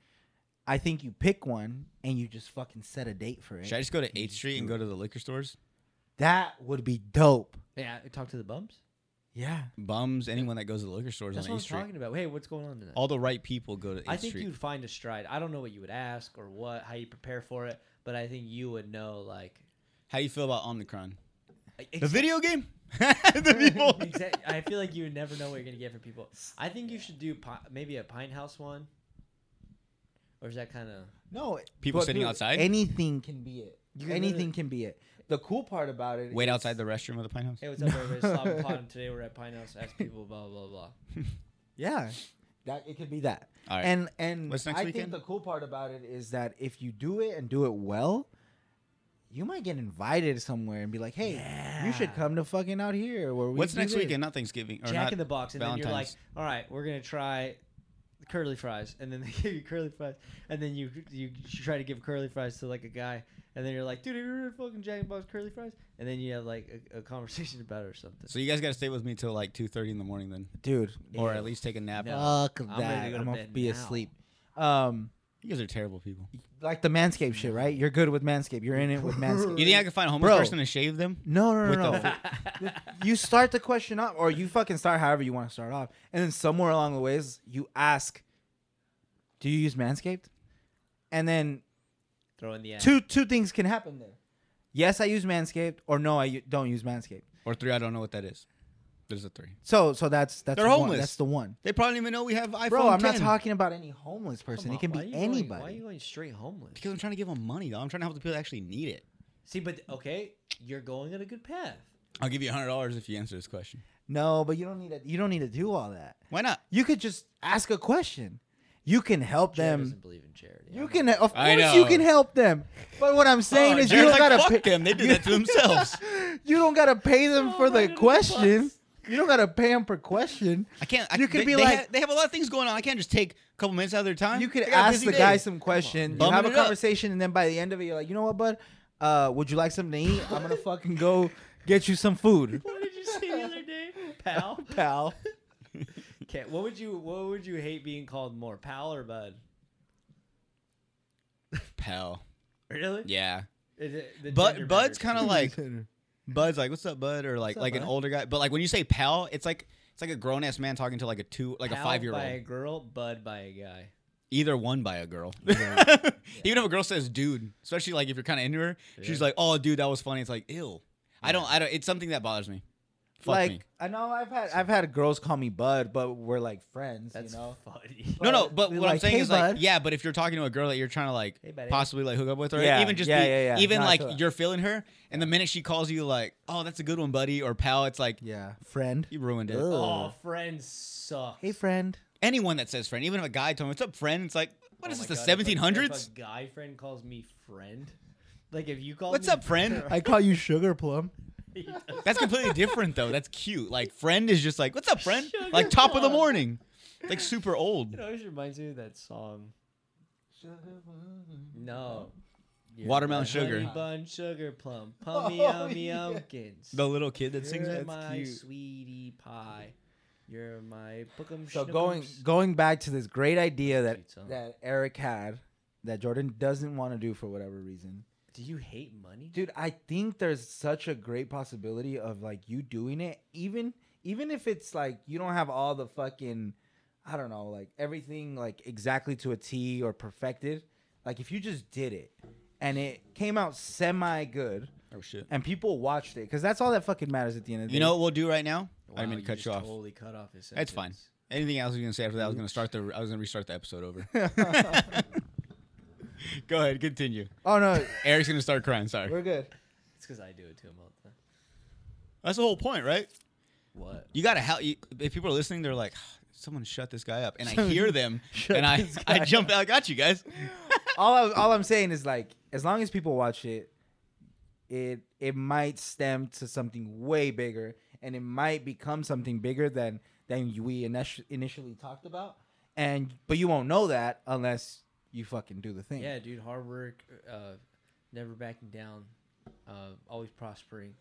Speaker 7: I think you pick one and you just fucking set a date for it.
Speaker 6: Should I just go to Eighth Street and go to the liquor stores?
Speaker 7: that would be dope.
Speaker 5: Yeah, talk to the bums.
Speaker 7: Yeah.
Speaker 6: Bums, anyone that goes to the liquor stores
Speaker 5: That's
Speaker 6: on
Speaker 5: what I'm
Speaker 6: Eighth Street.
Speaker 5: talking about. Hey, what's going on tonight?
Speaker 6: All the right people go to Eighth
Speaker 5: I think
Speaker 6: Street.
Speaker 5: you'd find a stride. I don't know what you would ask or what, how you prepare for it, but I think you would know, like,
Speaker 6: How do you feel about Omnicron?
Speaker 5: ex-
Speaker 6: The video game? (laughs) the
Speaker 5: (laughs)
Speaker 6: people.
Speaker 5: exact- I feel like you would never know what you're gonna get from people. I think you should do pi- maybe a Pine House one, or is that kind of
Speaker 1: No.
Speaker 6: People
Speaker 1: but
Speaker 6: sitting
Speaker 1: dude,
Speaker 6: outside.
Speaker 7: Anything can
Speaker 1: Can be it.
Speaker 5: You can
Speaker 7: anything
Speaker 5: literally-
Speaker 7: can be it. The cool part about it.
Speaker 6: Wait
Speaker 7: is-
Speaker 6: outside the restroom of the Pine House. (laughs)
Speaker 5: hey, what's up, everybody? Slob and Pod, and today we're at Pine House. Ask people, blah blah blah.
Speaker 7: Yeah. That it could be that.
Speaker 6: All right.
Speaker 7: And and
Speaker 6: What's next
Speaker 7: I
Speaker 6: weekend?
Speaker 7: think the cool part about it is that if you do it and do it well, you might get invited somewhere and be like, "Hey, you should come to fucking out here." Where we
Speaker 6: What's
Speaker 7: do
Speaker 6: next
Speaker 7: this."
Speaker 6: weekend? Not Thanksgiving. Or
Speaker 5: Jack
Speaker 6: not
Speaker 5: in the Box, and then you're like,
Speaker 6: Valentine's.
Speaker 5: all right, we're gonna try curly fries, and then they give you curly fries, and then you you, you try to give curly fries to like a guy, and then you're like, dude, have you heard of fucking Jack in the Box curly fries? And then you have like a, a conversation about it or something.
Speaker 6: So you guys got to stay with me till like two thirty in the morning then,
Speaker 7: dude?
Speaker 6: or at least take a nap.
Speaker 5: No.
Speaker 7: Fuck
Speaker 5: I'm ready
Speaker 7: that!
Speaker 5: to go to
Speaker 7: I'm gonna
Speaker 5: bed
Speaker 7: be
Speaker 5: now.
Speaker 7: asleep. Um,
Speaker 6: You guys are terrible people.
Speaker 7: like the Manscaped shit, right? You're good with Manscaped. You're in it
Speaker 6: (laughs)
Speaker 7: with Manscaped.
Speaker 6: You think I could find a homeless
Speaker 7: Bro.
Speaker 6: person to shave them?
Speaker 7: No, no,
Speaker 6: With
Speaker 7: no, no.
Speaker 5: (laughs)
Speaker 7: you start the question off, or you fucking start however you want to start off, and then somewhere along the ways you ask, "Do you use Manscaped?" And then
Speaker 5: Throw in the ass.
Speaker 7: two two things can happen there. Yes, I use Manscaped, or no, I u- don't use Manscaped.
Speaker 6: Or three? I don't know what that is. There's a three.
Speaker 7: So so that's that's
Speaker 6: They're
Speaker 7: the one.
Speaker 6: homeless.
Speaker 7: That's the one,
Speaker 6: They probably don't even know we have iPhone.
Speaker 7: bro. I'm not
Speaker 6: 10.
Speaker 7: talking about any homeless person.
Speaker 5: Come
Speaker 7: It can
Speaker 5: on, why are
Speaker 7: be
Speaker 5: you going-
Speaker 7: anybody.
Speaker 5: why are you going straight homeless?
Speaker 6: because I'm trying to give them money. Though I'm trying to help the people that actually need it.
Speaker 5: See, but okay, you're going on a good path.
Speaker 6: I'll give you hundred dollars if you answer this question.
Speaker 7: no, but you don't need to. You don't need to do all that.
Speaker 6: Why not?
Speaker 7: You could just ask a question. You can help
Speaker 5: Jared
Speaker 7: them.
Speaker 5: doesn't believe in charity.
Speaker 7: You can, of
Speaker 6: I
Speaker 7: course, you
Speaker 6: know.
Speaker 7: can help them. But what I'm saying
Speaker 6: Oh,
Speaker 7: is, you
Speaker 6: Jared's
Speaker 7: don't
Speaker 6: like,
Speaker 7: gotta
Speaker 6: "Fuck
Speaker 7: pay
Speaker 6: them. They did that to themselves.
Speaker 7: (laughs) you don't gotta pay them
Speaker 5: Oh,
Speaker 7: for
Speaker 5: right
Speaker 7: the
Speaker 5: under the
Speaker 7: question.
Speaker 5: bus.
Speaker 7: you don't gotta pay them per question.
Speaker 6: (laughs) I can't. I,
Speaker 7: You could
Speaker 6: they,
Speaker 7: be
Speaker 6: they
Speaker 7: like-
Speaker 6: have, they have a lot of things going on. I can't just take a couple minutes out of their time.
Speaker 7: You could
Speaker 6: They got a
Speaker 7: ask
Speaker 6: busy
Speaker 7: the
Speaker 6: day.
Speaker 7: guy some question. You
Speaker 6: Bumming
Speaker 7: have a
Speaker 6: it up.
Speaker 7: conversation, and then by the end of it, you're like, you know what, bud? Uh, would you like something to eat? I'm gonna fucking go get you some (laughs) food,
Speaker 5: (laughs) What did you say the other day, pal?
Speaker 7: (laughs) pal.
Speaker 5: Okay, what would you what would you hate being called more, pal or bud?
Speaker 6: pal.
Speaker 5: Really?
Speaker 6: Yeah,
Speaker 5: Is it the
Speaker 6: but
Speaker 5: gender
Speaker 6: Bud's
Speaker 5: matters?
Speaker 6: kind (laughs) of like Bud's like, "What's up, Bud?" or like
Speaker 7: up,
Speaker 6: like an
Speaker 7: bud?
Speaker 6: older guy. But like when you say pal, it's like it's like a grown ass man talking to like a two like a
Speaker 5: Pal
Speaker 6: five year
Speaker 5: by a
Speaker 6: old.
Speaker 5: girl, bud by a guy.
Speaker 6: Either one by a girl. (laughs) Even if a girl says dude, especially like if you're kind of into her, she's like, "Oh, dude, that was funny." It's like, "Ew." I don't. I don't. It's something that bothers me. Fuck
Speaker 7: like
Speaker 6: me.
Speaker 7: I know I've had I've had girls call me bud, but we're like friends,
Speaker 5: That's
Speaker 7: you know.
Speaker 5: (laughs) funny.
Speaker 6: No, no,
Speaker 7: Bud,
Speaker 6: but
Speaker 7: they're
Speaker 6: what I'm
Speaker 7: like,
Speaker 6: saying
Speaker 7: "Hey,
Speaker 6: is like,
Speaker 7: bud."
Speaker 6: yeah, but if you're talking to a girl that you're trying to like
Speaker 5: Hey, buddy.
Speaker 6: possibly like hook up with, or
Speaker 7: Yeah,
Speaker 6: even just
Speaker 7: yeah,
Speaker 6: be,
Speaker 7: yeah, yeah.
Speaker 6: even
Speaker 7: No, I
Speaker 6: like
Speaker 7: feel that.
Speaker 6: you're feeling her, and the minute she calls you like, oh, that's a good one, buddy, or pal, it's like
Speaker 7: Yeah, friend.
Speaker 6: you ruined it.
Speaker 7: Ugh.
Speaker 5: Oh, friends suck.
Speaker 7: Hey, friend.
Speaker 6: Anyone that says friend, even if a guy told me, what's up, friend, it's like, what
Speaker 5: Oh
Speaker 6: is
Speaker 5: my
Speaker 6: this,
Speaker 5: God,
Speaker 6: the
Speaker 5: if a- if
Speaker 6: 1700s?
Speaker 5: A guy friend calls me friend. Like if you call
Speaker 6: What's
Speaker 5: me (laughs)
Speaker 6: up, friend?
Speaker 7: (laughs) I call you sugar plum.
Speaker 6: That's completely different though. That's cute. Like friend is just like, what's up, friend?
Speaker 5: Sugar
Speaker 6: Like top of the
Speaker 5: plum.
Speaker 6: morning, like super old.
Speaker 5: It always reminds me of that song. No. You're
Speaker 6: Watermelon
Speaker 5: my
Speaker 6: sugar.
Speaker 5: honey bun sugar
Speaker 7: (laughs)
Speaker 5: plum. Pummy
Speaker 1: Oh,
Speaker 5: ummy
Speaker 1: yeah.
Speaker 5: umkins.
Speaker 6: The little kid that sings
Speaker 5: You're
Speaker 6: it.
Speaker 5: my
Speaker 6: That's cute.
Speaker 5: sweetie pie. You're my bookum
Speaker 7: So going going back to this great idea that
Speaker 5: Cute song.
Speaker 7: that Eric had that Jordan doesn't want to do for whatever reason.
Speaker 5: Do you hate money?
Speaker 7: Dude, I think there's such a great possibility of like you doing it even even if it's like you don't have all the fucking I don't know, like everything like exactly to a T or perfected. Like if you just did it and it came out semi good
Speaker 6: Oh shit.
Speaker 7: and people watched it cuz that's all that fucking matters at the end of the
Speaker 6: You
Speaker 7: day.
Speaker 6: know what we'll do right now? I
Speaker 5: Wow,
Speaker 6: didn't mean to cut
Speaker 5: just
Speaker 6: you off.
Speaker 5: Totally cut off his
Speaker 6: That's fine.
Speaker 5: sentence.
Speaker 6: Anything else I was gonna say after that? I was gonna start the. I was gonna restart the episode over. (laughs) Go ahead, continue.
Speaker 7: Oh no, (laughs)
Speaker 6: Eric's gonna start crying. Sorry.
Speaker 7: we're good.
Speaker 5: It's because I do it to him all the time.
Speaker 6: That's the whole point, right?
Speaker 5: What?
Speaker 6: You gotta help. You, if people are listening, they're like, "Ah, "Someone shut this guy up," and I hear (laughs) them, and I I jump. out. I got you (laughs) guys.
Speaker 7: all I, all I'm saying is like as long as people watch it, it it might stem to something way bigger, and it might become something bigger than than we initi- initially talked about. And but you won't know that unless you fucking do the thing.
Speaker 5: Yeah, dude. Hard work, uh, never backing down, uh, always prospering.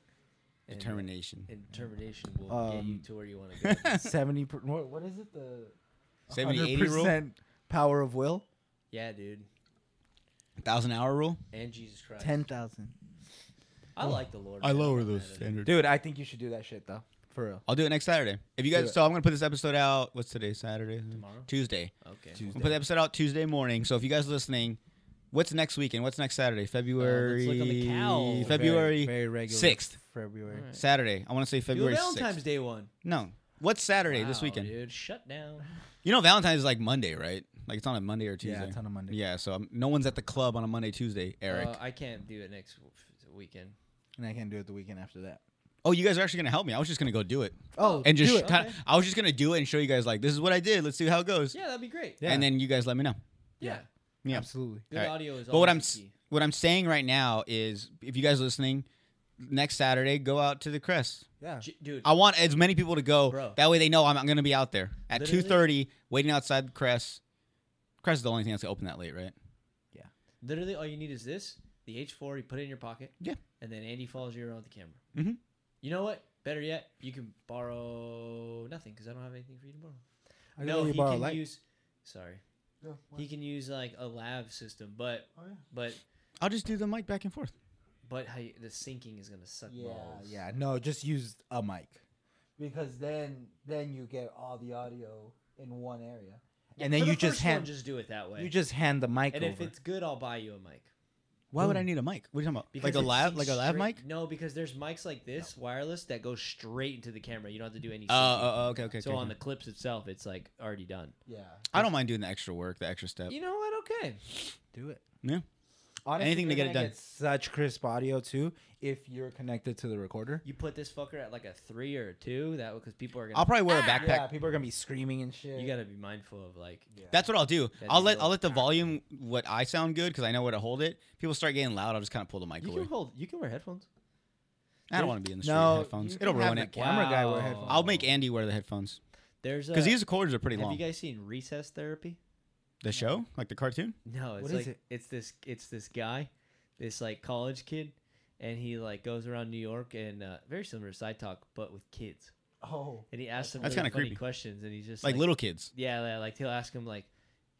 Speaker 5: and-
Speaker 6: (laughs) Determination.
Speaker 5: And determination will get you
Speaker 7: Um,
Speaker 5: to where you want
Speaker 6: (laughs)
Speaker 5: to go.
Speaker 7: (laughs) seventy. Per, what what is it? The
Speaker 6: 70, 80
Speaker 7: 100%
Speaker 6: rule,
Speaker 7: power of will.
Speaker 5: yeah, dude.
Speaker 6: thousand hour rule.
Speaker 5: And Jesus Christ.
Speaker 7: Ten Oh. thousand.
Speaker 5: I like the Lord.
Speaker 6: I
Speaker 5: man, I'm
Speaker 6: lower
Speaker 5: not
Speaker 6: those
Speaker 5: mad at him.
Speaker 6: standards.
Speaker 7: Dude, I think you should do that shit though, for real.
Speaker 6: I'll do it next Saturday. If you
Speaker 7: Do
Speaker 6: guys,
Speaker 7: it.
Speaker 6: so I'm gonna put this episode out. What's today? Saturday.
Speaker 5: Tomorrow?
Speaker 6: Tuesday.
Speaker 5: Okay.
Speaker 6: We'll put the episode out Tuesday morning. So if you guys are listening, what's next weekend? What's next Saturday? February.
Speaker 5: look on the calendar.
Speaker 6: February
Speaker 7: Very- very regular.
Speaker 6: sixth.
Speaker 7: February.
Speaker 5: Alright.
Speaker 6: Saturday. I want to say
Speaker 5: Do a
Speaker 6: February
Speaker 5: Valentine's
Speaker 6: sixth.
Speaker 5: Day one.
Speaker 6: No. What's Saturday this
Speaker 5: Wow,
Speaker 6: weekend?
Speaker 5: dude. Shut down.
Speaker 6: You know Valentine's is like Monday, right? Like it's on a Monday or Tuesday.
Speaker 7: Yeah, it's on a Monday.
Speaker 6: Yeah, so I'm, no one's at the club on a Monday, Tuesday. Eric,
Speaker 5: Uh, I can't do it next w- weekend.
Speaker 7: And I can't do it the weekend after that.
Speaker 6: oh, you guys are actually gonna help me. I was just gonna go do it
Speaker 7: Oh,
Speaker 6: and just
Speaker 7: do
Speaker 6: sh-
Speaker 7: it.
Speaker 6: kinda- I was just gonna do it and show you guys like this is what I did. Let's see how it goes.
Speaker 5: Yeah, that'd be great.
Speaker 7: Yeah.
Speaker 6: And then you guys let me know.
Speaker 5: Yeah.
Speaker 6: Yeah.
Speaker 7: absolutely.
Speaker 5: Good
Speaker 6: Alright.
Speaker 5: audio is
Speaker 6: But
Speaker 5: always
Speaker 6: what I'm
Speaker 5: the
Speaker 6: s-
Speaker 5: key.
Speaker 6: what I'm saying right now is, if you guys are listening, next Saturday go out to the Crest.
Speaker 7: Yeah,
Speaker 5: J- dude.
Speaker 6: I want as many people to go.
Speaker 5: Bro.
Speaker 6: That way they know I'm, I'm going to be out there at two
Speaker 5: Literally.
Speaker 6: thirty, waiting outside the Crest. Crest is the only thing that's gonna open that late, right?
Speaker 5: Literally, all you need is this: the H4. You put it in your pocket.
Speaker 6: Yeah.
Speaker 5: And then Andy follows you around with the camera.
Speaker 6: Mhm.
Speaker 5: You know what? Better yet, you can borrow nothing because I don't have anything for you to borrow.
Speaker 7: I
Speaker 5: no,
Speaker 7: literally
Speaker 5: he
Speaker 7: borrow
Speaker 5: can
Speaker 7: light.
Speaker 5: use. Sorry, he can use like a lav system, but
Speaker 1: Oh, yeah.
Speaker 5: but
Speaker 6: I'll just do the mic back and forth.
Speaker 5: but how you, the syncing is gonna suck
Speaker 1: Yeah,
Speaker 5: balls.
Speaker 7: Yeah, no, just use a mic.
Speaker 1: because then then you get all the audio in one area.
Speaker 7: and then
Speaker 5: for the
Speaker 7: you just
Speaker 5: first one,
Speaker 7: hand-
Speaker 5: just do it that way.
Speaker 7: You just hand the mic
Speaker 5: and if
Speaker 7: over.
Speaker 5: it's good, I'll buy you a mic.
Speaker 6: Why would I need a mic? What are you talking about? like a
Speaker 5: it
Speaker 6: lab,
Speaker 5: syncs
Speaker 6: like a lab
Speaker 5: straight-
Speaker 6: mic?
Speaker 5: No, because there's mics like this wireless that go straight into the camera. You don't have to do any.
Speaker 6: Oh,
Speaker 5: syncing.
Speaker 6: oh, oh, okay, okay.
Speaker 5: so
Speaker 6: okay.
Speaker 5: on the clips itself, it's like already done.
Speaker 1: Yeah.
Speaker 6: I don't mind doing the extra work, the extra step.
Speaker 5: You know what? Okay.
Speaker 7: do it.
Speaker 6: Yeah.
Speaker 7: Honestly,
Speaker 6: Anything to
Speaker 7: you're
Speaker 6: get it
Speaker 7: gonna
Speaker 6: done.
Speaker 7: such crisp audio too if you're connected to the recorder.
Speaker 5: You put this fucker at like a three or a two. That because people are gonna.
Speaker 6: I'll probably wear a backpack.
Speaker 7: Yeah, people are gonna be screaming and shit.
Speaker 5: you gotta be mindful of like.
Speaker 6: That's what I'll do.
Speaker 5: Yeah,
Speaker 6: I'll
Speaker 5: dude,
Speaker 6: let
Speaker 5: go.
Speaker 6: I'll let the volume what I sound good because I know where to hold it. People start getting loud. I'll just kind of pull the mic
Speaker 5: You
Speaker 6: away.
Speaker 5: can hold. You can wear headphones.
Speaker 6: I don't want to be in the street
Speaker 7: No,
Speaker 6: with headphones.
Speaker 7: you
Speaker 6: It'll
Speaker 7: can have
Speaker 6: ruin
Speaker 7: the
Speaker 6: it.
Speaker 7: Camera guy wear
Speaker 5: Wow.
Speaker 1: Oh.
Speaker 7: headphones.
Speaker 6: I'll make Andy wear the Oh. headphones
Speaker 5: There's
Speaker 6: because
Speaker 5: a-
Speaker 6: these cords are pretty
Speaker 5: Have
Speaker 6: long.
Speaker 5: you guys seen Recess Therapy?
Speaker 6: the show, like the cartoon.
Speaker 5: No, it's
Speaker 7: What is
Speaker 5: like
Speaker 7: it?
Speaker 5: it's this it's this guy, this like college kid, and he like goes around New York and uh, very similar to Side Talk, but with kids.
Speaker 1: Oh.
Speaker 5: And he asks them
Speaker 6: That's
Speaker 5: really
Speaker 6: kinda
Speaker 5: funny
Speaker 6: creepy.
Speaker 5: questions, and he's just
Speaker 6: like, little kids.
Speaker 5: Yeah, li- like he'll ask him like,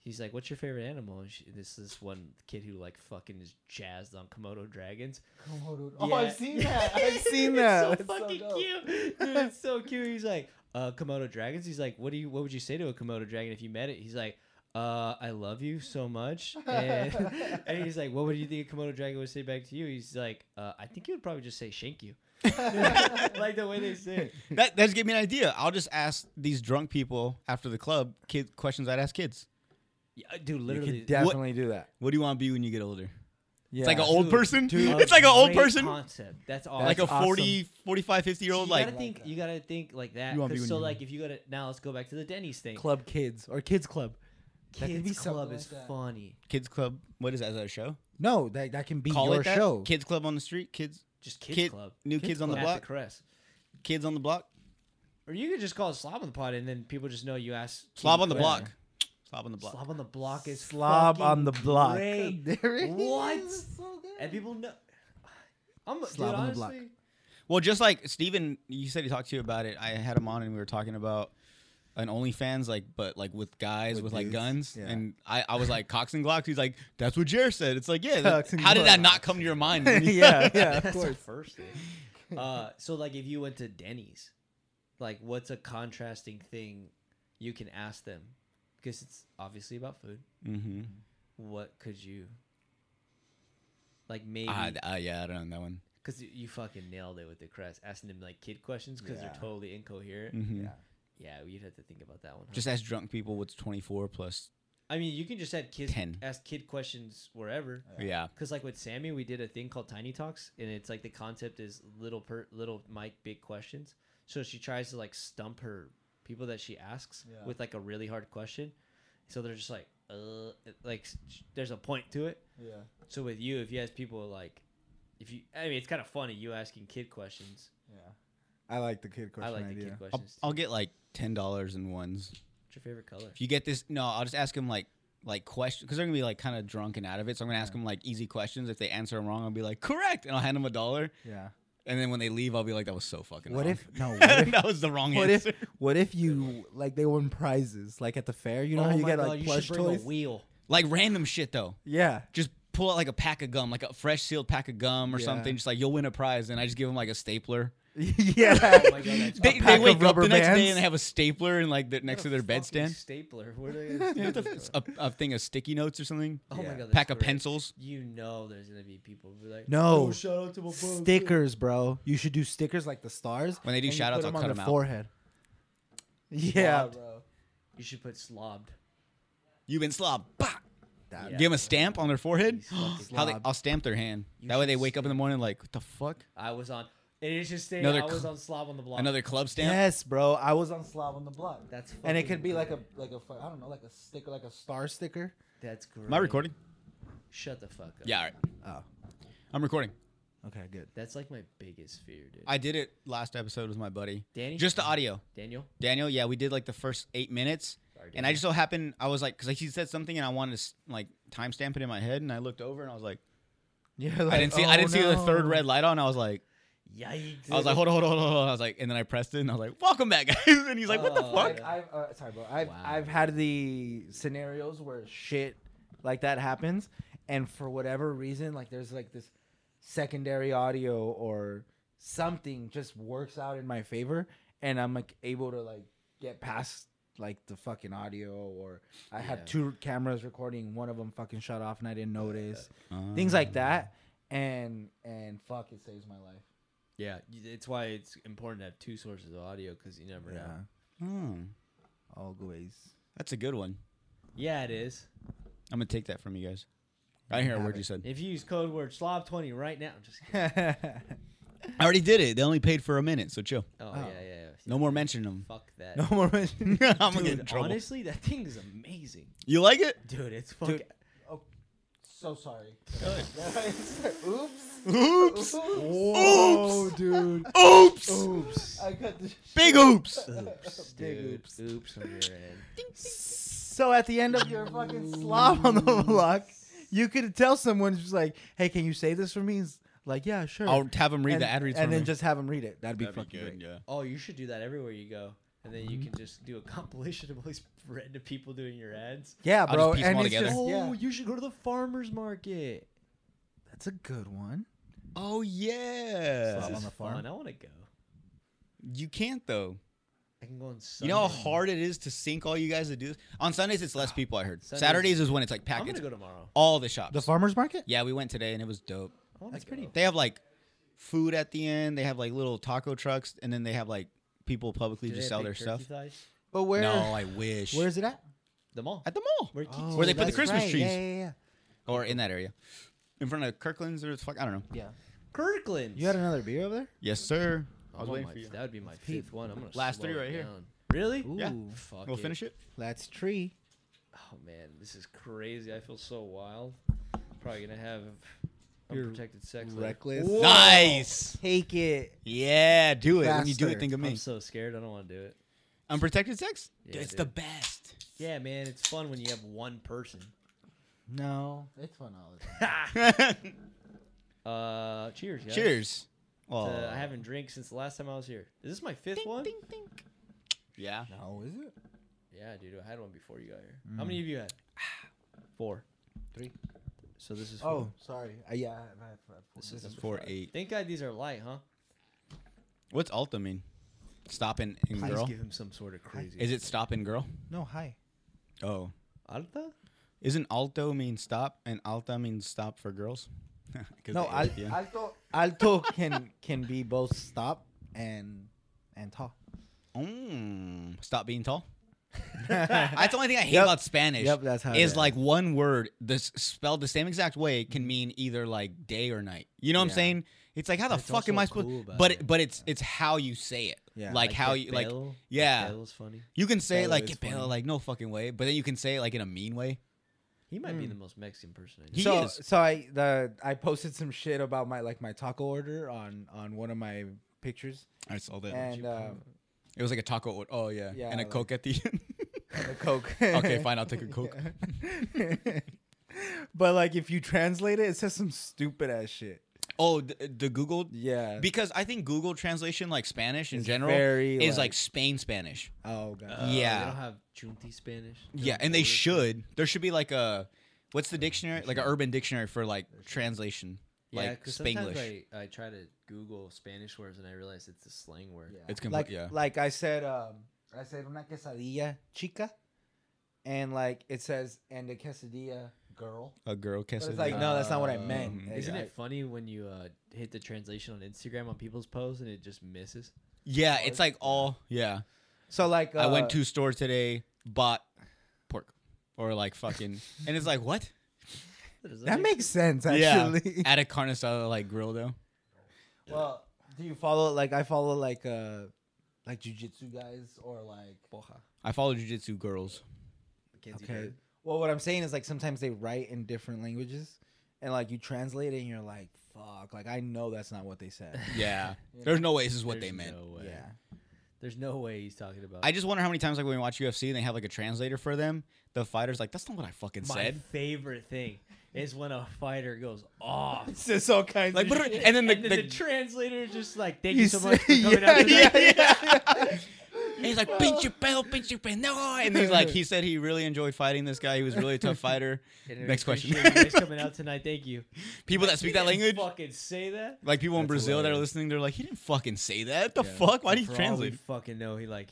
Speaker 5: he's like, "What's your favorite animal?" And she, this this one kid who like fucking is jazzed on Komodo dragons.
Speaker 1: Komodo. Oh, I've
Speaker 5: Yeah. (laughs)
Speaker 1: seen that. (laughs) I've seen
Speaker 5: It's
Speaker 1: that.
Speaker 5: so
Speaker 1: It's so
Speaker 5: fucking
Speaker 1: dope.
Speaker 5: cute, dude. It's so cute. He's like, uh, Komodo dragons. He's like, what do you? What would you say to a Komodo dragon if you met it? He's like. Uh, I love you so
Speaker 1: (laughs)
Speaker 5: much, and, (laughs) and he's like, "What would you think a Komodo dragon would say back to you?" He's like, uh, "I think he would probably just say shank
Speaker 1: (laughs)
Speaker 5: you," (laughs) like the way they say it.
Speaker 6: That that's give me an idea. I'll just ask these drunk people after the club kid questions I'd ask kids.
Speaker 5: Yeah, dude,
Speaker 7: You
Speaker 5: literally,
Speaker 7: could definitely do that.
Speaker 6: What do you want to be when you get older?
Speaker 7: Yeah.
Speaker 6: It's like an old
Speaker 5: Dude,
Speaker 6: person. (laughs)
Speaker 5: dude,
Speaker 6: it's like an old
Speaker 5: great
Speaker 6: person.
Speaker 5: Concept. That's awesome.
Speaker 6: like a
Speaker 7: That's
Speaker 6: 40, 45, 50 year
Speaker 5: So
Speaker 6: old.
Speaker 5: you
Speaker 6: Like,
Speaker 5: gotta think, you gotta think like that.
Speaker 6: You wanna be
Speaker 5: 'cause
Speaker 6: when
Speaker 5: so
Speaker 6: you-
Speaker 5: like if you gotta now let's go back to the Denny's thing.
Speaker 7: club kids or kids club. that
Speaker 5: Kids
Speaker 7: could be
Speaker 5: Club
Speaker 1: something
Speaker 5: is
Speaker 1: like that.
Speaker 5: funny.
Speaker 6: kids club. What is that? Is that a show?
Speaker 7: No, that that can be
Speaker 6: Call
Speaker 7: your
Speaker 6: it that?
Speaker 7: show.
Speaker 6: Kids club on the street. Kids.
Speaker 5: Just Kids
Speaker 6: Kid-
Speaker 5: Club.
Speaker 6: new Kids on the
Speaker 5: Club.
Speaker 6: block?
Speaker 5: At the crest.
Speaker 6: Kids on the block.
Speaker 5: Or you could just call it Slob on the Pod, and then people just know you asked.
Speaker 6: Slob
Speaker 5: King
Speaker 6: on the
Speaker 5: Quinn.
Speaker 6: block. Slob on the block.
Speaker 5: Slob on the block is
Speaker 7: Slob on
Speaker 5: fucking
Speaker 7: the block. (laughs)
Speaker 6: (laughs)
Speaker 5: great.
Speaker 7: There it
Speaker 5: What?
Speaker 1: So good.
Speaker 7: (laughs)
Speaker 5: And people know. I'm
Speaker 7: Slob
Speaker 5: dude,
Speaker 7: on the
Speaker 5: honestly,
Speaker 7: block.
Speaker 6: Well, just like Steven, you said he talked to you about it. I had him on and we were talking about an OnlyFans, like, but like with guys with,
Speaker 7: With
Speaker 6: like
Speaker 7: dudes?
Speaker 6: guns.
Speaker 7: Yeah.
Speaker 6: And I, I was like, (laughs) Cox and Glocks. He's like, that's what Jer said. It's
Speaker 7: (laughs)
Speaker 6: like, yeah. That,
Speaker 7: Cox and
Speaker 6: how did that
Speaker 7: Glocks.
Speaker 6: not come to
Speaker 7: (laughs)
Speaker 6: your mind? (laughs)
Speaker 7: yeah, yeah, of
Speaker 5: (laughs) That's the
Speaker 7: course.
Speaker 5: first thing. (laughs) Uh, so like if you went to Denny's, like what's a contrasting thing you can ask them? Because it's obviously about food.
Speaker 6: hmm
Speaker 5: What could you? Like maybe
Speaker 6: Ah, d- ah, yeah, I don't know that one.
Speaker 5: because you fucking nailed it with the crest, asking them like kid questions because
Speaker 1: Yeah.
Speaker 5: they're totally incoherent.
Speaker 6: Mhm.
Speaker 1: Yeah.
Speaker 5: Yeah, you'd have to think about that one. huh?
Speaker 6: Just ask drunk people what's 24 plus.
Speaker 5: I mean, you can just add kids
Speaker 6: 10.
Speaker 5: ask kid questions wherever.
Speaker 7: Uh,
Speaker 6: Yeah.
Speaker 5: Because like with Sammy, we did a thing called Tiny Talks, and it's like the concept is little per little Mike big questions. So she tries to like stump her people that she asks
Speaker 1: Yeah.
Speaker 5: with like a really hard question. So they're just like, uh, like s- sh- there's a point to it.
Speaker 1: Yeah.
Speaker 5: So with you, if you ask people like, if you, I mean, it's kind of funny you asking kid questions.
Speaker 1: Yeah.
Speaker 7: I like the kid question
Speaker 5: I like
Speaker 7: idea.
Speaker 5: the kid
Speaker 6: I'll,
Speaker 5: questions.
Speaker 6: I'll get like $10 in ones.
Speaker 5: What's your favorite color?
Speaker 6: If you get this, no, I'll just ask them like, like questions because they're gonna be like kind of drunk and out of it. So I'm gonna ask them like easy questions. If they answer them wrong, I'll be like correct, and I'll hand them a dollar.
Speaker 7: Yeah.
Speaker 6: And then when they leave, I'll be like, that was so fucking
Speaker 7: What
Speaker 6: wrong.
Speaker 7: if
Speaker 6: (laughs)
Speaker 7: no? What if
Speaker 6: that was
Speaker 5: (laughs)
Speaker 6: the wrong
Speaker 7: what
Speaker 6: answer.
Speaker 7: if what if you like they won prizes like at the fair? You know how you get like
Speaker 5: Oh you
Speaker 7: plush
Speaker 5: should bring
Speaker 7: toys.
Speaker 5: a wheel.
Speaker 6: like random shit though.
Speaker 5: (laughs)
Speaker 7: yeah, (laughs)
Speaker 6: Just pull out like a pack of gum, like a fresh sealed pack of gum or
Speaker 7: Yeah.
Speaker 6: something. Just like you'll win a prize, and I just give them like a stapler.
Speaker 7: yeah. (laughs)
Speaker 5: Oh my God, that's
Speaker 6: They,
Speaker 5: a
Speaker 6: they
Speaker 7: pack of
Speaker 6: wake up
Speaker 7: rubber
Speaker 6: the next day
Speaker 7: bands?
Speaker 6: and they
Speaker 5: (laughs)
Speaker 6: have a stapler and like the, next to their
Speaker 5: fucking
Speaker 6: bedstand.
Speaker 5: Stapler. (laughs) Where do they?
Speaker 6: You know, the- a, a thing of sticky notes or something.
Speaker 5: Oh my
Speaker 7: Yeah.
Speaker 5: god! that's
Speaker 6: pack of
Speaker 5: great.
Speaker 6: pencils.
Speaker 5: You know, there's gonna be people who be like,
Speaker 7: No.
Speaker 5: "Oh, shout out to my brother."
Speaker 7: stickers, bro. You should do stickers like the stars.
Speaker 6: When they do
Speaker 7: and you
Speaker 6: shout-outs,
Speaker 7: put
Speaker 6: I'll
Speaker 7: 'em on
Speaker 6: cut
Speaker 7: their
Speaker 6: 'em out.
Speaker 7: Forehead. (laughs) Yeah,
Speaker 5: Slobbed.
Speaker 1: bro.
Speaker 5: You should put slobbed.
Speaker 6: You've been slob. Bah!
Speaker 7: That-
Speaker 5: Yeah.
Speaker 6: Give them a stamp on their forehead.
Speaker 5: He's fucking
Speaker 6: (gasps) How they,
Speaker 7: slob.
Speaker 6: I'll stamp their hand.
Speaker 5: You
Speaker 6: that way
Speaker 5: should
Speaker 6: they wake up in the morning like, what the fuck?
Speaker 5: I was on. And it's just saying
Speaker 6: Another
Speaker 5: I was
Speaker 6: cl-
Speaker 5: on slob on the block.
Speaker 6: Another club stamp.
Speaker 7: Yes, bro. I was on Slav on the block.
Speaker 5: That's
Speaker 7: and it
Speaker 5: fucking
Speaker 7: could be like a like a fu- I don't know like a sticker like a star sticker.
Speaker 5: That's great.
Speaker 6: Am I recording?
Speaker 5: Shut the fuck up.
Speaker 6: Yeah. All right.
Speaker 7: Oh.
Speaker 6: I'm recording.
Speaker 7: Okay, good.
Speaker 5: That's like my biggest fear, dude.
Speaker 6: I did it last episode with my buddy.
Speaker 5: Danny?
Speaker 6: Just the audio.
Speaker 5: Daniel?
Speaker 6: Daniel, yeah, we did like the first eight minutes,
Speaker 5: Sorry,
Speaker 6: and I just so happened I was like, because like, he said something, and I wanted to s- like timestamp it in my head, and I looked over, and I was like,
Speaker 7: Yeah, oh,
Speaker 6: I didn't see, I didn't see the third red light on. I was like,
Speaker 5: Yikes.
Speaker 6: I was like, hold on, hold on, hold on, hold on. I was like, and then I pressed it, and I was like, welcome back, (laughs) guys. And he's like, what the
Speaker 5: Oh,
Speaker 6: fuck?
Speaker 5: yeah.
Speaker 7: I've, uh, sorry, bro. I've
Speaker 5: Wow.
Speaker 7: I've had the scenarios where shit like that happens, and for whatever reason, like there's like this secondary audio or something just works out in my favor, and I'm like able to like get past like the fucking audio, or I
Speaker 5: Yeah.
Speaker 7: had two cameras recording, one of them fucking shut off and I didn't notice, things like that, and and fuck, it saves my life.
Speaker 5: Yeah, y- it's why it's important to have two sources of audio because you never know.
Speaker 6: Hmm.
Speaker 7: always.
Speaker 6: that's a good one.
Speaker 5: Yeah, it is.
Speaker 6: I'm gonna take that from you guys. I didn't hear a
Speaker 7: Have
Speaker 6: word you
Speaker 7: it.
Speaker 5: (laughs)
Speaker 6: said.
Speaker 5: If you use code word slob20 right now, just kidding.
Speaker 7: no
Speaker 6: I already did it. They only paid for a minute, so chill.
Speaker 5: Oh, yeah, yeah, yeah.
Speaker 6: No more mention them.
Speaker 5: Fuck that.
Speaker 6: (laughs)
Speaker 7: more. mention-
Speaker 6: I'm gonna get in
Speaker 5: Dude,
Speaker 6: trouble.
Speaker 5: honestly, that thing is amazing.
Speaker 6: You
Speaker 5: (laughs)
Speaker 6: like it?
Speaker 5: Dude, it's fucking.
Speaker 7: So sorry. (laughs) Oops.
Speaker 6: Oops.
Speaker 7: Whoa, dude.
Speaker 5: (laughs)
Speaker 6: Oops.
Speaker 5: Oops.
Speaker 7: I cut the
Speaker 6: Big oops.
Speaker 5: (laughs) Oops,
Speaker 7: Big
Speaker 5: dude. Oops. on your end.
Speaker 7: So at the end of your fucking slob on the block, you could tell someone just like, "Hey, can you say this for me?" He's like, "Yeah, sure."
Speaker 6: I'll have him read
Speaker 7: and,
Speaker 6: the ad reads
Speaker 7: and
Speaker 6: for
Speaker 7: then
Speaker 6: me.
Speaker 7: just have them read it. That'd be fucking great.
Speaker 6: Yeah.
Speaker 5: Oh, you should do that everywhere you go. And then
Speaker 6: Mm-hmm.
Speaker 5: you can just do a compilation of all these (laughs) random people doing your ads.
Speaker 7: Yeah,
Speaker 6: just
Speaker 7: bro.
Speaker 6: piece 'em
Speaker 7: and
Speaker 6: all
Speaker 7: it's
Speaker 6: together.
Speaker 7: just-
Speaker 5: Oh,
Speaker 7: yeah.
Speaker 5: you should go to the farmer's market.
Speaker 7: that's a good one.
Speaker 6: Oh yeah.
Speaker 7: Slob
Speaker 5: This
Speaker 7: on
Speaker 5: is
Speaker 7: the farm.
Speaker 5: fun. I want to go.
Speaker 6: You can't though.
Speaker 5: I can go on
Speaker 6: You
Speaker 5: Sunday.
Speaker 6: know how hard it is to sync all you guys to do this. On Sundays it's less people. I heard.
Speaker 5: Sundays-
Speaker 6: Saturdays is when it's like
Speaker 5: I'm
Speaker 6: packed.
Speaker 5: going to
Speaker 6: It's
Speaker 5: go tomorrow.
Speaker 6: all the shops.
Speaker 7: The farmers market.
Speaker 6: yeah, we went today and it was dope.
Speaker 5: I wanna
Speaker 6: That's
Speaker 5: go.
Speaker 6: pretty. They have like food at the end. They have like little taco trucks, and then they have like people publicly
Speaker 5: Do they
Speaker 6: just
Speaker 5: have
Speaker 6: sell
Speaker 5: big
Speaker 6: their
Speaker 5: turkey
Speaker 6: stuff.
Speaker 5: thighs?
Speaker 7: But where?
Speaker 6: No, I wish.
Speaker 7: Where is it at?
Speaker 5: The mall.
Speaker 6: at the mall
Speaker 5: Where, it keeps-
Speaker 6: Where they put the
Speaker 7: Oh, that's
Speaker 6: Christmas
Speaker 7: right.
Speaker 6: trees.
Speaker 7: Yeah, yeah, yeah.
Speaker 6: or in that area, in front of Kirkland's or fuck, I don't know.
Speaker 7: yeah.
Speaker 5: Kirkland's.
Speaker 7: You had another beer over there?
Speaker 6: Yes, sir.
Speaker 5: I'm on Oh, my- That would be my fifth one. I'm gonna
Speaker 6: Last
Speaker 5: slow
Speaker 6: three
Speaker 5: it
Speaker 6: right here.
Speaker 5: down. Really?
Speaker 6: Yeah.
Speaker 7: Ooh,
Speaker 5: Fuck
Speaker 6: We'll finish it.
Speaker 7: That's tree.
Speaker 5: Oh man, this is crazy. I feel so wild. Probably gonna have unprotected sex. later.
Speaker 7: Reckless.
Speaker 6: Nice.
Speaker 7: Take it.
Speaker 6: Yeah, do it. When you do it,
Speaker 7: Faster.
Speaker 6: think of
Speaker 5: I'm
Speaker 6: me.
Speaker 5: so scared. I don't want to do it.
Speaker 6: Unprotected sex?
Speaker 5: Yeah,
Speaker 6: it's
Speaker 5: dude.
Speaker 6: the (laughs) best.
Speaker 5: Yeah, man, it's fun when you have one person.
Speaker 7: No, it's fun all the time.
Speaker 5: Uh, cheers, guys.
Speaker 6: Cheers.
Speaker 5: To-
Speaker 6: Oh.
Speaker 5: I haven't drank since the last time I was here. Is this my fifth one?
Speaker 6: Yeah.
Speaker 7: No, is it?
Speaker 5: Yeah, dude, I had one before you got here. How many of you had? Four.
Speaker 7: Three.
Speaker 5: So this is. Four.
Speaker 7: Oh, sorry. Uh, yeah, I, I, I,
Speaker 5: This
Speaker 7: this
Speaker 5: is
Speaker 7: is
Speaker 5: the
Speaker 6: Four eight.
Speaker 5: Thank God these are light, huh?
Speaker 6: What's alta mean? Stopping and
Speaker 5: Please
Speaker 6: girl.
Speaker 5: give him some sort of crazy.
Speaker 6: Is it stop and girl?
Speaker 7: no hi.
Speaker 6: Oh.
Speaker 5: Alta?
Speaker 6: Isn't alto mean stop and alta means stop for girls? (laughs) 'Cause
Speaker 7: No,
Speaker 6: they-
Speaker 7: al-
Speaker 6: yeah.
Speaker 7: alto alto can can be both stop and and
Speaker 6: (laughs)
Speaker 7: tall.
Speaker 6: Mm, stop being (laughs) tall. That's the only thing I hate
Speaker 7: Yep.
Speaker 6: about Spanish.
Speaker 7: Yep, that's how it
Speaker 6: is
Speaker 7: is.
Speaker 6: like one word this spelled the same exact way can mean either like day or night. You know what I'm
Speaker 7: Yeah.
Speaker 6: saying? It's like how the
Speaker 5: That's
Speaker 6: fuck am
Speaker 5: also
Speaker 6: I supposed?
Speaker 5: cool about
Speaker 6: but
Speaker 5: it.
Speaker 6: it, but it's it's how you say it.
Speaker 7: Yeah.
Speaker 6: Like, how
Speaker 5: that
Speaker 6: you like
Speaker 5: bell?
Speaker 6: yeah.
Speaker 5: That bell's funny.
Speaker 6: you can say it
Speaker 7: Bell
Speaker 6: like
Speaker 7: is
Speaker 6: "Que pedo,"
Speaker 7: funny.
Speaker 6: like no fucking way, but then you can say it like in a mean way.
Speaker 5: He might be the most Mexican person I know.
Speaker 6: Hmm. He
Speaker 7: so
Speaker 6: is.
Speaker 7: so I the I posted some shit about my like my taco order on on one of my pictures
Speaker 6: I saw that.
Speaker 7: and um,
Speaker 6: it was like a taco. or- Oh yeah,
Speaker 7: Yeah,
Speaker 6: and a
Speaker 7: like-
Speaker 6: coke at the end. (laughs)
Speaker 7: a coke.
Speaker 6: okay, fine. I'll take a coke.
Speaker 7: (laughs) but like if you translate it, it says some stupid ass shit.
Speaker 6: Oh, the, the Google
Speaker 7: Yeah.
Speaker 6: because I think Google translation like Spanish in
Speaker 7: It's
Speaker 6: general
Speaker 7: very,
Speaker 6: is
Speaker 7: like-
Speaker 6: like Spain Spanish.
Speaker 7: oh god.
Speaker 5: Uh,
Speaker 6: Yeah.
Speaker 5: They don't have Junti Spanish.
Speaker 6: Yeah, and they should. There should be like a what's the dictionary? Like an urban dictionary for like translation,
Speaker 5: Yeah,
Speaker 6: like
Speaker 5: because sometimes
Speaker 6: Spanglish.
Speaker 5: I, I try to Google Spanish words and I realize it's a slang word.
Speaker 6: It's complete-
Speaker 7: like,
Speaker 6: yeah.
Speaker 7: Like I said, um, I said una quesadilla chica, and like it says and a quesadilla girl.
Speaker 6: a girl
Speaker 7: But
Speaker 6: kisses.
Speaker 7: it's like no, that's not what I meant.
Speaker 6: Um,
Speaker 7: It's
Speaker 5: Isn't
Speaker 7: like-
Speaker 5: it funny when you uh, hit the translation on Instagram on people's posts and it just misses?
Speaker 6: yeah, it's like all. Yeah,
Speaker 7: So like uh,
Speaker 6: I went to store today, bought pork, or like fucking, and it's like what?
Speaker 5: Does
Speaker 7: That
Speaker 5: make-
Speaker 7: makes sense
Speaker 6: (laughs) Yeah,
Speaker 7: actually.
Speaker 6: at a carne asada like grill though.
Speaker 7: well, Do you follow like I follow like uh like jujitsu guys or like
Speaker 5: Boja.
Speaker 6: I follow jujitsu girls.
Speaker 5: Mackenzie
Speaker 7: okay?
Speaker 5: Dern.
Speaker 7: Well, what I'm saying is like sometimes they write in different languages, and like you translate it, and you're like, "Fuck!" Like I know that's not what they
Speaker 6: (laughs)
Speaker 7: said.
Speaker 5: (laughs)
Speaker 6: Yeah, there's no way this is what they
Speaker 5: There's
Speaker 6: meant.
Speaker 5: no way.
Speaker 7: yeah, (laughs)
Speaker 5: There's no way he's talking about.
Speaker 6: I just wonder how many times like when we watch UFC and they have like a translator for them, the fighters like that's not what I fucking
Speaker 5: My
Speaker 6: said.
Speaker 5: favorite thing is when a fighter goes off.
Speaker 7: it's just all kinds.
Speaker 6: Like,
Speaker 7: Like,
Speaker 6: brr- and then the,
Speaker 5: and then
Speaker 6: the,
Speaker 5: the, translator is just like, thank you,
Speaker 7: You (laughs)
Speaker 5: so
Speaker 7: say-
Speaker 5: much for coming
Speaker 7: yeah,
Speaker 5: out.
Speaker 6: (laughs) yeah,
Speaker 5: (laughs)
Speaker 6: yeah. And he's like pinch pedo, pinch no, and he's like he said he really enjoyed fiting this guy. He was really a tough fighter.
Speaker 5: And we
Speaker 6: Next question.
Speaker 5: appreciate you guys coming out tonight. Thank you.
Speaker 6: (laughs) People that speak that
Speaker 5: Didn't
Speaker 6: language,
Speaker 5: Fucking say that.
Speaker 6: like people in
Speaker 7: That's
Speaker 6: Brazil that are
Speaker 7: hilarious.
Speaker 6: listening, they're like he didn't fucking say that. The fuck? Why did
Speaker 5: For all
Speaker 6: he translate?
Speaker 5: we Fucking know he like.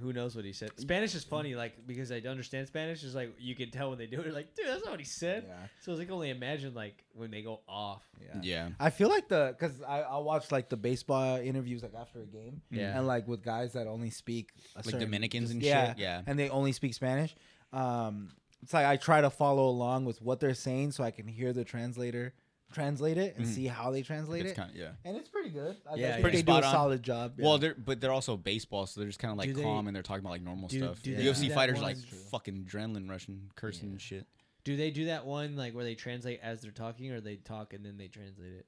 Speaker 5: Who knows what he said? Spanish is funny, like because I understand Spanish. Is like you can tell when they do it. You're like, dude, that's not what he said.
Speaker 7: Yeah.
Speaker 5: So it's like only imagine like when they go off.
Speaker 7: yeah.
Speaker 6: Yeah.
Speaker 7: I feel like the because I I watch like the baseball interviews like after a game,
Speaker 5: Yeah.
Speaker 7: and like with guys that only speak a
Speaker 6: Like Dominicans and
Speaker 7: yeah,
Speaker 6: shit. Yeah.
Speaker 7: and they only speak Spanish. Um, it's like I try to follow along with what they're saying so I can hear the translator translate it and see how they translate
Speaker 6: Mm-hmm. It's
Speaker 7: it.
Speaker 6: kind of, yeah.
Speaker 7: and it's pretty good. I
Speaker 5: Yeah,
Speaker 7: yeah,
Speaker 5: yeah.
Speaker 7: think
Speaker 5: Pretty
Speaker 7: they do
Speaker 6: spot
Speaker 7: a
Speaker 6: on.
Speaker 7: solid job. yeah.
Speaker 6: Well, they're but they're also baseball, so they're just kind of like
Speaker 5: Do they-
Speaker 6: calm and they're talking about like normal
Speaker 5: do-
Speaker 6: stuff.
Speaker 5: do
Speaker 6: the
Speaker 5: they
Speaker 6: UFC
Speaker 5: do that
Speaker 6: fighters are
Speaker 5: one-
Speaker 6: like
Speaker 5: That's true.
Speaker 6: fucking adrenaline rushing, cursing and shit.
Speaker 5: Do they do that one like where they translate as they're talking, or they talk and then they translate it?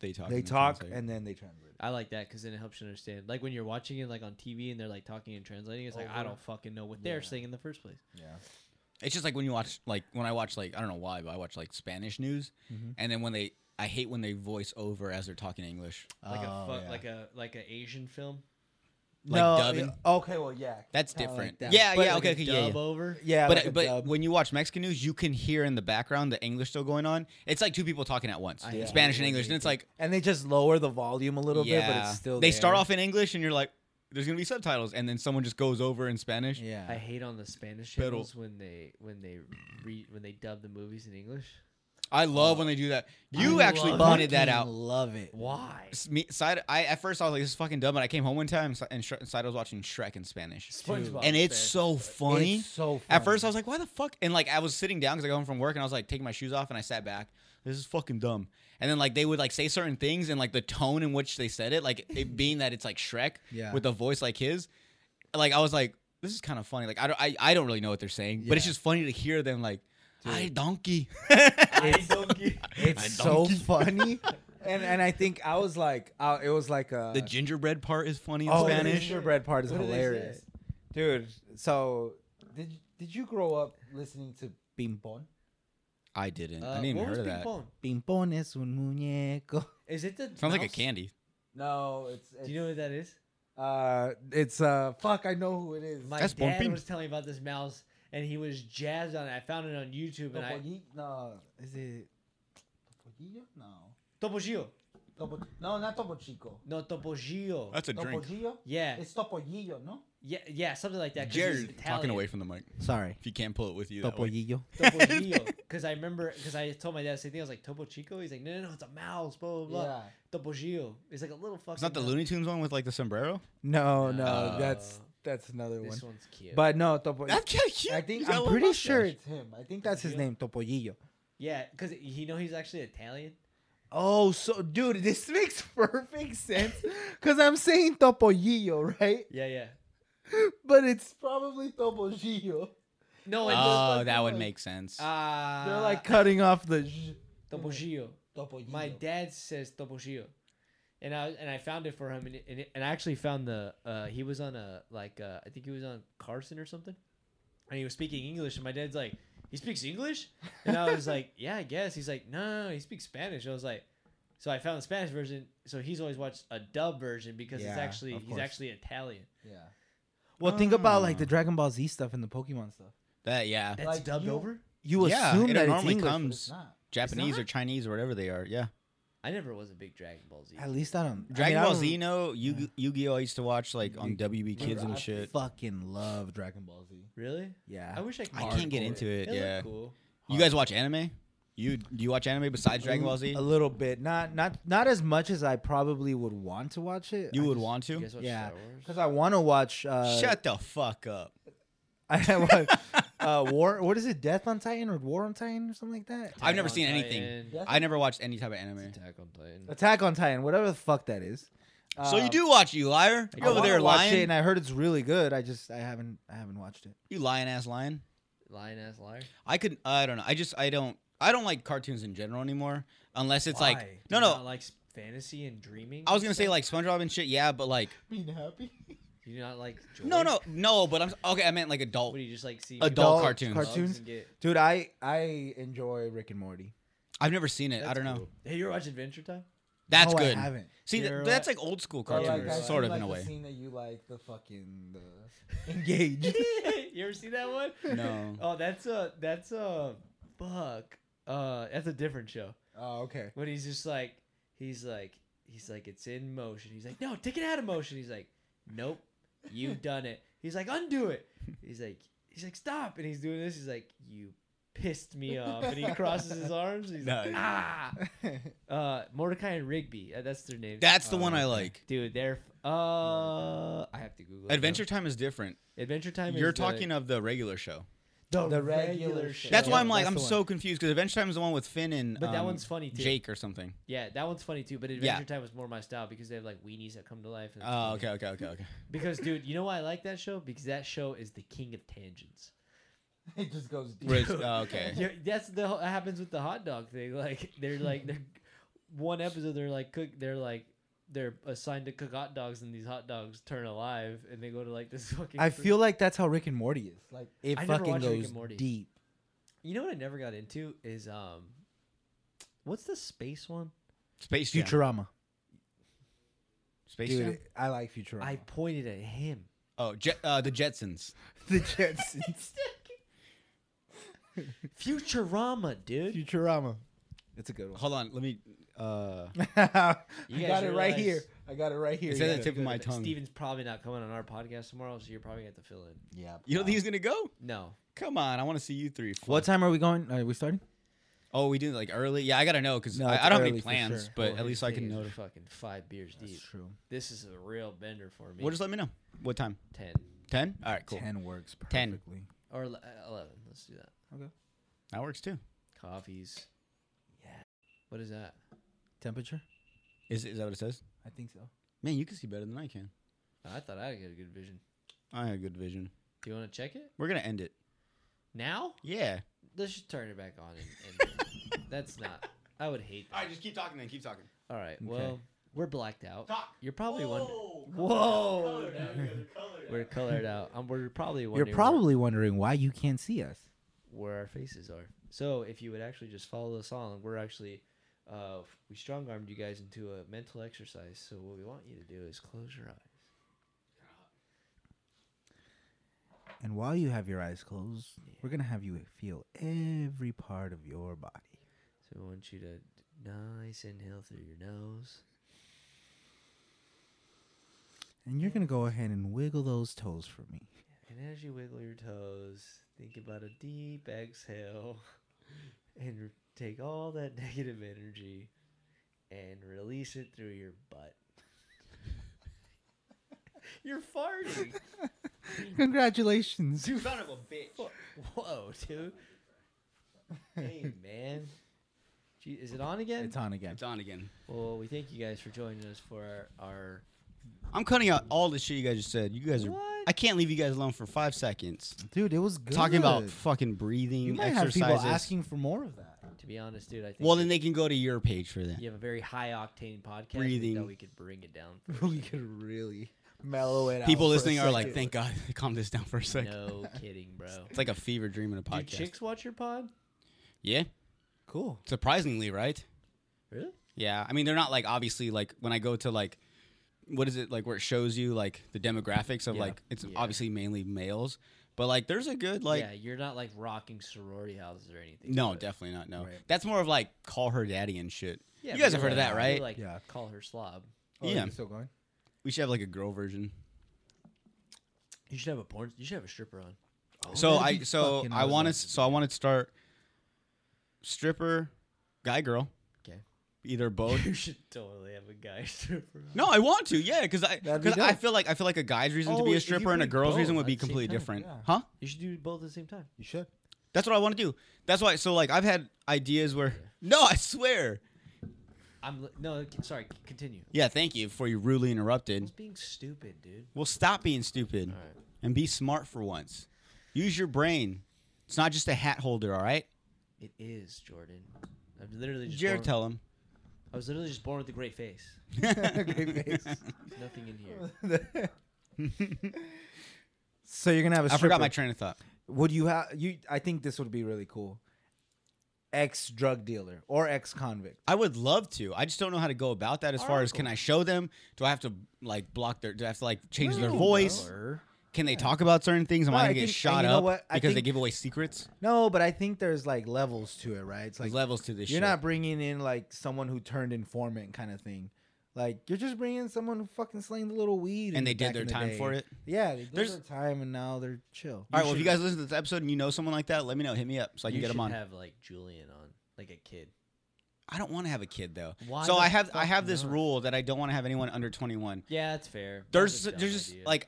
Speaker 6: They talk.
Speaker 7: they
Speaker 6: and
Speaker 7: talk
Speaker 6: translate.
Speaker 7: and then they translate. it.
Speaker 5: I like that because then it helps you understand. Like when you're watching it like on TV and they're like talking and translating, it's like I
Speaker 7: Over.
Speaker 5: don't fucking know what they're
Speaker 7: Yeah.
Speaker 5: saying in the first place.
Speaker 7: Yeah,
Speaker 6: it's just like when you watch like when I watch like I don't know why, but I watch like Spanish news, and then when they I hate when they voice over as they're talking English.
Speaker 5: Like
Speaker 7: Oh,
Speaker 5: a fu-
Speaker 7: yeah.
Speaker 5: like a like a Asian film.
Speaker 6: like
Speaker 7: No,
Speaker 6: dubbing.
Speaker 7: yeah, Okay, well, yeah,
Speaker 6: That's
Speaker 7: kinda like
Speaker 6: different.
Speaker 7: that.
Speaker 6: yeah,
Speaker 5: But
Speaker 6: yeah,
Speaker 5: like
Speaker 6: okay,
Speaker 5: a
Speaker 6: okay, yeah,
Speaker 5: dub
Speaker 6: yeah.
Speaker 5: over.
Speaker 7: yeah,
Speaker 6: But
Speaker 7: like a
Speaker 6: but
Speaker 7: dub.
Speaker 6: when you watch Mexican news, you can hear in the background the English still going on. It's like two people talking at once,
Speaker 5: I hate
Speaker 6: Spanish
Speaker 5: when
Speaker 6: and English,
Speaker 5: they
Speaker 6: and it's
Speaker 5: do-
Speaker 6: like
Speaker 7: and they just lower the volume a little bit, but
Speaker 6: yeah.
Speaker 7: it's still
Speaker 6: they start
Speaker 7: there.
Speaker 6: off in English, and you're like, there's gonna be subtitles, and then someone just goes over in Spanish.
Speaker 7: Yeah,
Speaker 5: I hate on the Spanish
Speaker 6: Pero-
Speaker 5: channels when they when they re, when they dub the movies in English.
Speaker 6: I love when they do that. You
Speaker 5: I
Speaker 6: actually
Speaker 5: love-
Speaker 6: pointed that
Speaker 7: Fucking
Speaker 6: out.
Speaker 7: Love it.
Speaker 5: Why?
Speaker 6: S- Me, side, I at first I was like, "This is fucking dumb," but I came home one time and, and Sh- Side was watching Shrek in Spanish,
Speaker 5: SpongeBob
Speaker 6: and it's
Speaker 5: (laughs) Spanish.
Speaker 6: so funny.
Speaker 7: It's so funny.
Speaker 6: At first, I was like, "Why the fuck?" And like, I was sitting down because I got home from work, and I was like taking my shoes off, and I sat back. This is fucking dumb. And then like they would like say certain things, and like the tone in which they said it, like
Speaker 5: (laughs)
Speaker 6: it being that it's like Shrek
Speaker 7: Yeah.
Speaker 6: with a voice like his. Like I was like, this is kind of funny. Like I don't, I, I don't really know what they're saying, but it's
Speaker 7: Yeah.
Speaker 6: just funny to hear them like,
Speaker 5: (laughs)
Speaker 6: "Hi donkey." (laughs)
Speaker 7: it's so funny. And and I think I was like, uh, it was like a
Speaker 6: the gingerbread part is funny in
Speaker 7: oh, the
Speaker 6: Spanish.
Speaker 7: gingerbread part is
Speaker 5: What do they say?
Speaker 7: hilarious, dude. So did did you grow up listening to Pimpon?
Speaker 6: I didn't.
Speaker 5: Uh,
Speaker 6: I didn't even
Speaker 5: what
Speaker 6: heard
Speaker 5: was
Speaker 6: of
Speaker 5: Ping
Speaker 6: that.
Speaker 5: Pong?
Speaker 7: Pimpon es un muñeco.
Speaker 5: Is it the
Speaker 6: Sounds like a
Speaker 5: mouse?
Speaker 6: candy.
Speaker 7: (laughs) No, it's, it's
Speaker 5: Do you know what that is?
Speaker 7: Uh, it's uh, fuck, I know who it is.
Speaker 5: My
Speaker 6: That's
Speaker 5: dad
Speaker 6: bumping.
Speaker 5: was telling me about this mouse, and he was jazzed on it. I found it on YouTube, and I
Speaker 7: Topollillo? No, is it Topollillo? No.
Speaker 5: Topoggio.
Speaker 7: Topo, no, not Topo Chico.
Speaker 5: No, Topoggio.
Speaker 6: That's a drink.
Speaker 7: Topollillo?
Speaker 5: yeah,
Speaker 7: It's Topollillo, no?
Speaker 5: yeah, yeah, something like that. 'cause he's
Speaker 6: Jared, talking
Speaker 5: Italian.
Speaker 6: away from the mic.
Speaker 7: Sorry.
Speaker 6: If you can't pull it with you, that way.
Speaker 7: Topollillo.
Speaker 6: (laughs)
Speaker 5: Because I remember, because I told my dad the same thing. I was like, Topo Chico? He's like, no, no, no, it's a mouse, blah, blah, blah.
Speaker 7: Yeah.
Speaker 5: Topo Gio. It's like a little fucking.
Speaker 6: It's not the
Speaker 5: mouse.
Speaker 6: Looney Tunes one with like the sombrero.
Speaker 7: No, no,
Speaker 6: Uh,
Speaker 7: that's that's another
Speaker 5: This
Speaker 7: one.
Speaker 5: one's cute.
Speaker 7: But no, Topo.
Speaker 6: kind of cute.
Speaker 7: I think I'm pretty sure it's him. I think that's his
Speaker 5: Topollillo?
Speaker 7: name, Topollillo.
Speaker 5: yeah, because you know he's actually Italian.
Speaker 7: Oh, so dude, this makes (laughs) perfect sense because I'm saying Topollillo, right?
Speaker 5: Yeah, yeah.
Speaker 7: But it's probably Topollillo.
Speaker 5: No, and
Speaker 6: Oh,
Speaker 5: uh,
Speaker 6: that would make sense.
Speaker 5: uh,
Speaker 7: They're like cutting off the. J-
Speaker 5: Topo Gio.
Speaker 7: Ah. Topollillo.
Speaker 5: My dad says Toposhio, and I and I found it for him, and it, and, it, and I actually found the uh, he was on a like uh, I think he was on Carson or something, and he was speaking English, and my dad's like, he speaks English, and I was like, yeah, I guess. He's like, no, no, no, he speaks Spanish. I was like, so I found the Spanish version. So he's always watched a dub version because it's
Speaker 7: Yeah,
Speaker 5: actually
Speaker 7: of
Speaker 5: he's
Speaker 7: course.
Speaker 5: actually Italian.
Speaker 7: Yeah. Well, think about like the Dragon Ball Z stuff and the Pokemon stuff.
Speaker 6: that yeah,
Speaker 5: That's
Speaker 7: Like,
Speaker 5: dubbed
Speaker 7: you-
Speaker 5: over.
Speaker 7: You
Speaker 6: Yeah,
Speaker 7: assume
Speaker 6: it
Speaker 7: that it's
Speaker 6: normally
Speaker 7: English, but
Speaker 6: comes-
Speaker 7: it's not.
Speaker 6: Japanese
Speaker 5: not?
Speaker 6: or Chinese or whatever they are. Yeah,
Speaker 5: I never was a big Dragon Ball Z.
Speaker 7: At least I don't. I mean,
Speaker 6: Dragon
Speaker 7: I
Speaker 6: Ball
Speaker 7: don't-
Speaker 6: Z. No, Yu Yu Gi Oh. I used to watch like on WB
Speaker 7: Dude,
Speaker 6: Kids
Speaker 7: I
Speaker 6: and shit.
Speaker 7: Fucking love Dragon Ball Z.
Speaker 5: Really? I
Speaker 7: Yeah.
Speaker 5: wish I. could
Speaker 6: I can't get
Speaker 5: hardcore
Speaker 6: into it,
Speaker 5: It looked
Speaker 6: yeah.
Speaker 5: cool.
Speaker 6: You guys watch anime? You do you watch anime besides Dragon Ball Z?
Speaker 7: A little bit, not not not as much as I probably would want to watch it.
Speaker 6: You would want
Speaker 5: You
Speaker 6: to?
Speaker 5: guys watch
Speaker 7: yeah,
Speaker 5: Star Wars?
Speaker 7: because uh, (laughs) I want to watch. Uh,
Speaker 6: Shut the fuck up.
Speaker 7: I want, uh, War. What is it? Death on Titan or War on Titan or something like that?
Speaker 6: I've never
Speaker 5: Attack on
Speaker 6: seen anything.
Speaker 5: Titan.
Speaker 1: Yeah.
Speaker 6: I never watched any type of anime.
Speaker 5: Attack on Titan.
Speaker 7: Attack on Titan, whatever the fuck that is.
Speaker 6: so you
Speaker 7: Um,
Speaker 6: do watch it, you
Speaker 5: I
Speaker 6: liar.
Speaker 7: I
Speaker 6: You're over
Speaker 7: wanna
Speaker 6: there
Speaker 7: watch it,
Speaker 6: lying.
Speaker 7: and I heard it's really good. I just I haven't I haven't watched it.
Speaker 6: You lying ass lion.
Speaker 5: Lion ass liar.
Speaker 6: I could. I don't know. I just. I don't. I don't like cartoons in general anymore. Unless it's
Speaker 7: Why?
Speaker 6: like no,
Speaker 5: Do you
Speaker 6: no.
Speaker 5: not like s- fantasy and dreaming.
Speaker 6: I was gonna say like SpongeBob and shit. Yeah, but like
Speaker 1: (laughs) Being happy.
Speaker 5: You do not like. Joy?
Speaker 6: no, no, no. But I'm okay. I meant like adult.
Speaker 5: What do you just like see?
Speaker 6: Adult
Speaker 5: people's
Speaker 6: cartoons.
Speaker 5: dogs
Speaker 7: Cartoons?
Speaker 5: and get-
Speaker 7: Dude, I I enjoy Rick and Morty.
Speaker 6: I've never seen it. I
Speaker 5: That's
Speaker 6: don't know.
Speaker 5: cool. Hey, you ever watch Adventure
Speaker 6: (laughs)
Speaker 5: Time? (laughs)
Speaker 6: That's
Speaker 7: No,
Speaker 6: good.
Speaker 7: Oh, I haven't.
Speaker 6: See, th-
Speaker 5: You're
Speaker 6: that's
Speaker 5: right.
Speaker 6: like old school
Speaker 7: Oh,
Speaker 1: But,
Speaker 6: cartoons,
Speaker 1: I
Speaker 6: sort of
Speaker 1: do
Speaker 6: in
Speaker 1: like
Speaker 6: a
Speaker 1: the
Speaker 6: way.
Speaker 1: Scene that you like the fucking the (laughs)
Speaker 7: Engaged.
Speaker 5: you ever see that one?
Speaker 6: No.
Speaker 5: (laughs) Oh, that's a that's a fuck. Uh, that's a different show.
Speaker 7: oh, okay.
Speaker 5: When he's just like he's like he's like it's in motion. He's like no, take it out of motion. He's like nope,
Speaker 6: (laughs)
Speaker 5: you've done it. He's like undo it. He's like he's like stop. And he's doing this. He's like you pissed me off. And he
Speaker 6: (laughs)
Speaker 5: crosses his arms. He's like
Speaker 6: Nice.
Speaker 5: ah. Uh, Mordecai and Rigby. Uh, that's their name.
Speaker 6: That's the one I like.
Speaker 5: Dude, they're f- uh. I have to Google it,
Speaker 6: Adventure Time is different.
Speaker 5: though. Adventure Time.
Speaker 6: You're
Speaker 5: is the-
Speaker 6: talking of the regular show.
Speaker 5: the,
Speaker 1: The regular
Speaker 5: regular show.
Speaker 1: show.
Speaker 6: That's why I'm
Speaker 7: yeah,
Speaker 6: like
Speaker 7: that's
Speaker 6: I'm
Speaker 7: the one.
Speaker 6: so confused because Adventure Time is the one with Finn and
Speaker 5: But that
Speaker 6: um,
Speaker 5: one's funny, too.
Speaker 6: Jake or something.
Speaker 5: Yeah, that one's funny too. But Adventure
Speaker 6: Yeah.
Speaker 5: Time was more my style because they have like weenies that come to life. and it's funny.
Speaker 6: Oh, okay, okay, okay, okay.
Speaker 5: Because dude, you know why I like that show? Because that show is the king of tangents.
Speaker 1: (laughs) it just goes deep.
Speaker 6: Whereas- oh, okay.
Speaker 5: (laughs) Yeah, that's the that happens with the hot dog thing. (laughs) Like they're like they're one episode they're like cook they're like they're assigned to cook hot dogs and these hot dogs turn alive and they go to like this (laughs) fucking.
Speaker 7: I feel like that's how Rick and Morty is. Like it
Speaker 5: I never
Speaker 7: fucking
Speaker 5: watched Rick and
Speaker 7: goes
Speaker 5: Morty.
Speaker 7: deep.
Speaker 5: you know what I never got into is um, what's the space one?
Speaker 6: Space Jam.
Speaker 7: Futurama.
Speaker 6: Space
Speaker 7: Dude,
Speaker 6: Jam.
Speaker 7: I like Futurama. (laughs)
Speaker 5: I pointed at him.
Speaker 6: Oh, Je- uh, the Jetsons.
Speaker 7: the Jetsons.
Speaker 5: Futurama,
Speaker 7: (laughs)
Speaker 5: dude.
Speaker 7: Futurama. It's a good
Speaker 6: (laughs)
Speaker 7: one.
Speaker 6: Hold on, let me. Uh,
Speaker 7: (laughs) I
Speaker 5: You
Speaker 7: got
Speaker 5: guys
Speaker 7: it right
Speaker 5: realize-
Speaker 7: here. I got it right here.
Speaker 6: It's at the
Speaker 7: yeah.
Speaker 6: tip of my tongue.
Speaker 5: Steven's probably not coming on our podcast tomorrow, so you're probably gonna have to fill in.
Speaker 1: Yeah.
Speaker 6: you don't think he's gonna go?
Speaker 5: No.
Speaker 6: Come on, I want to see you three.
Speaker 7: What time are we going? Are we starting?
Speaker 6: Oh, we do like early. Yeah, I gotta know because
Speaker 7: No,
Speaker 6: I,
Speaker 7: it's
Speaker 6: I don't have
Speaker 7: early
Speaker 6: any
Speaker 7: for
Speaker 6: plans,
Speaker 7: sure.
Speaker 6: but
Speaker 5: Oh,
Speaker 6: at least
Speaker 5: these
Speaker 6: I can
Speaker 5: things are
Speaker 6: know.
Speaker 5: Fucking five beers deep.
Speaker 7: true.
Speaker 5: This is a real bender for me.
Speaker 6: Well, just let me know. What time?
Speaker 5: ten
Speaker 6: Ten. All right, cool.
Speaker 7: Ten works
Speaker 6: Ten.
Speaker 7: perfectly.
Speaker 5: or ele- uh, eleven? Let's do that.
Speaker 6: That works too.
Speaker 5: Coffees. Yeah. What is that?
Speaker 7: Temperature?
Speaker 6: Is is that what it says?
Speaker 7: I think so.
Speaker 6: Man, you can see better than I can.
Speaker 5: Oh, I thought I had a good vision.
Speaker 6: I have good vision.
Speaker 5: Do you want to check it
Speaker 6: We're gonna end it.
Speaker 5: now?
Speaker 6: Yeah.
Speaker 5: Let's just turn it back on. And, and that's not. I would hate that.
Speaker 6: just keep talking then. Keep talking.
Speaker 5: All right. Well, we're blacked out.
Speaker 6: Talk.
Speaker 5: You're probably wondering.
Speaker 6: Oh.
Speaker 5: Whoa. We're colored out. Um, we're probably
Speaker 7: You're
Speaker 5: wondering. where-
Speaker 7: probably wondering why you can't see us.
Speaker 5: where our faces are. So if you would actually just follow us on, we're actually uh, we strong armed you guys into a mental exercise. So what we want you to do is close your eyes.
Speaker 7: And while you have your eyes closed, we're going to have you feel every part of your body.
Speaker 5: So we want you to nice inhale through your nose.
Speaker 7: And you're going to go ahead and wiggle those toes for me.
Speaker 5: And as you wiggle your toes, think about a deep exhale (laughs) and re- take all that (laughs) negative energy and release it through your butt. (laughs) You're farting.
Speaker 7: (laughs) Congratulations.
Speaker 6: Son of a bitch.
Speaker 5: Whoa, dude. Hey, man. Gee, is it on again?
Speaker 7: It's on again.
Speaker 6: It's on again.
Speaker 5: Well, we thank you guys for joining us for our.
Speaker 6: I'm cutting out all the shit you guys just said. You guys are.
Speaker 5: What?
Speaker 6: I can't leave you guys alone for five seconds.
Speaker 7: Dude, it was good.
Speaker 6: Talking about fucking breathing
Speaker 7: You might have
Speaker 6: exercises.
Speaker 7: people asking for more of that.
Speaker 5: our to be honest, dude, I think.
Speaker 6: well, then
Speaker 5: that
Speaker 6: they can go to your page for that.
Speaker 5: you have a very high octane podcast.
Speaker 6: Breathing.
Speaker 5: That we could bring it down.
Speaker 7: (laughs) (laughs)
Speaker 5: For
Speaker 7: we could really mellow it out.
Speaker 6: People
Speaker 7: for a
Speaker 6: listening are like,
Speaker 7: second.
Speaker 6: "Thank God, (laughs) calm this down for a second.
Speaker 5: no kidding, bro.
Speaker 6: It's like a fever dream in a
Speaker 5: Do
Speaker 6: podcast.
Speaker 5: chicks watch your pod?
Speaker 6: yeah,
Speaker 7: cool.
Speaker 6: surprisingly, right?
Speaker 5: Really?
Speaker 6: Yeah, I mean they're not like obviously like when I go to like what is it like where it shows you like the demographics of
Speaker 5: Yeah.
Speaker 6: like it's
Speaker 5: Yeah.
Speaker 6: obviously mainly males, but like there's a good like
Speaker 5: yeah, you're not like rocking sorority houses or anything.
Speaker 6: no
Speaker 5: but-
Speaker 6: definitely not no
Speaker 7: Right.
Speaker 6: that's more of like call her daddy and shit.
Speaker 5: Yeah, but
Speaker 6: you guys
Speaker 5: you're
Speaker 6: have heard of
Speaker 5: like-
Speaker 6: that
Speaker 5: you're
Speaker 6: right?
Speaker 5: Like,
Speaker 7: Yeah.
Speaker 5: call her slob.
Speaker 7: Oh,
Speaker 6: Yeah.
Speaker 7: you still going?
Speaker 6: we should have like a girl version.
Speaker 5: You should have a porn. You should have a stripper on.
Speaker 6: so
Speaker 7: that'd
Speaker 6: I
Speaker 7: be
Speaker 6: so
Speaker 7: fucking
Speaker 6: I want to
Speaker 7: awesome.
Speaker 6: so I want to start stripper, guy girl,
Speaker 5: Okay. (laughs)
Speaker 6: either
Speaker 5: (laughs)
Speaker 6: both.
Speaker 5: You should totally have a guy (laughs) stripper.
Speaker 6: No, I want to, yeah, because I
Speaker 7: That'd be
Speaker 6: because I
Speaker 7: dope.
Speaker 6: feel like I feel like a guy's reason to
Speaker 5: Oh,
Speaker 6: be
Speaker 5: if
Speaker 6: a
Speaker 5: you
Speaker 6: stripper and a
Speaker 5: put
Speaker 6: girl's
Speaker 5: both
Speaker 6: reason would
Speaker 5: at
Speaker 6: be
Speaker 5: the same
Speaker 6: completely
Speaker 5: time,
Speaker 6: different,
Speaker 1: yeah.
Speaker 6: huh?
Speaker 5: You should do both at the same time.
Speaker 1: You should.
Speaker 6: That's what I want to do. That's why. So like, I've had ideas where no, I swear.
Speaker 5: I'm li- no, c- sorry. c- Continue. I
Speaker 6: Yeah, thank you for you rudely interrupted.
Speaker 5: was being stupid, dude.
Speaker 6: Well, stop being stupid and be smart for once. Use your brain. It's not just a hat holder, all right?
Speaker 5: It is Jordan. I'm literally just.
Speaker 6: Jared,
Speaker 5: born-
Speaker 6: tell him.
Speaker 5: I was literally just born with a great face.
Speaker 7: (laughs) Okay,
Speaker 5: There's nothing in here.
Speaker 7: face. (laughs) so you're gonna have a
Speaker 6: (laughs) I forgot my
Speaker 7: stripper.
Speaker 6: train of thought.
Speaker 7: would you have you? I think this would be really cool. Ex drug dealer or ex convict.
Speaker 6: I would love to. I just don't know how to go about that. As far as can I show them? Do I have to like block their? Do I have to like change their voice? Can they talk about certain things? Am
Speaker 7: No,
Speaker 6: I gonna
Speaker 7: I
Speaker 6: get
Speaker 7: think- and
Speaker 6: shot
Speaker 7: you know
Speaker 6: up
Speaker 7: what? I
Speaker 6: because they
Speaker 7: think-
Speaker 6: give away secrets?
Speaker 7: No, but I think there's like levels to it, right? It's like
Speaker 6: There's levels to this.
Speaker 7: you're
Speaker 6: shit.
Speaker 7: not bringing in like someone who turned informant kind of thing. Like you're just bringing someone who fucking slaying the little weed, in
Speaker 6: and they
Speaker 7: back
Speaker 6: did their
Speaker 7: in the
Speaker 6: time
Speaker 7: day.
Speaker 6: for it.
Speaker 7: Yeah, they did
Speaker 6: There's-
Speaker 7: their time and now they're chill.
Speaker 6: All right. Well, if you guys listen to this episode and you know someone like that, let me know. Hit me up so I can
Speaker 5: you
Speaker 6: get them
Speaker 5: should
Speaker 6: on.
Speaker 5: have like Julian on, like a kid.
Speaker 6: I don't want to have a kid though.
Speaker 5: Why
Speaker 6: so
Speaker 5: the
Speaker 6: I have I
Speaker 5: fuck
Speaker 6: have this
Speaker 5: not?
Speaker 6: rule that I don't want to have anyone under 21.
Speaker 5: Yeah, that's fair.
Speaker 6: There's there's just like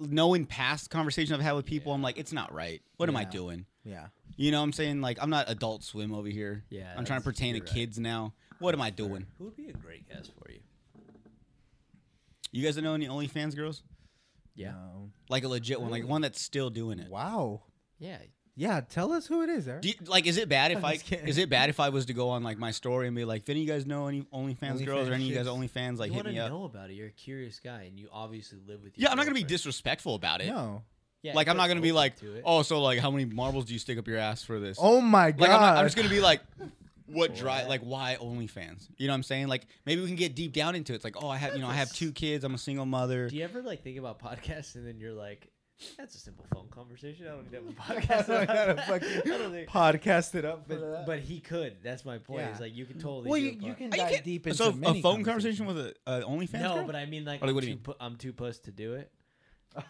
Speaker 6: knowing past conversations I've had with people, I'm like, it's not right. What am I
Speaker 7: Yeah.
Speaker 6: doing?
Speaker 7: Yeah,
Speaker 6: You know what I'm saying? Like I'm not adult swim over here.
Speaker 5: Yeah,
Speaker 6: I'm trying to
Speaker 5: that's-
Speaker 6: pertain to
Speaker 5: you're right.
Speaker 6: kids now. What am I doing?
Speaker 5: Who would be a great guest for you?
Speaker 6: You guys know any OnlyFans girls?
Speaker 5: Yeah.
Speaker 7: Um,
Speaker 6: Like a legit one, like one that's still doing it.
Speaker 7: wow.
Speaker 5: Yeah.
Speaker 7: Yeah, tell us who it is, Eric.
Speaker 6: Do you, like, is it bad if
Speaker 7: I'm
Speaker 6: I
Speaker 7: just kidding.
Speaker 6: is it bad if I was to go on like my story and be like, if any of you guys know any OnlyFans girls
Speaker 7: OnlyFans
Speaker 6: or any of you guys
Speaker 7: chicks?
Speaker 6: OnlyFans, like
Speaker 5: you
Speaker 6: hit
Speaker 5: want to
Speaker 6: me up?
Speaker 5: know about it. You're a curious guy, and you obviously live with. Your
Speaker 6: Yeah, I'm not gonna be
Speaker 5: girlfriend.
Speaker 6: disrespectful about it.
Speaker 7: no.
Speaker 5: Yeah,
Speaker 6: Like
Speaker 5: if
Speaker 6: I'm not
Speaker 5: they're
Speaker 6: gonna be
Speaker 5: open
Speaker 6: like,
Speaker 5: to it.
Speaker 6: oh, so like how many marbles do you stick up your ass for this?
Speaker 7: Oh my god.
Speaker 6: like I'm, not, I'm just gonna be like, what drive? Like why OnlyFans? You know what I'm saying? Like maybe we can get deep down into it. It's like, oh, I have you know I have two kids. I'm a
Speaker 7: (laughs)
Speaker 6: single mother.
Speaker 5: Do you ever like think about podcasts and then you're like, that's a simple phone conversation. I don't need to have a
Speaker 7: (laughs)
Speaker 5: podcast.
Speaker 7: I don't
Speaker 5: about
Speaker 6: (laughs)
Speaker 7: gotta
Speaker 5: that."
Speaker 7: fucking
Speaker 5: (laughs) I don't think-
Speaker 7: podcast it up. for
Speaker 5: But,
Speaker 7: that.
Speaker 5: but he could. That's my point.
Speaker 7: Yeah.
Speaker 5: It's like you can totally.
Speaker 7: well,
Speaker 5: do
Speaker 7: you,
Speaker 5: a
Speaker 7: you
Speaker 5: pod- (laughs)
Speaker 7: can
Speaker 6: Are you
Speaker 7: dive
Speaker 6: kidding?
Speaker 7: deep into
Speaker 6: so a
Speaker 7: many
Speaker 6: phone
Speaker 7: conversations.
Speaker 6: conversation with a, a OnlyFans
Speaker 5: No,
Speaker 6: girl?
Speaker 5: but I mean, like,
Speaker 6: Oh, like,
Speaker 5: I'm,
Speaker 6: what do you
Speaker 5: too
Speaker 6: mean?
Speaker 5: pu- I'm too puss to do
Speaker 7: (laughs)
Speaker 5: it.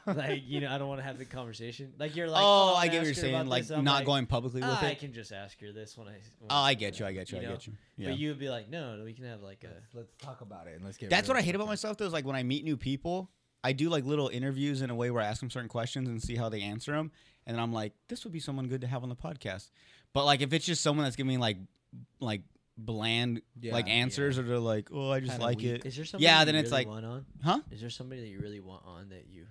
Speaker 5: like, you know, I don't want to have the conversation. Like, you're like,
Speaker 6: oh,
Speaker 5: I'll
Speaker 6: I get
Speaker 5: ask
Speaker 6: what you're
Speaker 5: her
Speaker 6: saying.
Speaker 5: about
Speaker 6: Like
Speaker 5: this," I'm
Speaker 6: not going publicly with
Speaker 5: "Ah, I
Speaker 6: it.
Speaker 5: can just ask her this when I. When
Speaker 6: Oh, I get you. I get you. I
Speaker 5: know?
Speaker 6: get you. Yeah.
Speaker 5: But you'd be like, no, no, we can have like a.
Speaker 7: Let's talk about it and let's get.
Speaker 6: uh, That's
Speaker 7: real
Speaker 6: what I hate
Speaker 7: about
Speaker 6: about myself though. Is like when I meet new people, I do like little interviews in a way where I ask them certain questions and see how they answer them, and then I'm like, this would be someone good to have on the podcast. But like if it's just someone that's giving me like like bland like
Speaker 7: Yeah.
Speaker 6: answers, or they're like, oh, I just
Speaker 7: Kinda
Speaker 6: like
Speaker 7: weak.
Speaker 6: it,
Speaker 5: Is there somebody
Speaker 6: Yeah,
Speaker 5: you
Speaker 6: then it's
Speaker 5: really
Speaker 6: like-
Speaker 5: want on?
Speaker 6: huh?
Speaker 5: Is there somebody that you really want on that you.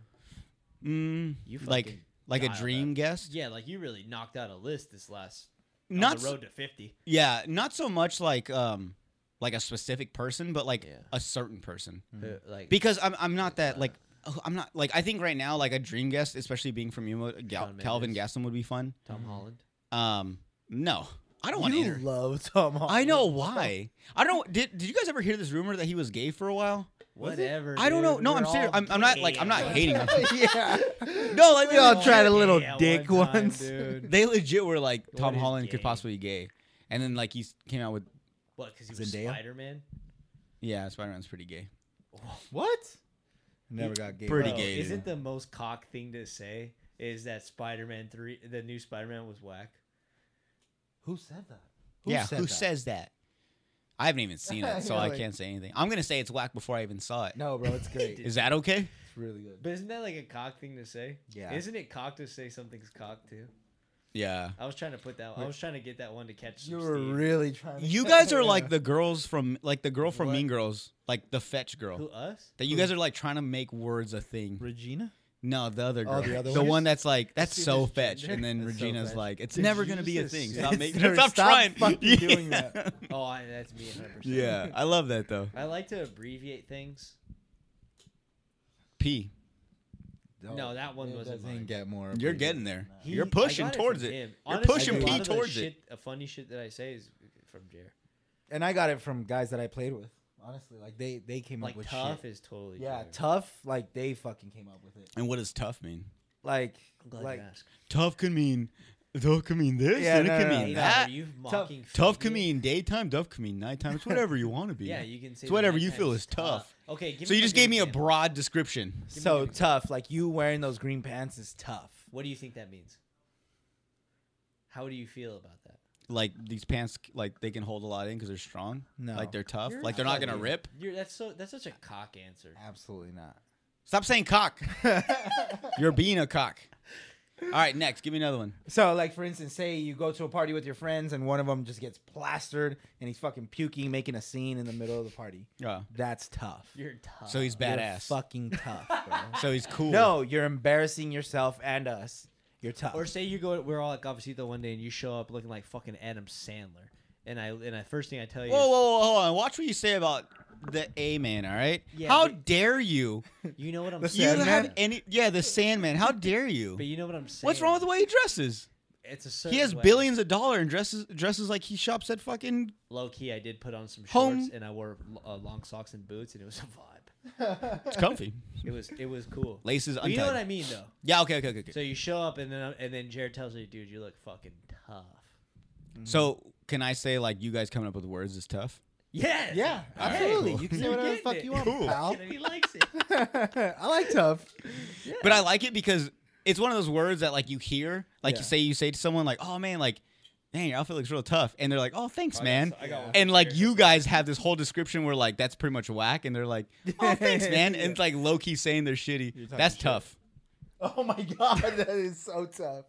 Speaker 6: Mm,
Speaker 5: You
Speaker 6: like
Speaker 5: fucking
Speaker 6: like a
Speaker 5: dialed
Speaker 6: dream
Speaker 5: up.
Speaker 6: guest?
Speaker 5: Yeah, like you really knocked out a list this last. on
Speaker 6: Not
Speaker 5: the
Speaker 6: so-
Speaker 5: road to 50.
Speaker 6: yeah, not so much like um like a specific person, but like
Speaker 5: Yeah.
Speaker 6: a certain person.
Speaker 5: Uh, Like,
Speaker 6: because I'm I'm not that
Speaker 5: Uh,
Speaker 6: like oh, I'm not like I think right now like a dream guest, especially being from Yuma, Gal-
Speaker 5: Shawn
Speaker 6: Calvin
Speaker 5: Mendes.
Speaker 6: Gaston would be fun.
Speaker 5: Tom Holland.
Speaker 6: Um, no, I don't want to.
Speaker 7: You
Speaker 6: Inter-
Speaker 7: love Tom. Holland.
Speaker 6: I know (laughs) why. I don't. Did Did you guys ever hear this rumor that he was gay for a while?
Speaker 5: Whatever.
Speaker 6: I don't
Speaker 5: dude,
Speaker 6: know. No, I'm
Speaker 5: we're
Speaker 6: serious.
Speaker 5: all
Speaker 6: I'm, I'm not like
Speaker 5: gay
Speaker 6: I'm
Speaker 5: at
Speaker 6: not
Speaker 5: one
Speaker 6: hating. on him.
Speaker 7: yeah.
Speaker 6: No, like
Speaker 7: We all
Speaker 6: no,
Speaker 7: tried
Speaker 5: Yeah,
Speaker 7: a little
Speaker 5: at
Speaker 7: dick
Speaker 5: one time,
Speaker 7: once. (laughs)
Speaker 5: dude.
Speaker 6: They legit were like Tom
Speaker 5: is
Speaker 6: Holland could
Speaker 5: gay?
Speaker 6: possibly be gay, and then like he s- came out with
Speaker 5: What? Because he was
Speaker 7: Zendaya?
Speaker 5: Spider Man.
Speaker 6: yeah, Spider Man's pretty gay.
Speaker 7: What? Never got gay.
Speaker 6: Pretty
Speaker 7: Bro,
Speaker 6: gay,
Speaker 5: Is
Speaker 6: dude.
Speaker 5: it the most cock thing to say? Is that Spider Man three? The new Spider Man was whack.
Speaker 1: Who said that?
Speaker 6: yeah,
Speaker 7: said
Speaker 6: who
Speaker 7: that?
Speaker 6: says that? I haven't even seen
Speaker 7: (laughs)
Speaker 6: it, so
Speaker 7: You're
Speaker 6: I
Speaker 7: like-
Speaker 6: can't say anything. I'm gonna say it's whack before I even saw it. Is
Speaker 7: No, bro, it's
Speaker 6: (laughs)
Speaker 7: great.
Speaker 5: Dude.
Speaker 6: that okay?
Speaker 7: it's really good.
Speaker 5: But isn't that like a cock thing to say?
Speaker 7: Yeah.
Speaker 5: Isn't it cock to say something's cock too?
Speaker 6: Yeah.
Speaker 7: (laughs)
Speaker 5: I was trying to put that. I was trying to get that one to catch. Some
Speaker 7: You were
Speaker 5: steam.
Speaker 7: really trying. To
Speaker 6: You guys are like the girls from like the girl from Mean Girls, like the fetch girl.
Speaker 5: Who us?
Speaker 6: That you guys are like trying to make words a thing.
Speaker 7: Regina.
Speaker 6: No, the other girl.
Speaker 7: Oh, the other
Speaker 6: the
Speaker 7: one?
Speaker 6: one that's like that's
Speaker 5: She's
Speaker 6: so
Speaker 5: just
Speaker 6: fetch,
Speaker 5: gender.
Speaker 6: and then
Speaker 7: That's so
Speaker 6: Regina's
Speaker 7: fetch.
Speaker 6: like, it's
Speaker 5: Dude,
Speaker 6: never
Speaker 5: you
Speaker 6: gonna
Speaker 5: just
Speaker 6: be a
Speaker 5: dis-
Speaker 6: thing.
Speaker 5: it's
Speaker 6: Stop making,
Speaker 7: never-
Speaker 6: stop,
Speaker 7: stop
Speaker 6: trying.
Speaker 7: fucking doing
Speaker 6: (laughs) Yeah.
Speaker 7: that.
Speaker 5: Oh, I, that's me. 100%.
Speaker 6: Yeah, I love that though.
Speaker 5: I like to abbreviate things.
Speaker 6: P,
Speaker 5: No, that one
Speaker 7: it
Speaker 5: wasn't
Speaker 7: doesn't
Speaker 5: mine.
Speaker 7: get more.
Speaker 6: you're getting there.
Speaker 5: He-
Speaker 6: you're
Speaker 5: I
Speaker 6: pushing
Speaker 5: got
Speaker 6: towards
Speaker 5: from
Speaker 6: it.
Speaker 5: him.
Speaker 6: You're
Speaker 5: Honestly,
Speaker 6: pushing
Speaker 5: a
Speaker 6: P
Speaker 5: lot of the
Speaker 6: towards it.
Speaker 5: shit, A funny shit that I say is from Jer.
Speaker 7: And I got it from guys that I played with. Honestly, like they they came up
Speaker 5: Like
Speaker 7: with
Speaker 5: tough
Speaker 7: shit.
Speaker 5: is totally.
Speaker 7: Yeah,
Speaker 5: Jer.
Speaker 7: tough. Like they fucking came up with it.
Speaker 6: And what does tough mean?
Speaker 7: Like
Speaker 5: I'm glad
Speaker 7: like
Speaker 5: you asked.
Speaker 6: Tough could mean, tough could mean this,
Speaker 7: Yeah,
Speaker 6: and
Speaker 7: no,
Speaker 6: it could
Speaker 7: no,
Speaker 6: mean
Speaker 7: no.
Speaker 5: Hey, Dom,
Speaker 6: that.
Speaker 5: are you
Speaker 7: tough-
Speaker 5: mocking
Speaker 6: Tough
Speaker 5: Phoebe?
Speaker 6: could mean daytime, tough could mean nighttime. It's whatever you want to be.
Speaker 5: Yeah, you can say
Speaker 6: It's whatever you
Speaker 5: nighttime
Speaker 6: feel is tough.
Speaker 5: Okay, give
Speaker 6: So you
Speaker 5: like,
Speaker 6: just
Speaker 5: an
Speaker 6: gave me a
Speaker 5: example.
Speaker 6: broad description.
Speaker 7: so tough. Like you wearing those green pants is tough.
Speaker 5: What do you think that means? How do you feel about that?
Speaker 6: like these pants like they can hold a lot in because they're strong.
Speaker 7: No.
Speaker 6: like they're tough.
Speaker 5: You're
Speaker 6: like they're not
Speaker 5: fucking-
Speaker 6: gonna rip.
Speaker 5: You're, that's so. That's such a cock answer.
Speaker 7: Absolutely not. (laughs)
Speaker 6: Stop saying cock. You're being a cock. All right, next. Give me another one.
Speaker 7: So, like for instance, say you go to a party with your friends and one of them just gets plastered and he's fucking puking, making a scene in the middle of the party.
Speaker 6: Yeah.
Speaker 7: That's tough.
Speaker 5: You're tough.
Speaker 6: So he's
Speaker 7: You're
Speaker 6: badass.
Speaker 7: fucking tough, bro.
Speaker 6: So he's (laughs) cool.
Speaker 7: no, you're embarrassing yourself and us. You're tough.
Speaker 5: Or say you go, we're all at Cafecito one day, and you show up looking like fucking Adam Sandler, and I and I first thing I tell you,
Speaker 6: Whoa, whoa,
Speaker 5: is,
Speaker 6: whoa, hold on. Watch what you say about the A man. All right.
Speaker 5: Yeah,
Speaker 6: How
Speaker 5: but- (laughs)
Speaker 6: dare you?
Speaker 5: you know what I'm
Speaker 6: You
Speaker 5: saying,
Speaker 6: don't have
Speaker 7: Sandman?
Speaker 6: any? Yeah, the Sandman. How dare you?
Speaker 5: but you know what I'm saying.
Speaker 6: What's wrong with the way he dresses?
Speaker 5: It's a certain
Speaker 6: He has
Speaker 5: way.
Speaker 6: billions of dollars and dresses dresses like he shops at fucking.
Speaker 5: (laughs) Low key, I did put on some shorts
Speaker 6: Home-
Speaker 5: and I wore uh, long socks and boots, and it was a vibe.
Speaker 6: It's comfy.
Speaker 5: It was it was cool.
Speaker 6: Laces
Speaker 5: But you know what
Speaker 6: untied.
Speaker 5: I mean though.
Speaker 6: Yeah. Okay. Okay. Okay. okay.
Speaker 5: So you show up, and then and then Jared tells you, dude, you look fucking tough.
Speaker 6: So can I say like you guys coming up with words is tough?
Speaker 5: Yes.
Speaker 7: yeah,
Speaker 6: All right,
Speaker 7: absolutely.
Speaker 6: cool.
Speaker 7: You can say
Speaker 5: You're
Speaker 7: whatever the
Speaker 5: getting
Speaker 7: fuck
Speaker 5: it.
Speaker 7: you
Speaker 5: (laughs)
Speaker 7: want,
Speaker 6: Cool.
Speaker 7: pal.
Speaker 5: And he likes it.
Speaker 1: (laughs)
Speaker 7: I like tough.
Speaker 6: But I like it because it's one of those words that like you hear, like
Speaker 7: Yeah.
Speaker 6: you say you say to someone like, "Oh man, like, dang, your outfit looks real tough," and they're like, "Oh, thanks, man." and like (laughs) you guys have this whole description where like that's pretty much whack, and they're like,
Speaker 5: (laughs)
Speaker 6: "Oh, thanks, man," and it's like low key saying they're shitty.
Speaker 7: talking
Speaker 6: That's
Speaker 7: shit.
Speaker 6: tough.
Speaker 1: Oh my god, that is so tough.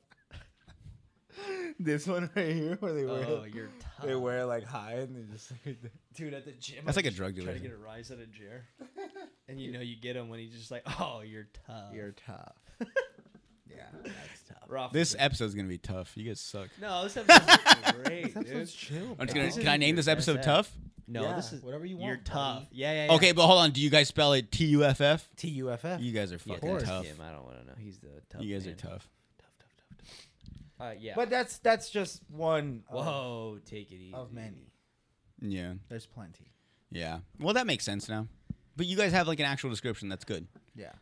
Speaker 1: This one right here, where they wear,
Speaker 5: Oh, you're tough.
Speaker 1: they wear like high and they just (laughs) like that.
Speaker 5: dude at the gym.
Speaker 6: That's
Speaker 5: I
Speaker 6: like a
Speaker 5: was
Speaker 6: drug
Speaker 5: Trying
Speaker 6: dealer.
Speaker 5: to get a rise out of
Speaker 6: (laughs)
Speaker 5: Jer, and you know you get him when he's just like, "Oh, you're tough."
Speaker 1: you're
Speaker 7: (laughs)
Speaker 1: tough. Yeah, that's tough.
Speaker 5: Rough.
Speaker 6: This e- episode's gonna be tough. You guys suck.
Speaker 5: no, this
Speaker 6: (laughs)
Speaker 5: episode's great, dude.
Speaker 1: chill.
Speaker 5: Yeah.
Speaker 6: I'm just gonna,
Speaker 5: This
Speaker 6: can I
Speaker 5: is
Speaker 6: name
Speaker 5: your
Speaker 6: this episode
Speaker 5: best
Speaker 6: tough?
Speaker 5: No,
Speaker 1: Yeah,
Speaker 5: this is
Speaker 1: whatever you
Speaker 5: You're
Speaker 1: want,
Speaker 5: tough.
Speaker 1: buddy.
Speaker 5: Yeah, yeah, yeah.
Speaker 6: Okay, but hold on. Do you guys spell it T U F F?
Speaker 7: T U F F.
Speaker 6: You guys are
Speaker 5: yeah,
Speaker 6: fucking
Speaker 5: that's
Speaker 6: tough.
Speaker 5: him. I don't want to know. He's the tough.
Speaker 6: You guys are
Speaker 5: man.
Speaker 6: tough.
Speaker 5: Tough, tough, tough, tough. Uh, yeah.
Speaker 7: But that's that's just one of-
Speaker 6: um,
Speaker 5: whoa, take it easy.
Speaker 7: of many.
Speaker 6: Yeah.
Speaker 7: There's plenty.
Speaker 6: Yeah. Well, that makes sense now. But you guys have like an actual description. That's good.
Speaker 7: Yeah.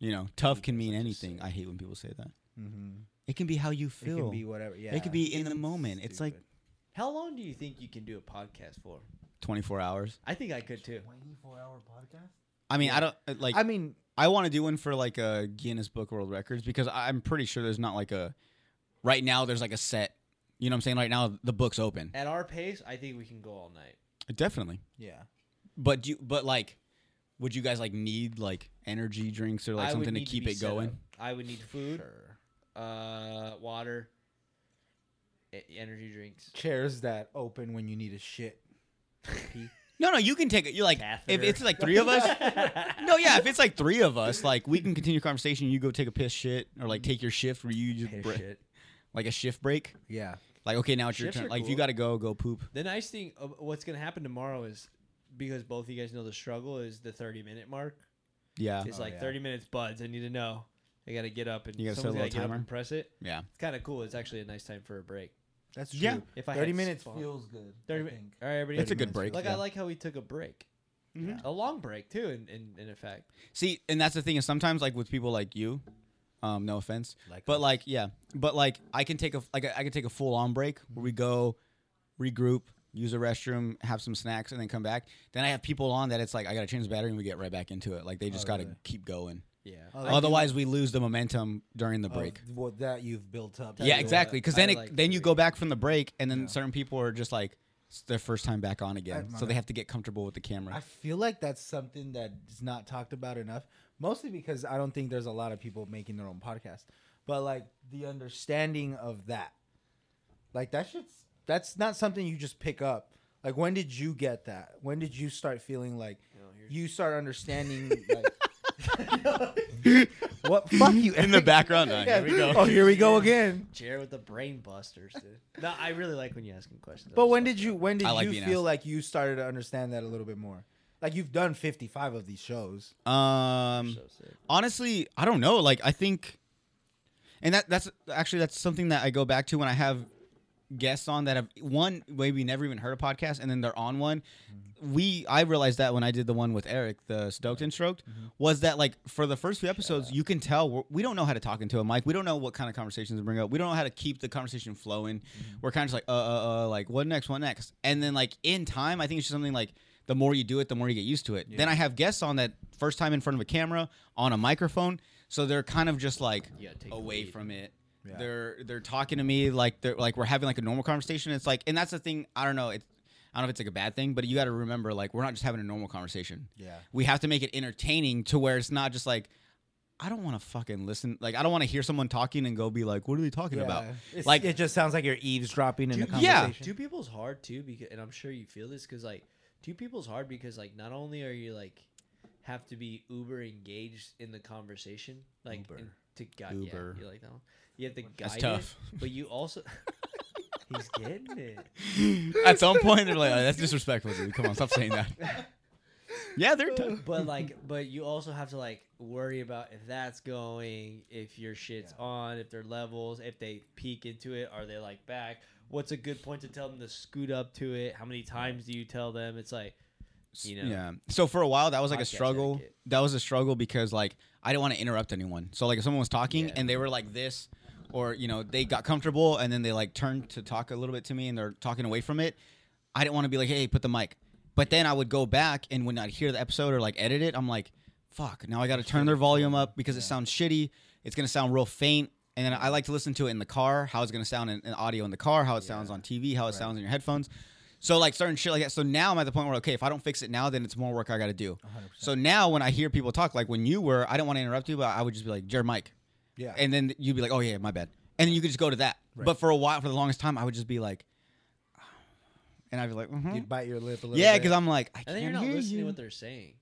Speaker 6: You know, tough can mean
Speaker 5: I just
Speaker 6: anything.
Speaker 5: said.
Speaker 6: I hate when people say that.
Speaker 7: Mm-hmm.
Speaker 6: It can be how you
Speaker 7: It
Speaker 6: feel.
Speaker 7: can be whatever. Yeah.
Speaker 6: in the moment. It's like
Speaker 7: Stupid.
Speaker 5: How long do you think you can do a podcast for?
Speaker 6: 24 hours.
Speaker 5: I think I could too.
Speaker 1: 24 hour podcast.
Speaker 6: I mean, I don't uh, like.
Speaker 7: I mean,
Speaker 6: I want to do one for like a Guinness Book of World Records because I- I'm pretty sure there's not like a. Right now, there's like a set. You know what I'm saying? Right now, the book's open.
Speaker 5: At our pace, I think we can go all night.
Speaker 6: Definitely.
Speaker 7: yeah.
Speaker 6: But do you, but like, would you guys like need like energy drinks or
Speaker 5: I
Speaker 6: like
Speaker 5: would
Speaker 6: something to
Speaker 5: need
Speaker 6: keep
Speaker 5: be
Speaker 6: it
Speaker 5: set
Speaker 6: going?
Speaker 5: up. I would need food, uh, water, e- energy drinks.
Speaker 7: Chairs that open when you need a shit. Pee.
Speaker 6: No, no, you can take it. You're like, if
Speaker 5: Catheter.
Speaker 6: it's like three
Speaker 5: (laughs)
Speaker 6: of us, no, yeah, if it's like three of us, like we can continue conversation. You go take a piss shit or like take your shift where you just
Speaker 5: Piss
Speaker 6: bre-
Speaker 5: shit.
Speaker 6: like a shift break.
Speaker 7: yeah.
Speaker 6: Like, okay, now it's your
Speaker 5: Shifts
Speaker 6: turn.
Speaker 5: are
Speaker 6: Like, if you
Speaker 5: cool.
Speaker 6: gotta go, go poop.
Speaker 5: The nice thing, of what's gonna happen tomorrow is because both of you guys know the struggle is the thirty minute mark.
Speaker 6: Yeah,
Speaker 5: It's
Speaker 7: Oh,
Speaker 5: like
Speaker 7: yeah.
Speaker 5: thirty minutes, buds. I need to know. I gotta get up and
Speaker 6: You gotta set a
Speaker 5: someone's gotta
Speaker 6: little
Speaker 5: get up
Speaker 6: timer?
Speaker 5: and press it.
Speaker 6: yeah.
Speaker 5: It's kind of cool. It's actually a nice time for a break.
Speaker 7: That's true.
Speaker 6: Yeah.
Speaker 5: If I
Speaker 7: Thirty
Speaker 5: had
Speaker 7: minutes
Speaker 5: spawn-
Speaker 1: Feels good.
Speaker 5: thirty
Speaker 1: I
Speaker 5: minutes.
Speaker 1: think.
Speaker 5: All right, everybody.
Speaker 6: It's a
Speaker 7: 30
Speaker 6: good
Speaker 7: minutes,
Speaker 6: break.
Speaker 5: Like
Speaker 6: yeah.
Speaker 5: I like how we took a break,
Speaker 6: Mhm.
Speaker 7: Mm-hmm.
Speaker 5: a long break too. In in, in effect,
Speaker 6: See, and that's the thing is sometimes like with people like you, um, no offense,
Speaker 7: Like
Speaker 6: but
Speaker 7: us.
Speaker 6: like yeah, but like I can take a like I can take a full on break where we go, regroup, use a restroom, have some snacks, and then come back. Then I have people on that it's like I gotta change the battery and we get right back into it. Like they
Speaker 5: Oh,
Speaker 6: just gotta
Speaker 7: really?
Speaker 6: keep going.
Speaker 5: yeah.
Speaker 7: Oh,
Speaker 6: Otherwise, we lose the momentum during
Speaker 5: Oh.
Speaker 6: the
Speaker 7: of
Speaker 6: break.
Speaker 7: what that you've built up.
Speaker 6: yeah,
Speaker 5: you
Speaker 6: exactly.
Speaker 5: what,
Speaker 6: Because then
Speaker 5: I
Speaker 6: it,
Speaker 5: like
Speaker 6: then you
Speaker 5: three.
Speaker 6: go back from the break, and then
Speaker 7: Yeah.
Speaker 6: certain people are just like it's their first time back on again,
Speaker 7: my
Speaker 6: so they
Speaker 7: God.
Speaker 6: have to get comfortable with the camera.
Speaker 7: I feel like that's something that is not talked about enough, mostly because I don't think there's a lot of people making their own podcast. But like the understanding of that, like that shit's that's not something you just pick up. Like when did you get that? When did you start feeling like you start understanding? like
Speaker 6: (laughs)
Speaker 7: What fuck you (laughs)
Speaker 6: In the background, all right, here we go.
Speaker 7: Oh, here we go again.
Speaker 5: Jared with the brain busters, dude. no, I really like when you ask him questions.
Speaker 7: But
Speaker 5: I'm
Speaker 7: when
Speaker 5: so-
Speaker 7: did you when did
Speaker 6: I like
Speaker 7: you
Speaker 6: being
Speaker 7: feel
Speaker 6: asked.
Speaker 7: like you started to understand that a little bit more? Like you've done 55 of these shows.
Speaker 6: Um,
Speaker 5: so sick.
Speaker 6: honestly, I don't know. Like, I think, and that that's actually that's something that I go back to when I have guests on that have one maybe never even heard a podcast, and then they're on one. We I realized that when I did the one with Eric, the Stoked and Stroked, was that like for the first few episodes, you can tell we're, we don't know how to talk into a mic. We don't know what kind of conversations to bring up. We don't know how to keep the conversation flowing. We're kind of just like uh uh uh like what next, what next, and then like in time, I think it's just something like the more you do it, the more you get used to it. Then I have guests on that first time in front of a camera on a microphone, so they're kind of just like
Speaker 5: Yeah, take the
Speaker 6: away
Speaker 5: lead.
Speaker 6: from it.
Speaker 7: Yeah.
Speaker 6: They're they're talking to me like they're like we're having like a normal conversation. It's like and that's the thing. I don't know. It's I don't know if it's like a bad thing, but you got to remember like we're not just having a normal conversation.
Speaker 7: Yeah.
Speaker 6: We have to make it entertaining to where it's not just like I don't want to fucking listen. Like I don't want to hear someone talking and go be like, what are they talking
Speaker 7: (laughs)
Speaker 6: about?
Speaker 7: It's-
Speaker 6: Like-
Speaker 7: it just sounds like you're eavesdropping in a
Speaker 6: you- yeah.
Speaker 7: conversation.
Speaker 5: Two people's hard too because, and I'm sure you feel this because like two people's hard because like not only are you like have to be uber engaged in the conversation, like
Speaker 7: Uber.
Speaker 5: in- to God,
Speaker 6: Uber.
Speaker 5: yeah, you like that one. You have to guide
Speaker 6: That's
Speaker 5: it,
Speaker 6: tough.
Speaker 5: but you also he's getting it.
Speaker 6: At some point they're like, "Oh, that's disrespectful, dude. Come on, stop saying that. yeah, they're tough.
Speaker 5: But like, but you also have to like worry about if that's going, if your shit's on, if their levels, if they peek into it, are they like back? What's a good point to tell them to scoot up to it? How many times do you tell them? It's like. you know,
Speaker 6: yeah so for a while that was like a
Speaker 5: podcast
Speaker 6: struggle
Speaker 5: etiquette.
Speaker 6: that was a struggle because like i didn't want to interrupt anyone so like if someone was talking
Speaker 5: Yeah.
Speaker 6: and they were like this or you know they got comfortable and then they like turned to talk a little bit to me and they're talking away from it i didn't want to be like hey put the mic but then i would go back and when i'd hear the episode or like edit it i'm like fuck now i gotta turn their volume up because it sounds shitty it's gonna sound real faint and then i like to listen to it in the car how it's gonna sound in, in audio in the car how it sounds on tv how it sounds in your headphones so like certain shit like that. So now I'm at the point where okay, if I don't fix it now, then it's more work I got to do. So now when I hear people talk, like when you were, I don't want to interrupt you, but I would just be like, "Jer, Mike,"
Speaker 7: Yeah.
Speaker 6: and then you'd be like, "Oh yeah, my bad," and then you could just go to that. But for a while, for the longest time, I would just be like, (sighs) and I'd be like, "Mhm."
Speaker 7: You'd bite your lip a little
Speaker 6: "Yeah,"
Speaker 7: bit.
Speaker 6: (laughs) because I'm like, I
Speaker 5: And
Speaker 6: can't
Speaker 5: then you're not
Speaker 6: hear
Speaker 5: listening
Speaker 6: you.
Speaker 5: to what they're saying.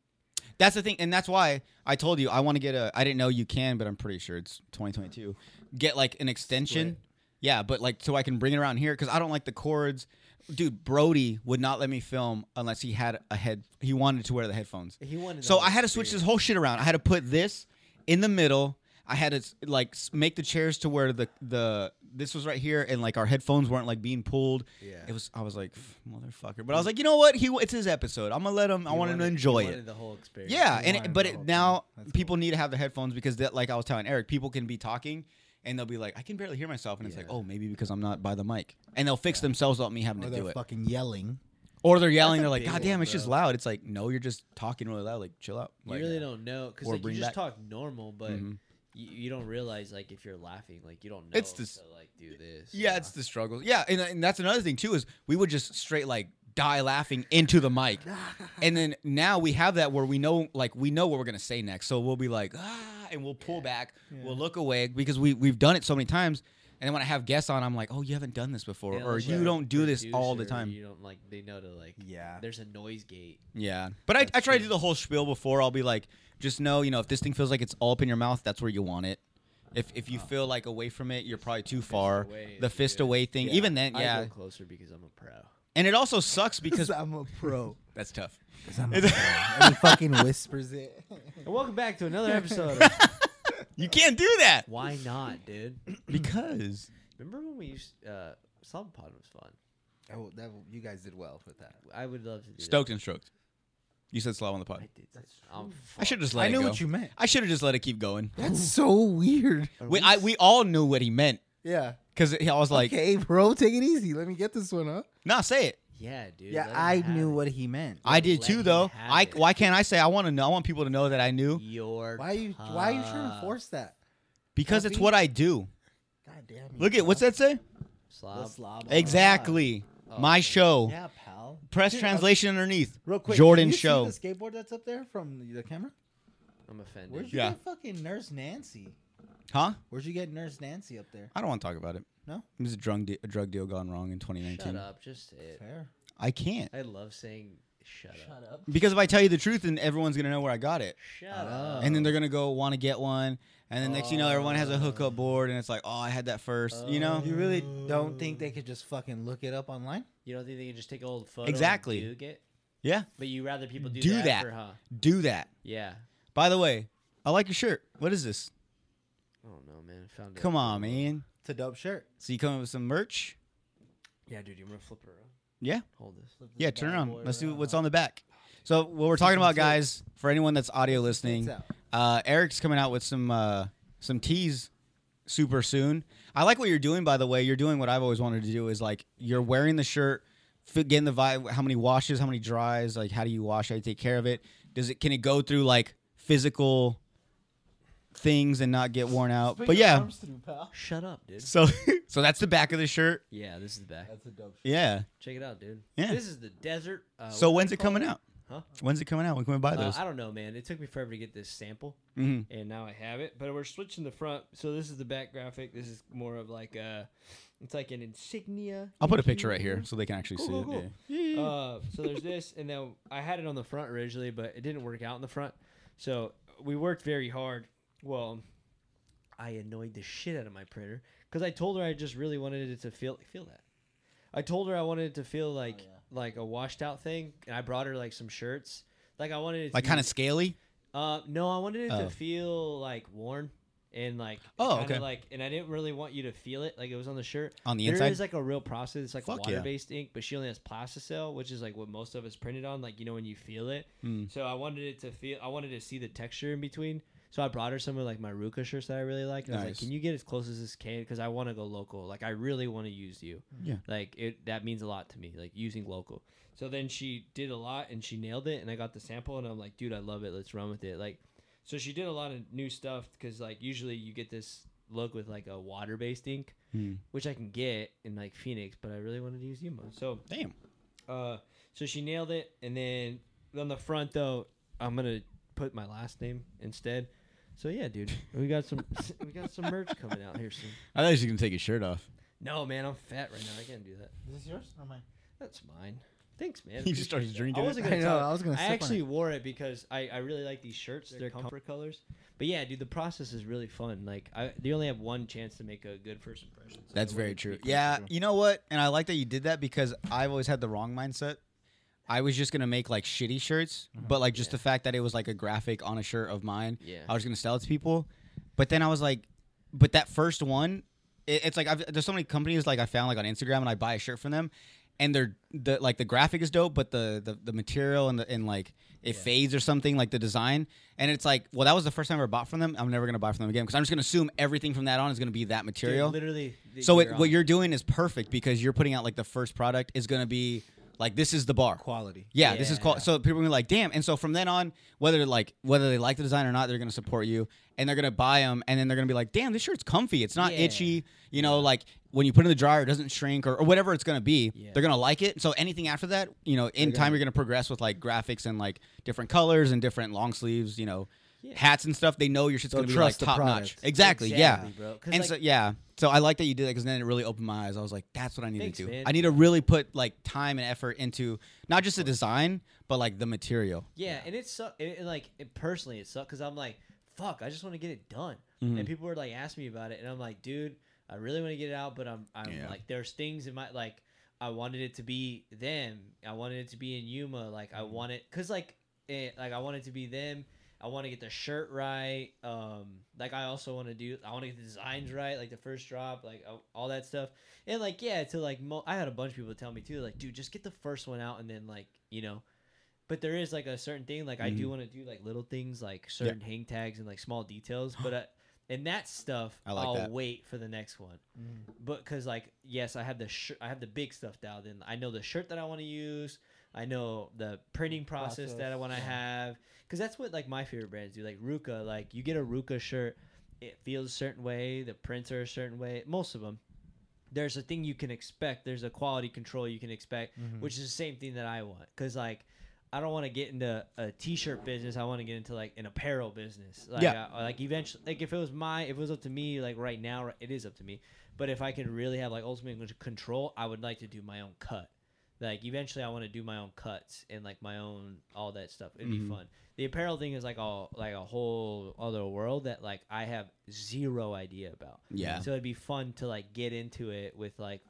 Speaker 6: That's the thing, and that's why I told you I want to get a. I didn't know you can, but I'm pretty sure it's 2022. Get like an extension. Yeah, but like so I can bring it around here because I don't like the cords. Dude, Brody would not let me film unless he had a head. He wanted to wear the headphones.
Speaker 5: He wanted.
Speaker 6: So I had to switch this whole shit around. I had to put this in the middle. I had to s- like s- make the chairs to where the the this was right here, and like our headphones weren't like being pulled.
Speaker 7: Yeah.
Speaker 6: it was. I was like, "Pff, motherfucker. But I was like, you know what? He it's his episode. I'm gonna let him. I want him to enjoy it.
Speaker 5: The whole experience.
Speaker 6: Yeah,
Speaker 7: You
Speaker 6: and
Speaker 7: want
Speaker 6: it, but
Speaker 7: the
Speaker 6: it,
Speaker 7: whole
Speaker 6: now
Speaker 7: thing. That's
Speaker 6: people need to have the headphones because that, like I was telling Eric, people can be talking and they'll be like, I can barely hear myself, and it's like,
Speaker 5: Yeah.
Speaker 6: oh, maybe because I'm not by the mic, and they'll fix themselves without me having
Speaker 1: Or
Speaker 6: to do
Speaker 1: they're
Speaker 6: it,
Speaker 7: (laughs)
Speaker 1: fucking yelling.
Speaker 6: or they're
Speaker 5: That's
Speaker 6: yelling,
Speaker 5: a
Speaker 6: they're like,
Speaker 5: big
Speaker 6: God
Speaker 5: one,
Speaker 6: damn, it's just
Speaker 5: bro.
Speaker 6: loud. It's like, no, you're just talking really loud. Like, chill out.
Speaker 5: You
Speaker 6: Like,
Speaker 5: really don't know because
Speaker 6: Or
Speaker 5: like, you
Speaker 6: bring
Speaker 5: just
Speaker 6: back-
Speaker 5: talk normal, but
Speaker 6: Mhm.
Speaker 5: you, you don't realize like if you're laughing, like you don't know.
Speaker 6: It's this-
Speaker 5: to, like do this.
Speaker 6: Yeah, it's the struggle. Yeah, and, and that's another thing too is we would just straight like die laughing into
Speaker 5: (laughs)
Speaker 6: the mic, and then now we have that where we know like we know what we're gonna say next, so we'll be like ah, and we'll pull back, we'll look away because we we've done it so many times. And then when I have guests on, I'm like, oh, you haven't done this before,
Speaker 5: And
Speaker 6: or
Speaker 5: unless
Speaker 6: you
Speaker 5: you're a
Speaker 6: don't do this all the
Speaker 5: producer,
Speaker 6: time.
Speaker 5: You don't like they know to like.
Speaker 7: Yeah.
Speaker 5: There's a noise gate.
Speaker 6: Yeah, but I, I
Speaker 5: That's
Speaker 6: try to
Speaker 5: true.
Speaker 6: do the whole spiel before. I'll be like, just know, you know, if this thing feels like it's all up in your mouth, that's where you want it. If if you feel like away from it, you're probably too far.
Speaker 5: Oh. away
Speaker 6: The
Speaker 5: is
Speaker 6: fist
Speaker 5: good.
Speaker 6: away thing, even then,
Speaker 5: I
Speaker 6: yeah.
Speaker 5: go closer because I'm a pro.
Speaker 6: And it also sucks because
Speaker 1: Because
Speaker 7: (laughs)
Speaker 1: I'm a pro.
Speaker 6: That's tough.
Speaker 1: (laughs) and he fucking whispers (laughs) it.
Speaker 5: And welcome back to (laughs) another episode. of
Speaker 6: you can't do that
Speaker 5: Why not, dude?
Speaker 6: because
Speaker 5: Remember when we used uh, Slump Pod was fun.
Speaker 1: Oh, that, you guys did well with that.
Speaker 5: I would love to do. that.
Speaker 6: (clears throat) stoked and stroked. You said slow on the
Speaker 5: I
Speaker 6: pod.
Speaker 5: did. That's I'm
Speaker 6: I should have just let
Speaker 7: I
Speaker 6: it
Speaker 7: knew
Speaker 6: go.
Speaker 7: what you meant.
Speaker 6: I should have just let it keep going.
Speaker 1: That's so weird.
Speaker 6: We I, we all knew what he meant
Speaker 1: Yeah.
Speaker 6: because I was like,
Speaker 1: okay, bro, take it easy. Let me get this one up.
Speaker 6: nah, say it.
Speaker 5: Yeah, dude.
Speaker 1: Yeah,
Speaker 5: let him
Speaker 1: I
Speaker 5: have
Speaker 1: knew
Speaker 5: it.
Speaker 1: what he meant.
Speaker 6: I did
Speaker 5: let
Speaker 6: too
Speaker 5: him
Speaker 6: though.
Speaker 5: have
Speaker 6: I
Speaker 5: it.
Speaker 6: why can't I say I want to know? I want people to know that I knew
Speaker 5: Your
Speaker 1: Why are you why are you trying
Speaker 7: Ah.
Speaker 1: to force that?
Speaker 6: because it's
Speaker 1: Copy.
Speaker 6: what I do.
Speaker 1: God damn you.
Speaker 6: Look at what's that say?
Speaker 5: slob?
Speaker 7: Oh.
Speaker 6: Exactly.
Speaker 5: Oh,
Speaker 6: My
Speaker 5: okay.
Speaker 6: show.
Speaker 1: Yeah, pal.
Speaker 6: Press
Speaker 1: Dude, uh,
Speaker 6: translation underneath.
Speaker 1: Real quick,
Speaker 6: Jordan
Speaker 1: can you see
Speaker 6: show.
Speaker 1: the skateboard that's up there from the- the camera.
Speaker 5: I'm offended.
Speaker 1: Where'd you
Speaker 6: Yeah.
Speaker 1: get fucking Nurse Nancy?
Speaker 6: Huh?
Speaker 1: Where'd you get Nurse Nancy up there?
Speaker 6: I don't want to talk about it.
Speaker 1: No?
Speaker 6: It was a drug, de- a drug deal gone wrong in
Speaker 5: Shut
Speaker 6: 2019.
Speaker 5: up. Just say it.
Speaker 1: Fair.
Speaker 6: I can't.
Speaker 5: I love saying shut, up.
Speaker 1: up.
Speaker 6: Because if I tell you the truth, then everyone's going to know where I got it.
Speaker 5: Shut up.
Speaker 6: and then they're gonna go want to get one, and then next you know everyone has a hookup board, and it's like, oh, I had that first, you know.
Speaker 1: You really don't think they could just fucking look it up online?
Speaker 5: You don't think they can just take a old photo?
Speaker 6: Exactly.
Speaker 5: And Duke it?
Speaker 6: Yeah,
Speaker 5: But you rather people do,
Speaker 6: Do
Speaker 5: that,
Speaker 6: that.
Speaker 5: for huh?
Speaker 6: do that.
Speaker 5: Yeah.
Speaker 6: By the way, I like your shirt. What is this?
Speaker 5: I don't know, man. Found it.
Speaker 6: Come on, man.
Speaker 1: It's a dope shirt.
Speaker 6: So you coming with some merch?
Speaker 5: Yeah, dude. You want to flip it around?
Speaker 6: Yeah,
Speaker 5: Hold this.
Speaker 6: yeah. Turn
Speaker 1: bad
Speaker 6: around.
Speaker 1: boy
Speaker 6: Let's see
Speaker 1: around,
Speaker 6: what's
Speaker 1: huh?
Speaker 6: on the back. So what we're talking about, guys, for anyone that's audio listening,
Speaker 1: out.
Speaker 6: uh, Eric's coming out with some uh, some teas super soon. I like what you're doing, by the way. You're doing what I've always wanted to do is like you're wearing the shirt, fi- getting the vibe. How many washes? How many dries? Like how do you wash? How do you take care of it? Does it? Can it go through like physical things and not get worn out.
Speaker 1: Put
Speaker 6: But
Speaker 1: your
Speaker 6: yeah,
Speaker 1: arms through, pal.
Speaker 5: Shut up, dude.
Speaker 6: so (laughs) so that's the back of the shirt.
Speaker 5: Yeah, this is the back.
Speaker 1: That's a dope. Shit.
Speaker 6: Yeah.
Speaker 5: Check it out, dude.
Speaker 6: Yeah.
Speaker 5: This is the desert. Uh,
Speaker 6: So
Speaker 5: what
Speaker 6: when's
Speaker 5: do
Speaker 6: it
Speaker 5: they call
Speaker 6: coming out?
Speaker 5: Huh?
Speaker 6: When's it coming out? When can we buy
Speaker 5: Uh,
Speaker 6: those?
Speaker 5: I don't know, man. It took me forever to get this sample,
Speaker 6: hmm
Speaker 5: and now I have it. But we're switching the front. So this is the back graphic. This is more of like a, it's like an insignia.
Speaker 6: I'll put a picture right here so they can actually see
Speaker 5: Cool, cool,
Speaker 6: it.
Speaker 5: Uh, so there's this, and then I had it on the front originally, but it didn't work out in the front. So we worked very hard. Well, I annoyed the shit out of my printer because I told her I just really wanted it to feel feel that. I told her I wanted it to feel like like a washed out thing, and I brought her like some shirts. Like I wanted it to
Speaker 6: Like
Speaker 5: be-
Speaker 6: kind of scaly.
Speaker 5: Uh, no, I wanted it
Speaker 6: Oh.
Speaker 5: to feel like worn and like
Speaker 6: Oh,
Speaker 5: kinda
Speaker 6: okay.
Speaker 5: like and I didn't really want you to feel it like it was on the shirt
Speaker 6: On the
Speaker 5: There
Speaker 6: inside?
Speaker 5: is like a real process. It's like
Speaker 6: Fuck yeah.
Speaker 5: water based ink, but she only has plasticell, which is like what most of it's printed on. Like you know when you feel it.
Speaker 6: Mm.
Speaker 5: So I wanted it to feel. I wanted to see the texture in between. So I brought her some of like my Ruka shirts that I really like. And I was
Speaker 6: Nice.
Speaker 5: like, "Can you get as close as this can? Because I want to go local. Like I really want to use you.
Speaker 6: Yeah.
Speaker 5: Like it that means a lot to me. Like using local. So then she did a lot and she nailed it. And I got the sample and I'm like, dude, I love it. Let's run with it. Like, so she did a lot of new stuff because like usually you get this look with like a water based ink,
Speaker 6: Hmm.
Speaker 5: which I can get in like Phoenix, but I really wanted to use Yuma. So
Speaker 6: Damn.
Speaker 5: uh, so she nailed it, and then on the front though, I'm gonna put my last name instead. So yeah, dude, we got some (laughs) we got some merch coming out here soon.
Speaker 6: I thought you can take your shirt off.
Speaker 5: No, man, I'm fat right now. I can't do that.
Speaker 1: Is this yours or mine?
Speaker 5: That's mine. Thanks, man.
Speaker 6: He just started
Speaker 5: I
Speaker 6: drinking. it.
Speaker 5: wasn't
Speaker 7: I
Speaker 6: (laughs)
Speaker 5: gonna.
Speaker 7: know,
Speaker 5: talk-
Speaker 7: I was gonna
Speaker 5: I
Speaker 7: sip on
Speaker 5: actually wore it because I, I really like these shirts. They're comfort colors. But yeah, dude, the process is really fun. Like, I you only have one chance to make a good first impression. so
Speaker 6: That's
Speaker 5: I
Speaker 6: very
Speaker 5: wanted to
Speaker 6: true.
Speaker 5: be
Speaker 6: Yeah,
Speaker 5: comfortable.
Speaker 6: you know what? And I like that you did that because I've always had the wrong mindset. I was just gonna make like shitty shirts, but like just
Speaker 5: Mm-hmm. Yeah.
Speaker 6: the fact that it was like a graphic on a shirt of mine,
Speaker 5: Yeah.
Speaker 6: I was gonna sell it to people. But then I was like, but that first one, it, it's like I've, there's so many companies like I found like on Instagram and I buy a shirt from them, and they're the like the graphic is dope, but the the, the material and the and like it fades or something like the design, and it's like, well, that was the first time I ever bought from them. I'm never gonna buy from them again because I'm just gonna assume everything from that on is gonna be that
Speaker 5: Dude,
Speaker 6: material.
Speaker 5: literally. th-
Speaker 6: So it,
Speaker 5: on.
Speaker 6: what you're doing is perfect because you're putting out like the first product is gonna be like this is the bar.
Speaker 7: Quality.
Speaker 6: Yeah, this is
Speaker 5: Yeah.
Speaker 6: called. So people are like, damn. And so from then on, whether like whether they like the design or not, they're gonna support you and they're gonna buy them. And then they're gonna be like, damn, this shirt's comfy. It's not
Speaker 5: Yeah.
Speaker 6: itchy. You know, like when you put it in the dryer, it doesn't shrink or, or whatever it's gonna be.
Speaker 5: Yeah.
Speaker 6: They're gonna like it. So anything after that, you know, in time you're gonna progress with like graphics and like different colors and different long sleeves. You know.
Speaker 5: Yeah.
Speaker 6: Hats and stuff, they know your shit's
Speaker 7: They'll
Speaker 6: gonna be
Speaker 7: trust
Speaker 6: like
Speaker 7: the
Speaker 6: top notch.
Speaker 7: product.
Speaker 6: Exactly, yeah.
Speaker 5: bro. 'Cause,
Speaker 6: And
Speaker 5: like,
Speaker 6: so yeah, so I like that you did that because then it really opened my eyes. I was like, that's what I need
Speaker 5: Thanks,
Speaker 6: to do.
Speaker 5: man.
Speaker 6: I need to really put like time and effort into not just the design, but like the material.
Speaker 5: Yeah, and it sucked. It, it, like it personally, it sucked because I'm like, fuck, I just want to get it done.
Speaker 6: Mm-hmm.
Speaker 5: And people were like asking me about it, and I'm like, dude, I really want to get it out, but I'm, I'm
Speaker 6: Yeah.
Speaker 5: like, there's things in my like, I wanted it to be them. I wanted it to be in Yuma. Like I want it, cause like, it, like I want it to be them. I want to get the shirt right. Um, like I also want to do. I want to get the designs right, like the first drop, like uh, all that stuff. And like yeah, to like mo- I had a bunch of people tell me too, like dude, just get the first one out, and then like you know. But there is like a certain thing, like I do want to do like little things, like certain hang tags and like small details. But I, and that stuff,
Speaker 6: I like
Speaker 5: I'll
Speaker 6: that.
Speaker 5: wait for the next one.
Speaker 1: Mm,
Speaker 5: But because like yes, I have the shir- I have the big stuff dialed in. I know the shirt that I want to use. I know the printing process, that I
Speaker 1: Mm, Process,
Speaker 5: want to
Speaker 1: yeah.
Speaker 5: have because that's what like my favorite brands do. Like Ruka, like you get a Ruka shirt, it feels a certain way. The prints are a certain way. Most of them. There's a thing you can expect. There's a quality control you can expect,
Speaker 1: Mm-hmm.
Speaker 5: which is the same thing that I want. Because like, I don't want to get into a t-shirt business. I want to get into like an apparel business. Like,
Speaker 6: Yeah.
Speaker 5: I- like eventually, like if it was my, if it was up to me, like right now, it is up to me. But if I could really have like ultimate control, I would like to do my own cut. Like eventually, I want to do my own cuts and like my own all that stuff. It'd be fun. The apparel thing is like all like a whole other world that like I have zero idea about.
Speaker 6: Yeah.
Speaker 5: So it'd be fun to like get into it with like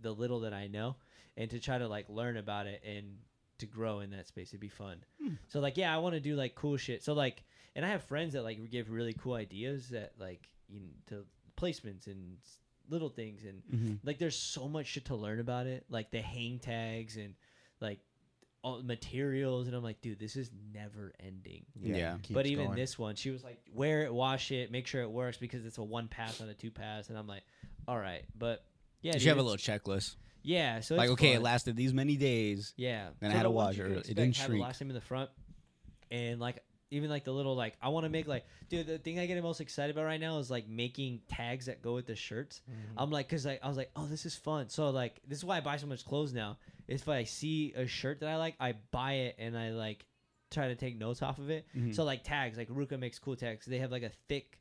Speaker 5: the little that I know and to try to like learn about it and to grow in that space. It'd be fun. So like yeah, I want to do like cool shit. So like and I have friends that like give really cool ideas that like you know, to placements and s- little things and like there's so much shit to learn about it. Like the hang tags and like all the materials and I'm like, dude, this is never ending.
Speaker 6: Yeah.
Speaker 5: But even this one, she was like, wear it, wash it, make sure it works because it's a one pass on a two pass. And I'm like, all right. But yeah,
Speaker 6: you
Speaker 5: dude,
Speaker 6: should have a
Speaker 5: it's-
Speaker 6: little checklist.
Speaker 5: Yeah. So
Speaker 6: Like,
Speaker 5: it's
Speaker 6: okay, it
Speaker 5: fun.
Speaker 6: lasted these many days.
Speaker 5: Yeah.
Speaker 6: Then I
Speaker 5: So
Speaker 6: had
Speaker 5: the
Speaker 6: a
Speaker 5: ones you
Speaker 6: washer,
Speaker 5: can
Speaker 6: it
Speaker 5: expect
Speaker 6: didn't
Speaker 5: have
Speaker 6: shrink.
Speaker 5: Last name in the front, and like Even like the little like I want to make like dude the thing I get most excited about right now is like making tags that go with the shirts. I'm like cuz like I was like oh this is fun. So like this is why I buy so much clothes now. If I see a shirt that I like, I buy it and I like try to take notes off of it.
Speaker 6: Mhm.
Speaker 5: So like tags, like Ruka makes cool tags. They have like a thick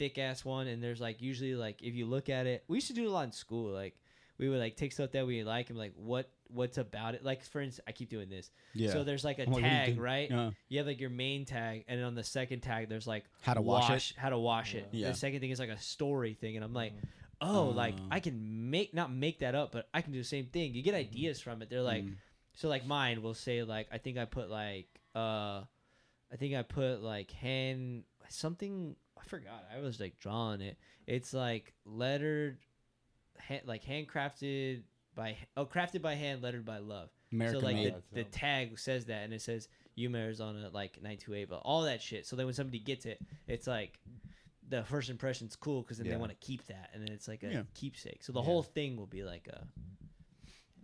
Speaker 5: thick ass one and there's like usually like if you look at it, we used to do it a lot in school like we would like take stuff that we like and like what what's about it. Like for instance, I keep doing this.
Speaker 6: Yeah.
Speaker 5: So there's like a
Speaker 6: I'm like, what are you
Speaker 5: tag,
Speaker 6: doing?
Speaker 5: right?
Speaker 6: Yeah.
Speaker 5: You have like your main tag, and on the second tag, there's like
Speaker 6: How to wash it?
Speaker 5: how to wash it.
Speaker 6: Yeah.
Speaker 5: The second thing is like a story thing, and I'm like,
Speaker 6: Mm.
Speaker 5: oh, like
Speaker 6: Oh.
Speaker 5: I can make not make that up, but I can do the same thing. You get
Speaker 6: Mm-hmm.
Speaker 5: ideas from it. They're like,
Speaker 6: Mm.
Speaker 5: so like mine will say like I think I put like uh, I think I put like hand something I forgot. I was like drawing it. It's like lettered, ha- like handcrafted by oh crafted by hand, lettered by love
Speaker 6: American
Speaker 5: so like
Speaker 6: made.
Speaker 5: the, the tag says that and it says Yuma Arizona like 928 but all that shit so then when somebody gets it it's like the first impression's cool because then
Speaker 1: Yeah.
Speaker 5: they want to keep that and then it's like a
Speaker 6: Yeah.
Speaker 5: keepsake so the whole thing will be like a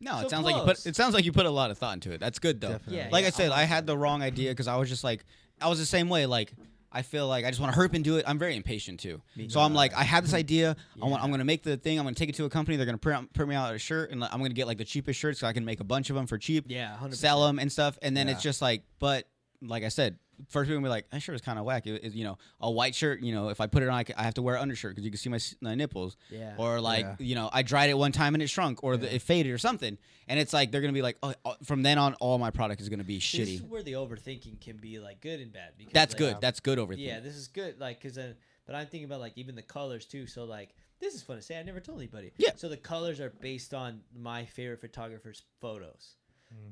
Speaker 6: no, it
Speaker 5: so
Speaker 6: sounds like you
Speaker 5: close.
Speaker 6: put. It sounds like you put a lot of thought into it. That's good though.
Speaker 1: Definitely.
Speaker 5: Yeah,
Speaker 6: like
Speaker 5: yeah,
Speaker 6: I said,
Speaker 5: I'll-
Speaker 6: I had the wrong idea because I was just like, I was the same way. Like I feel like I just want to hurry up and do it. I'm very impatient too. So I'm like, I
Speaker 5: (laughs)
Speaker 6: had this idea. I want. I'm gonna make the thing. I'm gonna take it to a company. They're gonna print out- print me out a shirt, and like, I'm gonna get like the cheapest shirts so I can make a bunch of them for cheap.
Speaker 5: yeah 100
Speaker 6: sell them and stuff. And then
Speaker 1: Yeah.
Speaker 6: it's just like, but like I said, first people be like, that shirt was kind of whack. It, it- you know, a white shirt. You know, if I put it on, I, c- I have to wear an undershirt because you can see my, s- my nipples.
Speaker 5: Yeah.
Speaker 6: Or like,
Speaker 1: Yeah.
Speaker 6: you know, I dried it one time and it shrunk, or the, it faded or something. And it's like they're gonna be like, oh, oh, from then on, all my product is gonna be
Speaker 5: this is
Speaker 6: shitty.
Speaker 5: where the overthinking can be like good and bad because
Speaker 6: That's
Speaker 5: like,
Speaker 6: good. That's good over.
Speaker 5: yeah this is good like because then but i'm thinking about like even the colors too so like this is fun to say i never told anybody
Speaker 6: Yeah.
Speaker 5: so the colors are based on my favorite photographer's photos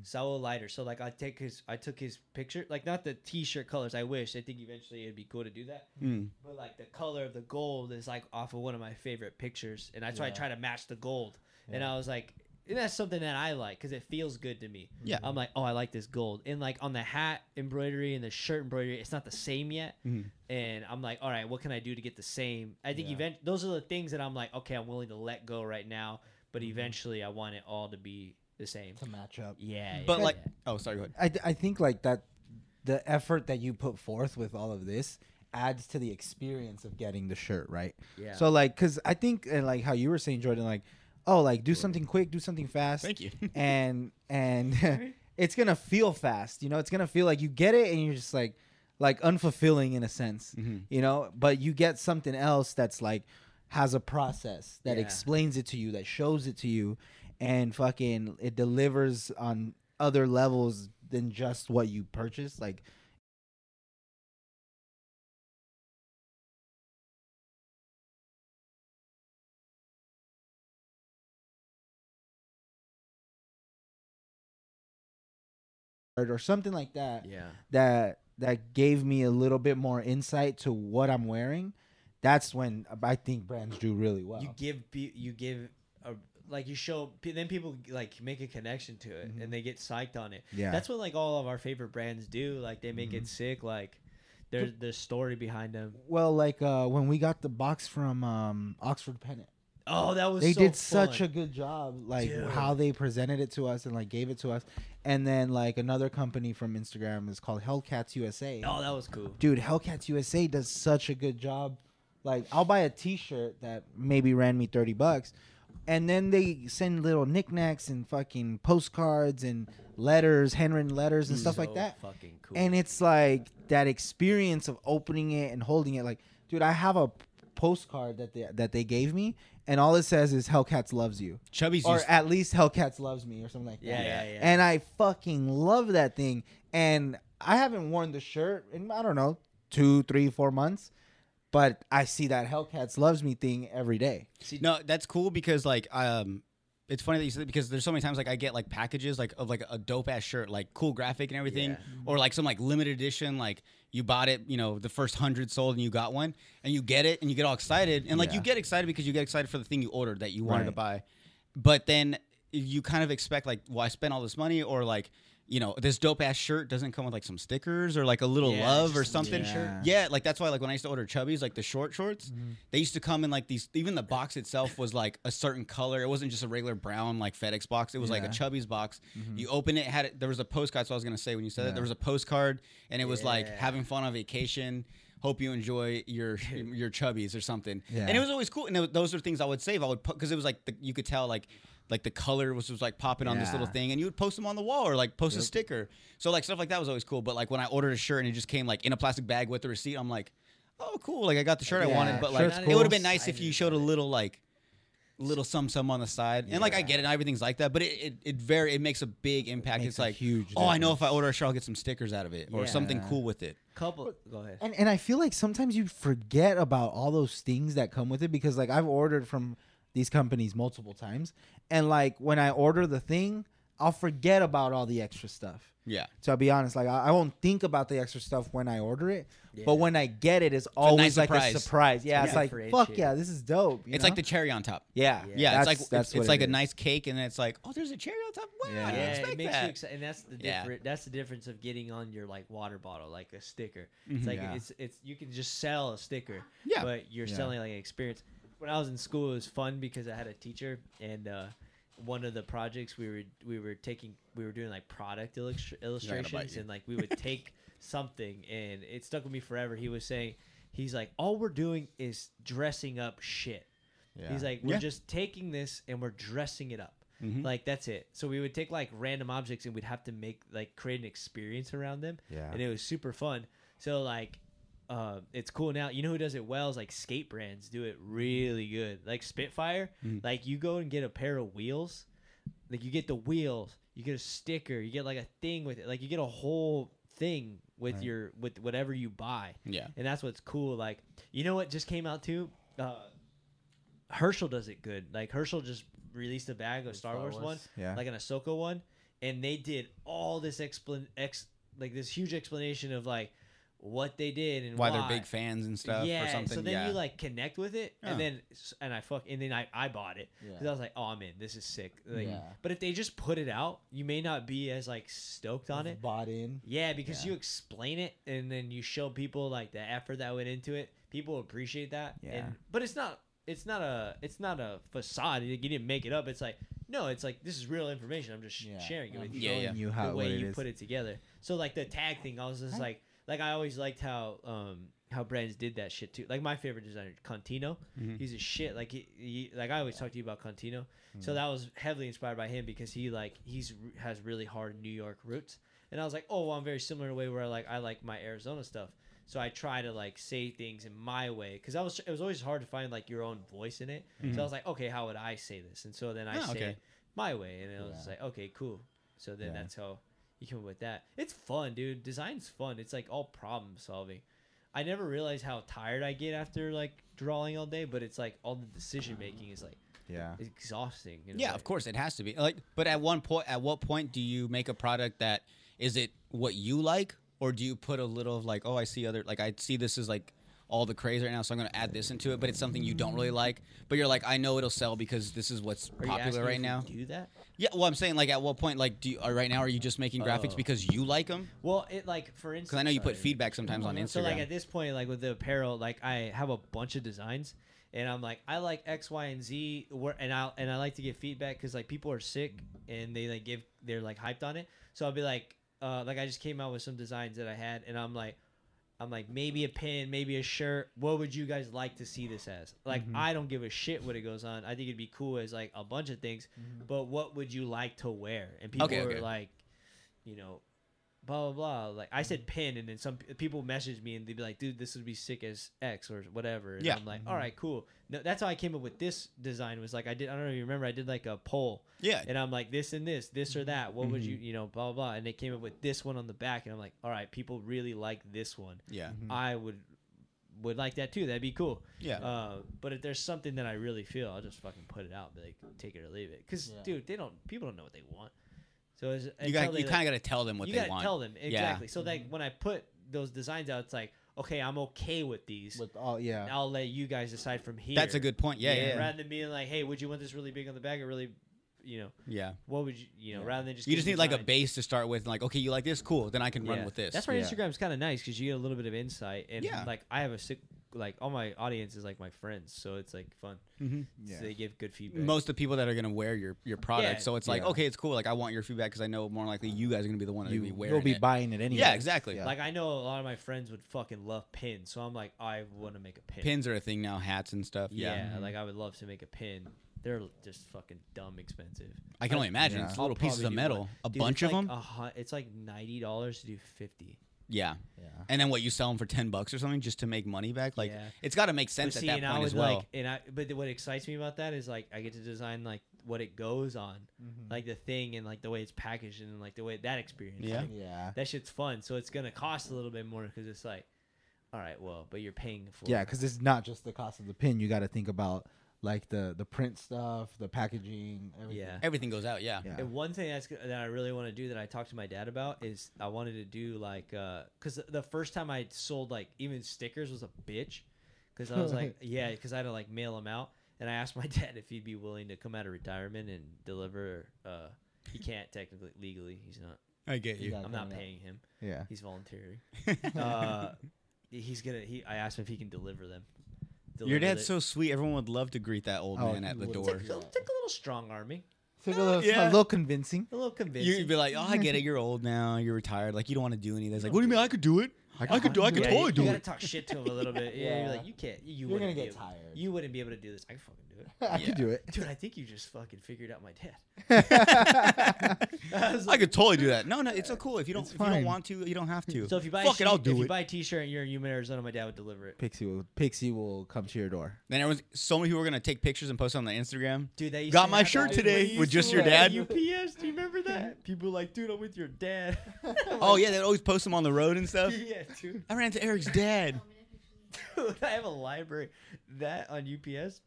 Speaker 5: Saul Leiter. So like I take his, I took his picture, like not the T-shirt colors. I wish. I think eventually it'd be cool to do that.
Speaker 6: Mm.
Speaker 5: But like the color of the gold is like off of one of my favorite pictures, and that's why I try to match the gold. And I was like, and that's something that I like because it feels good to me.
Speaker 6: Yeah.
Speaker 5: I'm like, oh, I like this gold. And like on the hat embroidery and the shirt embroidery, it's not the same yet. And I'm like, all right, what can I do to get the same? I think event those are the things that I'm like, okay, I'm willing to let go right now, but eventually I want it all to be the same.
Speaker 1: to match up.
Speaker 5: Yeah.
Speaker 6: But
Speaker 5: yeah,
Speaker 6: like,
Speaker 5: yeah.
Speaker 6: oh, sorry. Go ahead.
Speaker 7: I, I think like that the effort that you put forth with all of this adds to the experience of getting the shirt right
Speaker 5: Yeah.
Speaker 7: so like because i think and like how you were saying jordan like oh like do something quick do something fast
Speaker 6: Thank you.
Speaker 7: (laughs) and and (laughs) it's gonna feel fast you know it's gonna feel like you get it and you're just like like unfulfilling in a sense
Speaker 5: Mm-hmm.
Speaker 7: you know but you get something else that's like has a process that
Speaker 5: Yeah.
Speaker 7: explains it to you that shows it to you and fucking it delivers on other levels than just what you purchased like or something like that
Speaker 5: yeah.
Speaker 7: that that gave me a little bit more insight to what I'm wearing, that's when I think brands do really well.
Speaker 5: you give pe- you give a like you show pe- then people like make a connection to it and they get psyched on it
Speaker 7: Mm-hmm. Yeah. Mm-hmm.
Speaker 5: that's what like all of our favorite brands do like they make it sick like there's there's story behind them
Speaker 7: well, like uh, when we got the box from um, Oxford Pennant,
Speaker 5: oh that was
Speaker 7: they
Speaker 5: so
Speaker 7: did such a
Speaker 5: fun.
Speaker 7: good job, like
Speaker 5: Dude.
Speaker 7: how they presented it to us and like gave it to us. And then like another company from Instagram is called Hellcats USA.
Speaker 5: oh that was cool
Speaker 7: dude, Hellcats USA does such a good job. Like, I'll buy a T-shirt that maybe ran me thirty bucks, and then they send little knickknacks and fucking postcards and letters, handwritten letters and stuff like
Speaker 5: So
Speaker 7: that.
Speaker 5: fucking cool
Speaker 7: And it's like that experience of opening it and holding it. Like, dude, I have a postcard that they that they gave me, and all it says is Hellcats loves you,
Speaker 6: Chubby's
Speaker 7: or
Speaker 6: used-
Speaker 7: at least Hellcats loves me, or something like that.
Speaker 5: yeah yeah yeah
Speaker 7: And I fucking love that thing. And I haven't worn the shirt in I don't know two, three, four months, but I see that Hellcats loves me thing every day.
Speaker 6: No, that's cool because like um it's funny that you said that because there's so many times like I get like packages like of like a dope ass shirt, like cool graphic and everything,
Speaker 5: Yeah.
Speaker 6: or like some like limited edition, like you bought it, you know, the first hundred sold and you got one, and you get it and you get all excited, and like you
Speaker 7: Yeah.
Speaker 6: get excited because you get excited for the thing you ordered that you wanted to
Speaker 7: Right.
Speaker 6: buy, but then you kind of expect like, well, I spent all this money, or like you know, this dope ass shirt doesn't come with like some stickers or like a little
Speaker 5: Yeah,
Speaker 6: love
Speaker 5: just
Speaker 6: or
Speaker 5: a
Speaker 6: something.
Speaker 7: t-shirt. Yeah.
Speaker 6: Yeah, like that's why like when I used to order chubbies, like the short shorts, they used to come in like these even the box itself was like a certain color. It wasn't just a regular brown like FedEx box. It was like a
Speaker 7: Yeah. Mm-hmm.
Speaker 6: chubbies box. You open it, had it there was a postcard, so I was gonna say when you said that
Speaker 7: Yeah.
Speaker 6: there was a postcard and it was like
Speaker 5: Yeah.
Speaker 6: having fun on vacation. Hope you enjoy
Speaker 7: (laughs)
Speaker 6: your your chubbies or something.
Speaker 7: Yeah.
Speaker 6: And it was always cool. And it- those are things I would save. I would put because it was like the, you could tell like like the color was, was like popping on this little
Speaker 7: Yeah.
Speaker 6: thing, and you would post them on the wall or like post a sticker. So like stuff like that was always cool. But like when I ordered a shirt and it just came like in a plastic bag with the receipt, I'm like, oh cool, like I got the shirt I
Speaker 7: Yeah,
Speaker 6: wanted. But like
Speaker 7: shirt's
Speaker 6: it
Speaker 7: cool.
Speaker 6: would have been nice if
Speaker 5: Excited
Speaker 6: you showed a
Speaker 5: about it.
Speaker 6: little like little sum sum on the side. And like I
Speaker 5: Yeah.
Speaker 6: get it, not everything's like that, but it it, it very it makes a big impact.
Speaker 7: makes
Speaker 6: it's
Speaker 7: a
Speaker 6: like
Speaker 7: huge
Speaker 6: oh I know if I order a shirt I'll get some stickers out of it or something
Speaker 7: Yeah.
Speaker 6: cool with it.
Speaker 5: Couple. Go ahead.
Speaker 7: And and I feel like sometimes you forget about all those things that come with it because like I've ordered from these companies multiple times and like when I order the thing, I'll forget about all the extra stuff.
Speaker 6: Yeah.
Speaker 7: So I'll be honest, like I, I won't think about the extra stuff when I order it, but when I get it, it's always
Speaker 6: nice
Speaker 7: like a
Speaker 6: surprise.
Speaker 7: surprise. Yeah,
Speaker 5: Yeah.
Speaker 7: it's like fuck
Speaker 5: Differentiated.
Speaker 7: yeah, this is dope. you
Speaker 6: It's
Speaker 7: know?
Speaker 6: like the cherry on top.
Speaker 7: yeah,
Speaker 6: Yeah,
Speaker 7: that's,
Speaker 6: it's like
Speaker 7: that's
Speaker 6: it's,
Speaker 7: what
Speaker 6: it's
Speaker 7: it
Speaker 6: like a
Speaker 7: is.
Speaker 6: nice cake, and then it's like, oh, there's a cherry on top. Wow,
Speaker 7: Yeah.
Speaker 6: I didn't
Speaker 5: Yeah,
Speaker 6: expect
Speaker 5: it makes
Speaker 6: that.
Speaker 5: you excited, and that's the
Speaker 6: Yeah.
Speaker 5: different. That's the difference of getting on your like water bottle, like a sticker. It's like
Speaker 7: Mm-hmm. Yeah.
Speaker 5: it's it's you can just sell a sticker,
Speaker 6: Mm-hmm. Yeah.
Speaker 5: but you're
Speaker 7: Yeah.
Speaker 5: selling like an experience. When I was in school, it was fun because I had a teacher, and uh, one of the projects we were we were taking we were doing like product illustr illustrations,
Speaker 6: you.
Speaker 5: and like we
Speaker 6: (laughs)
Speaker 5: would take something, and it stuck with me forever. He was saying, he's like, all we're doing is dressing up shit. He's like, we're
Speaker 6: Yeah. Mm-hmm.
Speaker 5: just taking this and we're dressing it up. Like that's it. So we would take like random objects and we'd have to make like create an experience around them.
Speaker 7: Yeah.
Speaker 5: And it was super fun. So like, uh, it's cool now. You know who does it well is like skate brands do it really good. Like Spitfire, like you go and get a pair of wheels, like you get the wheels, you get a sticker, you get like a thing with it, like you get a whole thing with your with whatever you buy
Speaker 6: Yeah.
Speaker 5: and that's what's cool. Like, you know what just came out too? Uh, Herschel does it good. Like Herschel just released a bag of Star, Wars, one,
Speaker 7: Yeah.
Speaker 5: like an Ahsoka one, and they did all this explan ex like this huge explanation of like what they did and
Speaker 6: Why
Speaker 5: why,
Speaker 6: they're big fans and stuff
Speaker 5: yeah,
Speaker 6: or something.
Speaker 5: so then
Speaker 6: yeah.
Speaker 5: you like connect with it,
Speaker 6: Yeah.
Speaker 5: and then and I fuck, and then I I bought it because
Speaker 7: Yeah.
Speaker 5: I was like, oh, I'm in. This is sick. Like,
Speaker 7: Yeah.
Speaker 5: but if they just put it out, you may not be as like stoked on it.
Speaker 7: Bought in.
Speaker 5: Yeah, because
Speaker 7: Yeah.
Speaker 5: you explain it and then you show people like the effort that went into it. People appreciate that.
Speaker 7: Yeah.
Speaker 5: And, but it's not it's not a it's not a facade. You didn't make it up. It's like no, it's like this is real information. I'm just sh
Speaker 7: Yeah.
Speaker 5: sharing it with you.
Speaker 6: Um, Yeah, yeah.
Speaker 7: Showing You how
Speaker 5: the
Speaker 7: what
Speaker 5: way
Speaker 7: it
Speaker 5: you
Speaker 7: is.
Speaker 5: put it together. So like the tag thing, I was just
Speaker 7: Right.
Speaker 5: like like I always liked how um how brands did that shit too. Like my favorite designer, Contino,
Speaker 7: Mm-hmm.
Speaker 5: he's a shit. Like he, he like I always talk to you about Contino.
Speaker 7: Mm-hmm.
Speaker 5: So that was heavily inspired by him because he like he's has really hard New York roots. And I was like, oh, well, I'm very similar in a way where I like I like my Arizona stuff. So I try to like say things in my way because I was it was always hard to find like your own voice in it.
Speaker 7: Mm-hmm.
Speaker 5: So I was like, okay, how would I say this? And so then I
Speaker 6: Oh,
Speaker 7: Ah,
Speaker 5: say
Speaker 6: okay.
Speaker 5: it my way, and it was
Speaker 7: Yeah.
Speaker 5: like, okay, cool. So then
Speaker 7: Yeah.
Speaker 5: that's how you come up with that. It's fun, dude. Design's fun. It's like all problem solving. I never realized how tired I get after like drawing all day, but it's like all the decision making is like
Speaker 7: Yeah.
Speaker 5: exhausting. in a
Speaker 6: yeah,
Speaker 5: way.
Speaker 6: of course it has to be. Like, but at one point, at what point do you make a product that is it what you like, or do you put a little of like, oh, I see other like I see this is like all the craze right now, so I'm gonna add this into it, but it's something you don't really like, but you're like, I know it'll sell because this is what's
Speaker 5: Are you asking
Speaker 6: popular
Speaker 5: if
Speaker 6: right
Speaker 5: we
Speaker 6: now.
Speaker 5: Do that?
Speaker 6: Yeah, well, I'm saying like at what point like do you, are right now are you just making graphics
Speaker 5: Oh.
Speaker 6: because you like them?
Speaker 5: Well, it like for instance,
Speaker 6: Because I know you put
Speaker 5: uh,
Speaker 6: feedback sometimes on Instagram.
Speaker 5: So like at this point, like with the apparel, like I have a bunch of designs, and I'm like, I like X, Y, and Z, where and I and I like to get feedback because like people are sick and they like give they're like hyped on it. So I'll be like, uh, like I just came out with some designs that I had, and I'm like. I'm like maybe a pin, maybe a shirt. What would you guys like to see this as? Like I don't give a shit what it goes on. I think it'd be cool as like a bunch of things, but what would you like to wear? And people
Speaker 6: Okay,
Speaker 5: were
Speaker 6: okay.
Speaker 5: like, you know, blah blah blah. Like I said, pin, and then some p- people message me and they'd be like, "Dude, this would be sick as X or whatever." And
Speaker 6: Yeah.
Speaker 5: I'm like, "All right, cool." No, that's how I came up with this design. Was like I did. I don't know if you remember. I did like a poll,
Speaker 6: yeah,
Speaker 5: and I'm like, "This and this, this or that. What would you, you know, blah blah blah?" And they came up with this one on the back, and I'm like, "All right, people really like this one.
Speaker 6: yeah,
Speaker 5: I would." Would like that too. That'd be cool.
Speaker 6: Mm-hmm. yeah.
Speaker 5: Uh, but if there's something that I really feel, I'll just fucking put it out. Be like, take it or leave it. Cause
Speaker 7: Yeah.
Speaker 5: dude, they don't. People don't know what they want. So it's,
Speaker 6: you
Speaker 5: until
Speaker 6: got
Speaker 5: they,
Speaker 6: you
Speaker 5: like-
Speaker 6: kind of got to tell them what
Speaker 5: you
Speaker 6: they
Speaker 5: gotta
Speaker 6: want.
Speaker 5: tell them
Speaker 6: Yeah. Mm-hmm.
Speaker 5: exactly. So like when I put those designs out, it's like, okay, I'm okay with these.
Speaker 7: With all yeah.
Speaker 5: I'll let you guys decide from here.
Speaker 6: That's a good point. Yeah, yeah. yeah.
Speaker 5: Rather than being like, hey, would you want this really big on the back or really you know,
Speaker 6: Yeah.
Speaker 5: what would you, you know, rather than just
Speaker 6: You just
Speaker 5: getting
Speaker 6: need like a
Speaker 5: designed-
Speaker 6: base to start with. and Like, okay, you like this? Cool. Then I can run
Speaker 5: Yeah.
Speaker 6: with this.
Speaker 5: That's why
Speaker 7: Yeah.
Speaker 5: Instagram's kind of nice because you get a little bit of insight, and
Speaker 6: Yeah.
Speaker 5: like I have a sick, like all my audience is like my friends, so it's like fun.
Speaker 6: Mhm.
Speaker 5: So
Speaker 7: Yeah.
Speaker 5: they give good feedback.
Speaker 6: most of the people that are gonna wear your your product.
Speaker 5: Yeah.
Speaker 6: so it's like,
Speaker 7: Yeah.
Speaker 6: okay, it's cool. Like, I want your feedback because I know more likely you guys are gonna be the one that
Speaker 7: you,
Speaker 6: be wearing.
Speaker 7: you'll be
Speaker 6: it.
Speaker 7: buying it anyway.
Speaker 6: Yeah, exactly.
Speaker 7: Yeah.
Speaker 5: like I know a lot of my friends would fucking love pins, so I'm like I want to make a pin.
Speaker 6: Pins are a thing now. Hats and stuff. Yeah.
Speaker 5: yeah, like I would love to make a pin. They're just fucking dumb expensive.
Speaker 6: I can only imagine.
Speaker 7: Yeah.
Speaker 6: It's
Speaker 5: I'll
Speaker 6: little pieces
Speaker 5: probably
Speaker 6: of
Speaker 5: do
Speaker 6: metal.
Speaker 5: one.
Speaker 6: A
Speaker 5: Dude,
Speaker 6: bunch
Speaker 5: it's
Speaker 6: of
Speaker 5: like
Speaker 6: them.
Speaker 5: a hun- it's like ninety dollars to do fifty.
Speaker 6: yeah.
Speaker 7: Yeah.
Speaker 6: And then what you sell them for ten bucks or something just to make money back? Like,
Speaker 5: Yeah.
Speaker 6: it's got to make
Speaker 5: But
Speaker 6: sense
Speaker 5: see,
Speaker 6: at
Speaker 5: and
Speaker 6: that
Speaker 5: I
Speaker 6: point
Speaker 5: was
Speaker 6: as well.
Speaker 5: like, and I but what excites me about that is like I get to design like what it goes on,
Speaker 6: Mm.
Speaker 5: like the thing and like the way it's packaged and like the way that experience.
Speaker 6: Yeah.
Speaker 5: like,
Speaker 7: Yeah.
Speaker 5: that shit's fun. So it's gonna cost a little bit more because it's like, all right, well, but you're paying for.
Speaker 7: Yeah,
Speaker 5: it.
Speaker 7: because it's not just the cost of the pin. You got to think about like the the print stuff, the packaging, everything.
Speaker 5: yeah.
Speaker 6: Everything goes out. Yeah.
Speaker 7: Yeah.
Speaker 5: And one thing that's that I really want to do that I talked to my dad about is I wanted to do like because the first time I sold like even stickers was a bitch because I was like yeah because I had to like mail them out and I asked my (laughs) dad if he'd be willing to come out of retirement and deliver. Uh, he can't technically legally he's not
Speaker 6: I get
Speaker 7: You
Speaker 6: you.
Speaker 7: got-
Speaker 5: I'm not
Speaker 7: coming up.
Speaker 5: paying him
Speaker 7: Yeah.
Speaker 5: he's volunteering.
Speaker 6: (laughs)
Speaker 5: uh, he's gonna he I asked him if he can deliver them.
Speaker 6: Your
Speaker 5: Deliver
Speaker 6: dad's
Speaker 5: the-
Speaker 6: so sweet. Everyone would love to greet that old
Speaker 7: Oh,
Speaker 6: man
Speaker 7: he
Speaker 6: at the
Speaker 7: would.
Speaker 6: door.
Speaker 5: Take, a- take a little strong arming,
Speaker 7: Took a little, a
Speaker 6: Yeah.
Speaker 7: little convincing.
Speaker 5: a little convincing.
Speaker 6: You'd be like, "Oh, I get it. You're old now. You're retired. Like, you don't want to do any of this." Like, what do you mean? I could do it. I could do. I could
Speaker 5: yeah, you,
Speaker 6: totally do
Speaker 5: you gotta
Speaker 6: it.
Speaker 5: talk shit to him a little (laughs) bit. Yeah,
Speaker 7: Yeah.
Speaker 5: you're like, you can't. You, you
Speaker 7: You're
Speaker 5: wouldn't
Speaker 7: gonna
Speaker 5: be
Speaker 7: get
Speaker 5: able-
Speaker 7: tired.
Speaker 5: You wouldn't be able to do this. I can fucking do it, (laughs)
Speaker 7: (laughs) I
Speaker 6: Yeah.
Speaker 7: could do it.
Speaker 5: dude. I think you just fucking figured out my dad.
Speaker 7: (laughs)
Speaker 6: (laughs)
Speaker 5: I was
Speaker 6: I could totally do that. No, no, it's so cool. If you don't,
Speaker 7: It's
Speaker 6: if you don't
Speaker 7: fine.
Speaker 6: want to, you don't have to.
Speaker 5: So if you buy, a
Speaker 6: fuck
Speaker 5: shirt,
Speaker 6: it, I'll
Speaker 5: if
Speaker 6: do
Speaker 5: you
Speaker 6: it.
Speaker 5: buy a T-shirt and you're in Yuma, Arizona, my dad would deliver it.
Speaker 7: Pixie will Pixie will come to your door.
Speaker 6: then everyone's so many people are gonna take pictures and post on their Instagram.
Speaker 5: Dude, that used
Speaker 6: Got
Speaker 5: to
Speaker 6: my
Speaker 5: happen.
Speaker 6: shirt
Speaker 5: Dude,
Speaker 6: today
Speaker 5: when you used
Speaker 6: with just
Speaker 5: to
Speaker 6: your
Speaker 5: work at
Speaker 6: dad.
Speaker 5: UPS, do you remember (laughs) that? People were like, dude, I'm with your dad. (laughs)
Speaker 6: Oh yeah, they would always post them on the road and stuff.
Speaker 5: yeah, dude.
Speaker 6: I ran into Eric's dad.
Speaker 5: Dude, (laughs) I have a library that on UPS,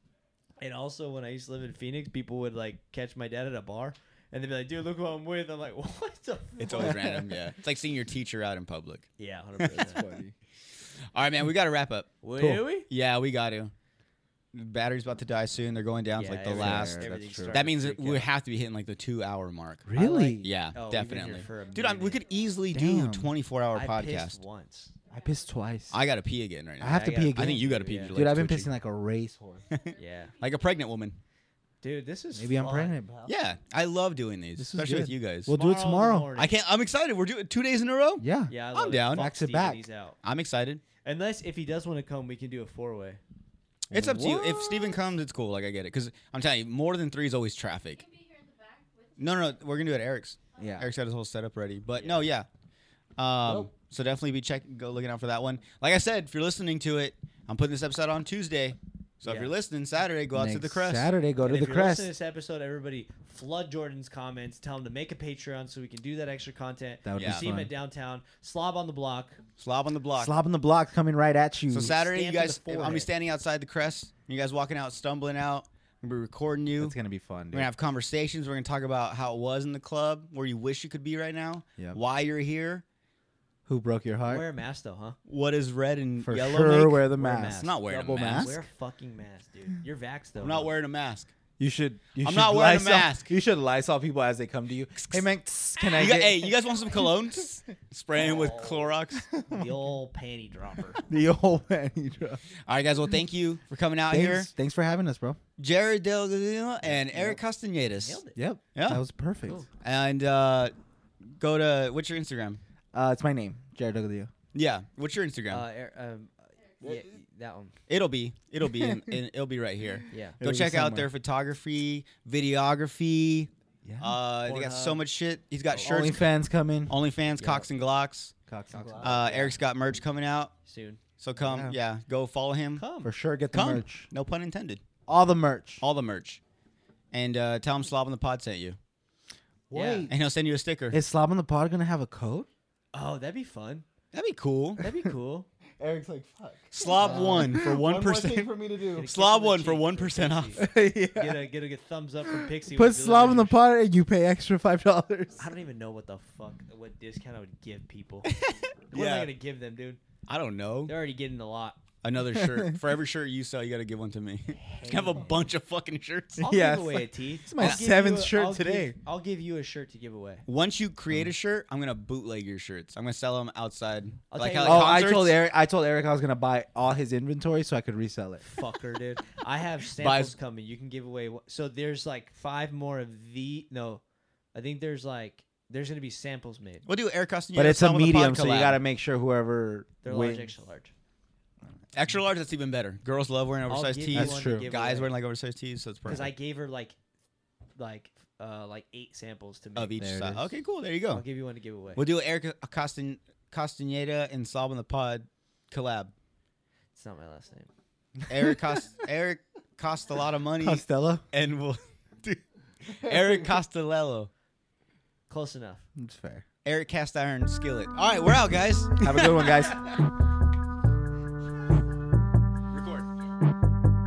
Speaker 5: and also when I used to live in Phoenix, people would like catch my dad at a bar, and they'd be like, "Dude, look who I'm with." I'm like, (laughs) "What the?"
Speaker 6: It's
Speaker 5: fuck?"
Speaker 6: always random. Yeah, it's like seeing your teacher out in public.
Speaker 5: (laughs) Yeah, hundred percent.
Speaker 6: All right, man, we got to wrap up.
Speaker 5: Will
Speaker 7: Cool.
Speaker 5: we?
Speaker 6: Yeah, we got to. The battery's about to die soon. They're going down to like the
Speaker 5: everything-
Speaker 6: last.
Speaker 5: everything
Speaker 7: that's true.
Speaker 5: started
Speaker 6: That means
Speaker 5: to
Speaker 6: that
Speaker 5: freak
Speaker 6: we
Speaker 5: out.
Speaker 6: have to be hitting like the two-hour mark.
Speaker 7: Really?
Speaker 6: Yeah,
Speaker 5: Oh, we've been here
Speaker 6: definitely.
Speaker 5: for a
Speaker 6: Dude, I'm, we
Speaker 5: minute.
Speaker 6: could easily
Speaker 7: Damn.
Speaker 6: do 24-hour
Speaker 5: I
Speaker 6: podcast.
Speaker 5: pissed once.
Speaker 7: I pissed twice. I,
Speaker 6: I gotta pee again right now.
Speaker 7: have
Speaker 5: I
Speaker 7: to
Speaker 5: gotta-
Speaker 7: pee
Speaker 5: I
Speaker 7: again.
Speaker 6: I think you gotta pee.
Speaker 5: Yeah.
Speaker 6: your
Speaker 7: Dude,
Speaker 6: leg's
Speaker 7: I've been
Speaker 6: twitching.
Speaker 7: pissing like a racehorse.
Speaker 5: Yeah,
Speaker 6: (laughs) like a pregnant woman.
Speaker 5: dude, this is
Speaker 7: Maybe I'm
Speaker 5: fun.
Speaker 7: pregnant, pal.
Speaker 6: Yeah, I love doing these,
Speaker 7: This is
Speaker 6: especially with
Speaker 7: good.
Speaker 6: you guys.
Speaker 7: We'll do it tomorrow.
Speaker 5: morning.
Speaker 6: I can't. I'm excited. We're doing it two days in a row.
Speaker 7: Yeah.
Speaker 5: Yeah, I
Speaker 6: I'm
Speaker 5: love it.
Speaker 6: down.
Speaker 5: Fuck
Speaker 7: Back to
Speaker 5: Steven,
Speaker 7: back.
Speaker 5: He's out.
Speaker 6: I'm excited.
Speaker 5: Unless if he does want to come, we can do a four way.
Speaker 6: It's up to you. If Steven comes, it's cool. Like I get it, because I'm telling you, more than three is always traffic.
Speaker 8: can be here in the back with
Speaker 6: No, no, no we're gonna do it. at Eric's.
Speaker 7: Yeah.
Speaker 6: Eric's got his whole setup ready. But no, yeah. Um,
Speaker 1: Well-
Speaker 6: so definitely be check. Go looking out for that one. Like I said, if you're listening to it, I'm putting this episode on Tuesday. So if
Speaker 5: Yeah.
Speaker 6: you're listening Saturday, go out to
Speaker 7: Next
Speaker 6: the crest.
Speaker 7: Saturday, go to
Speaker 5: And
Speaker 7: the
Speaker 5: if you're listening
Speaker 7: crest.
Speaker 5: to this episode, everybody flood Jordan's comments. Tell him to make a Patreon so we can do that extra content.
Speaker 7: That would
Speaker 6: Yeah.
Speaker 7: be
Speaker 5: See him at
Speaker 7: fun.
Speaker 5: downtown. Slob on the block.
Speaker 6: Slob on the block.
Speaker 7: Slob on the block coming right at you.
Speaker 6: So Saturday,
Speaker 5: Stamped in
Speaker 6: you
Speaker 5: the
Speaker 6: guys, I'm gonna be
Speaker 5: forehead.
Speaker 6: standing outside the crest. You guys walking out, stumbling out. I'm gonna be recording you.
Speaker 7: It's gonna be fun,
Speaker 6: We're gonna
Speaker 7: dude.
Speaker 6: have conversations. We're gonna talk about how it was in the club, where you wish you could be right now,
Speaker 7: Yep.
Speaker 6: why you're here,
Speaker 7: Who broke your heart?
Speaker 5: Wear a mask though, huh?
Speaker 6: what is red and
Speaker 7: For
Speaker 6: yellow.
Speaker 7: sure,
Speaker 6: make.
Speaker 7: wear the
Speaker 5: Wear a
Speaker 7: mask.
Speaker 5: mask.
Speaker 6: I'm not wearing
Speaker 7: Double
Speaker 6: a mask.
Speaker 5: Wear a fucking mask, dude. You're vaxxed though.
Speaker 6: I'm not
Speaker 5: huh?
Speaker 6: wearing a mask.
Speaker 7: You should. You
Speaker 6: I'm
Speaker 7: should
Speaker 6: not wearing a
Speaker 7: Lysol-
Speaker 6: mask.
Speaker 7: You should Lysol people as they come to you. Hey man, can I
Speaker 6: You got-
Speaker 7: get Oh.
Speaker 6: hey, you guys want some cologne?
Speaker 7: (laughs)
Speaker 6: Spraying with Clorox. All
Speaker 5: (laughs) the old panty
Speaker 6: (laughs)
Speaker 5: dropper.
Speaker 7: the old (laughs) man? you drop?
Speaker 6: right, guys. Well, thank you for coming out here,
Speaker 7: Thanks, thanks for having us, bro.
Speaker 6: Jared Del Gallino and Eric Castanedas.
Speaker 5: Nailed it.
Speaker 7: Yep.
Speaker 6: Yeah.
Speaker 7: That was perfect.
Speaker 6: And uh, go to what's your Instagram?
Speaker 7: Uh, it's my name, Jared Douglas.
Speaker 6: Yeah, what's your Instagram?
Speaker 5: Uh, er, um, yeah, that one.
Speaker 6: it'll be,
Speaker 7: (laughs)
Speaker 6: it'll be, in, in, it'll be right here.
Speaker 5: Yeah.
Speaker 6: Go
Speaker 7: It'll be
Speaker 6: check out their
Speaker 7: somewhere.
Speaker 6: photography, videography.
Speaker 7: Yeah.
Speaker 6: Uh, they got so
Speaker 5: Pornhub.
Speaker 6: much shit. He's got shirts,
Speaker 7: Oh, OnlyFans coming.
Speaker 6: OnlyFans,
Speaker 5: Yeah.
Speaker 6: Cox and Glocks.
Speaker 7: Cox and Glock.
Speaker 6: Uh, Eric's got merch coming out.
Speaker 5: Soon.
Speaker 6: So come, yeah,
Speaker 7: Yeah.
Speaker 6: go follow him.
Speaker 5: Come.
Speaker 7: Hmm. For sure, get the
Speaker 6: Come.
Speaker 7: merch.
Speaker 6: No pun intended.
Speaker 7: All the merch.
Speaker 6: All the merch. And uh, tell him Slob on the Pod sent you.
Speaker 5: Wait.
Speaker 6: And he'll send you a sticker.
Speaker 7: Is Slob on the Pod gonna have a
Speaker 6: (laughs)
Speaker 7: code?
Speaker 5: Oh, that'd be fun.
Speaker 6: That'd be cool.
Speaker 5: That'd be
Speaker 6: (laughs)
Speaker 5: cool.
Speaker 1: Eric's like, fuck.
Speaker 6: Slob one for
Speaker 1: One
Speaker 6: one
Speaker 1: more thing
Speaker 6: percent.
Speaker 1: for me to
Speaker 5: (laughs)
Speaker 1: do.
Speaker 5: Get a kiss
Speaker 6: (laughs) Slob
Speaker 5: on the
Speaker 6: one for
Speaker 5: cheek
Speaker 6: one percent off.
Speaker 5: Pixie.
Speaker 7: yeah.
Speaker 5: Get a get a good thumbs up from Pixie.
Speaker 7: Put
Speaker 5: when
Speaker 7: Slob on the
Speaker 5: delivers your
Speaker 7: Pod and you pay extra five dollars.
Speaker 6: (laughs)
Speaker 5: shit. I don't even know what the fuck what discount I would give people. What am
Speaker 6: Yeah.
Speaker 5: I gonna give them, dude?
Speaker 6: I don't know.
Speaker 5: They're already getting a lot.
Speaker 6: another shirt. For every shirt you sell, you got to give one to me. (laughs) have a bunch of
Speaker 7: (laughs)
Speaker 6: fucking shirts.
Speaker 5: I'll
Speaker 7: Yeah,
Speaker 5: give away a
Speaker 7: fuck.
Speaker 5: tee.
Speaker 7: It's my
Speaker 5: I'll give you
Speaker 7: seventh
Speaker 5: a-
Speaker 7: shirt
Speaker 5: I'll give-
Speaker 7: today.
Speaker 5: I'll give you a shirt to give away.
Speaker 6: Once you
Speaker 7: Um,
Speaker 6: create a shirt, I'm gonna bootleg your shirts. I'm gonna sell them outside.
Speaker 5: I'll
Speaker 6: like
Speaker 5: tell
Speaker 6: how
Speaker 5: you
Speaker 6: the
Speaker 7: oh,
Speaker 5: what-
Speaker 7: I told
Speaker 6: concerts-
Speaker 7: Eric. I told Eric I was gonna buy all his inventory so I could resell it.
Speaker 5: Fucker, dude. I
Speaker 7: (laughs)
Speaker 5: have samples
Speaker 6: Buys-
Speaker 5: coming. You can give away. wh- So there's like five more of the. No, I think there's like there's gonna be samples made.
Speaker 6: We'll do Eric Costanza.
Speaker 7: But it's a medium, so you gotta make sure whoever
Speaker 5: They're
Speaker 7: wins-
Speaker 5: large, extra large.
Speaker 6: extra large. That's even better. Girls love wearing
Speaker 5: I'll
Speaker 6: oversized
Speaker 5: give you
Speaker 6: tees.
Speaker 7: That's
Speaker 5: one
Speaker 7: true.
Speaker 5: To give
Speaker 6: Guys
Speaker 5: away.
Speaker 6: wearing like oversized tees, so it's perfect.
Speaker 5: because I gave her like, like, uh, like eight samples to make.
Speaker 6: of each
Speaker 7: There it
Speaker 6: side.
Speaker 7: is.
Speaker 6: Okay, cool. There you
Speaker 5: I'll
Speaker 6: go.
Speaker 5: give you one to give away.
Speaker 6: We'll do Eric Costan- Castaneda and Sob on the Pod collab.
Speaker 5: It's not my last name.
Speaker 6: Eric cost
Speaker 7: (laughs)
Speaker 6: Eric cost a lot of money,
Speaker 7: Costello.
Speaker 6: and we'll (laughs) do Eric Costello,
Speaker 5: Close enough.
Speaker 7: It's fair.
Speaker 6: Eric Cast Iron Skillet. All right, we're out, guys.
Speaker 7: Have a good one, (laughs) guys.
Speaker 6: Record.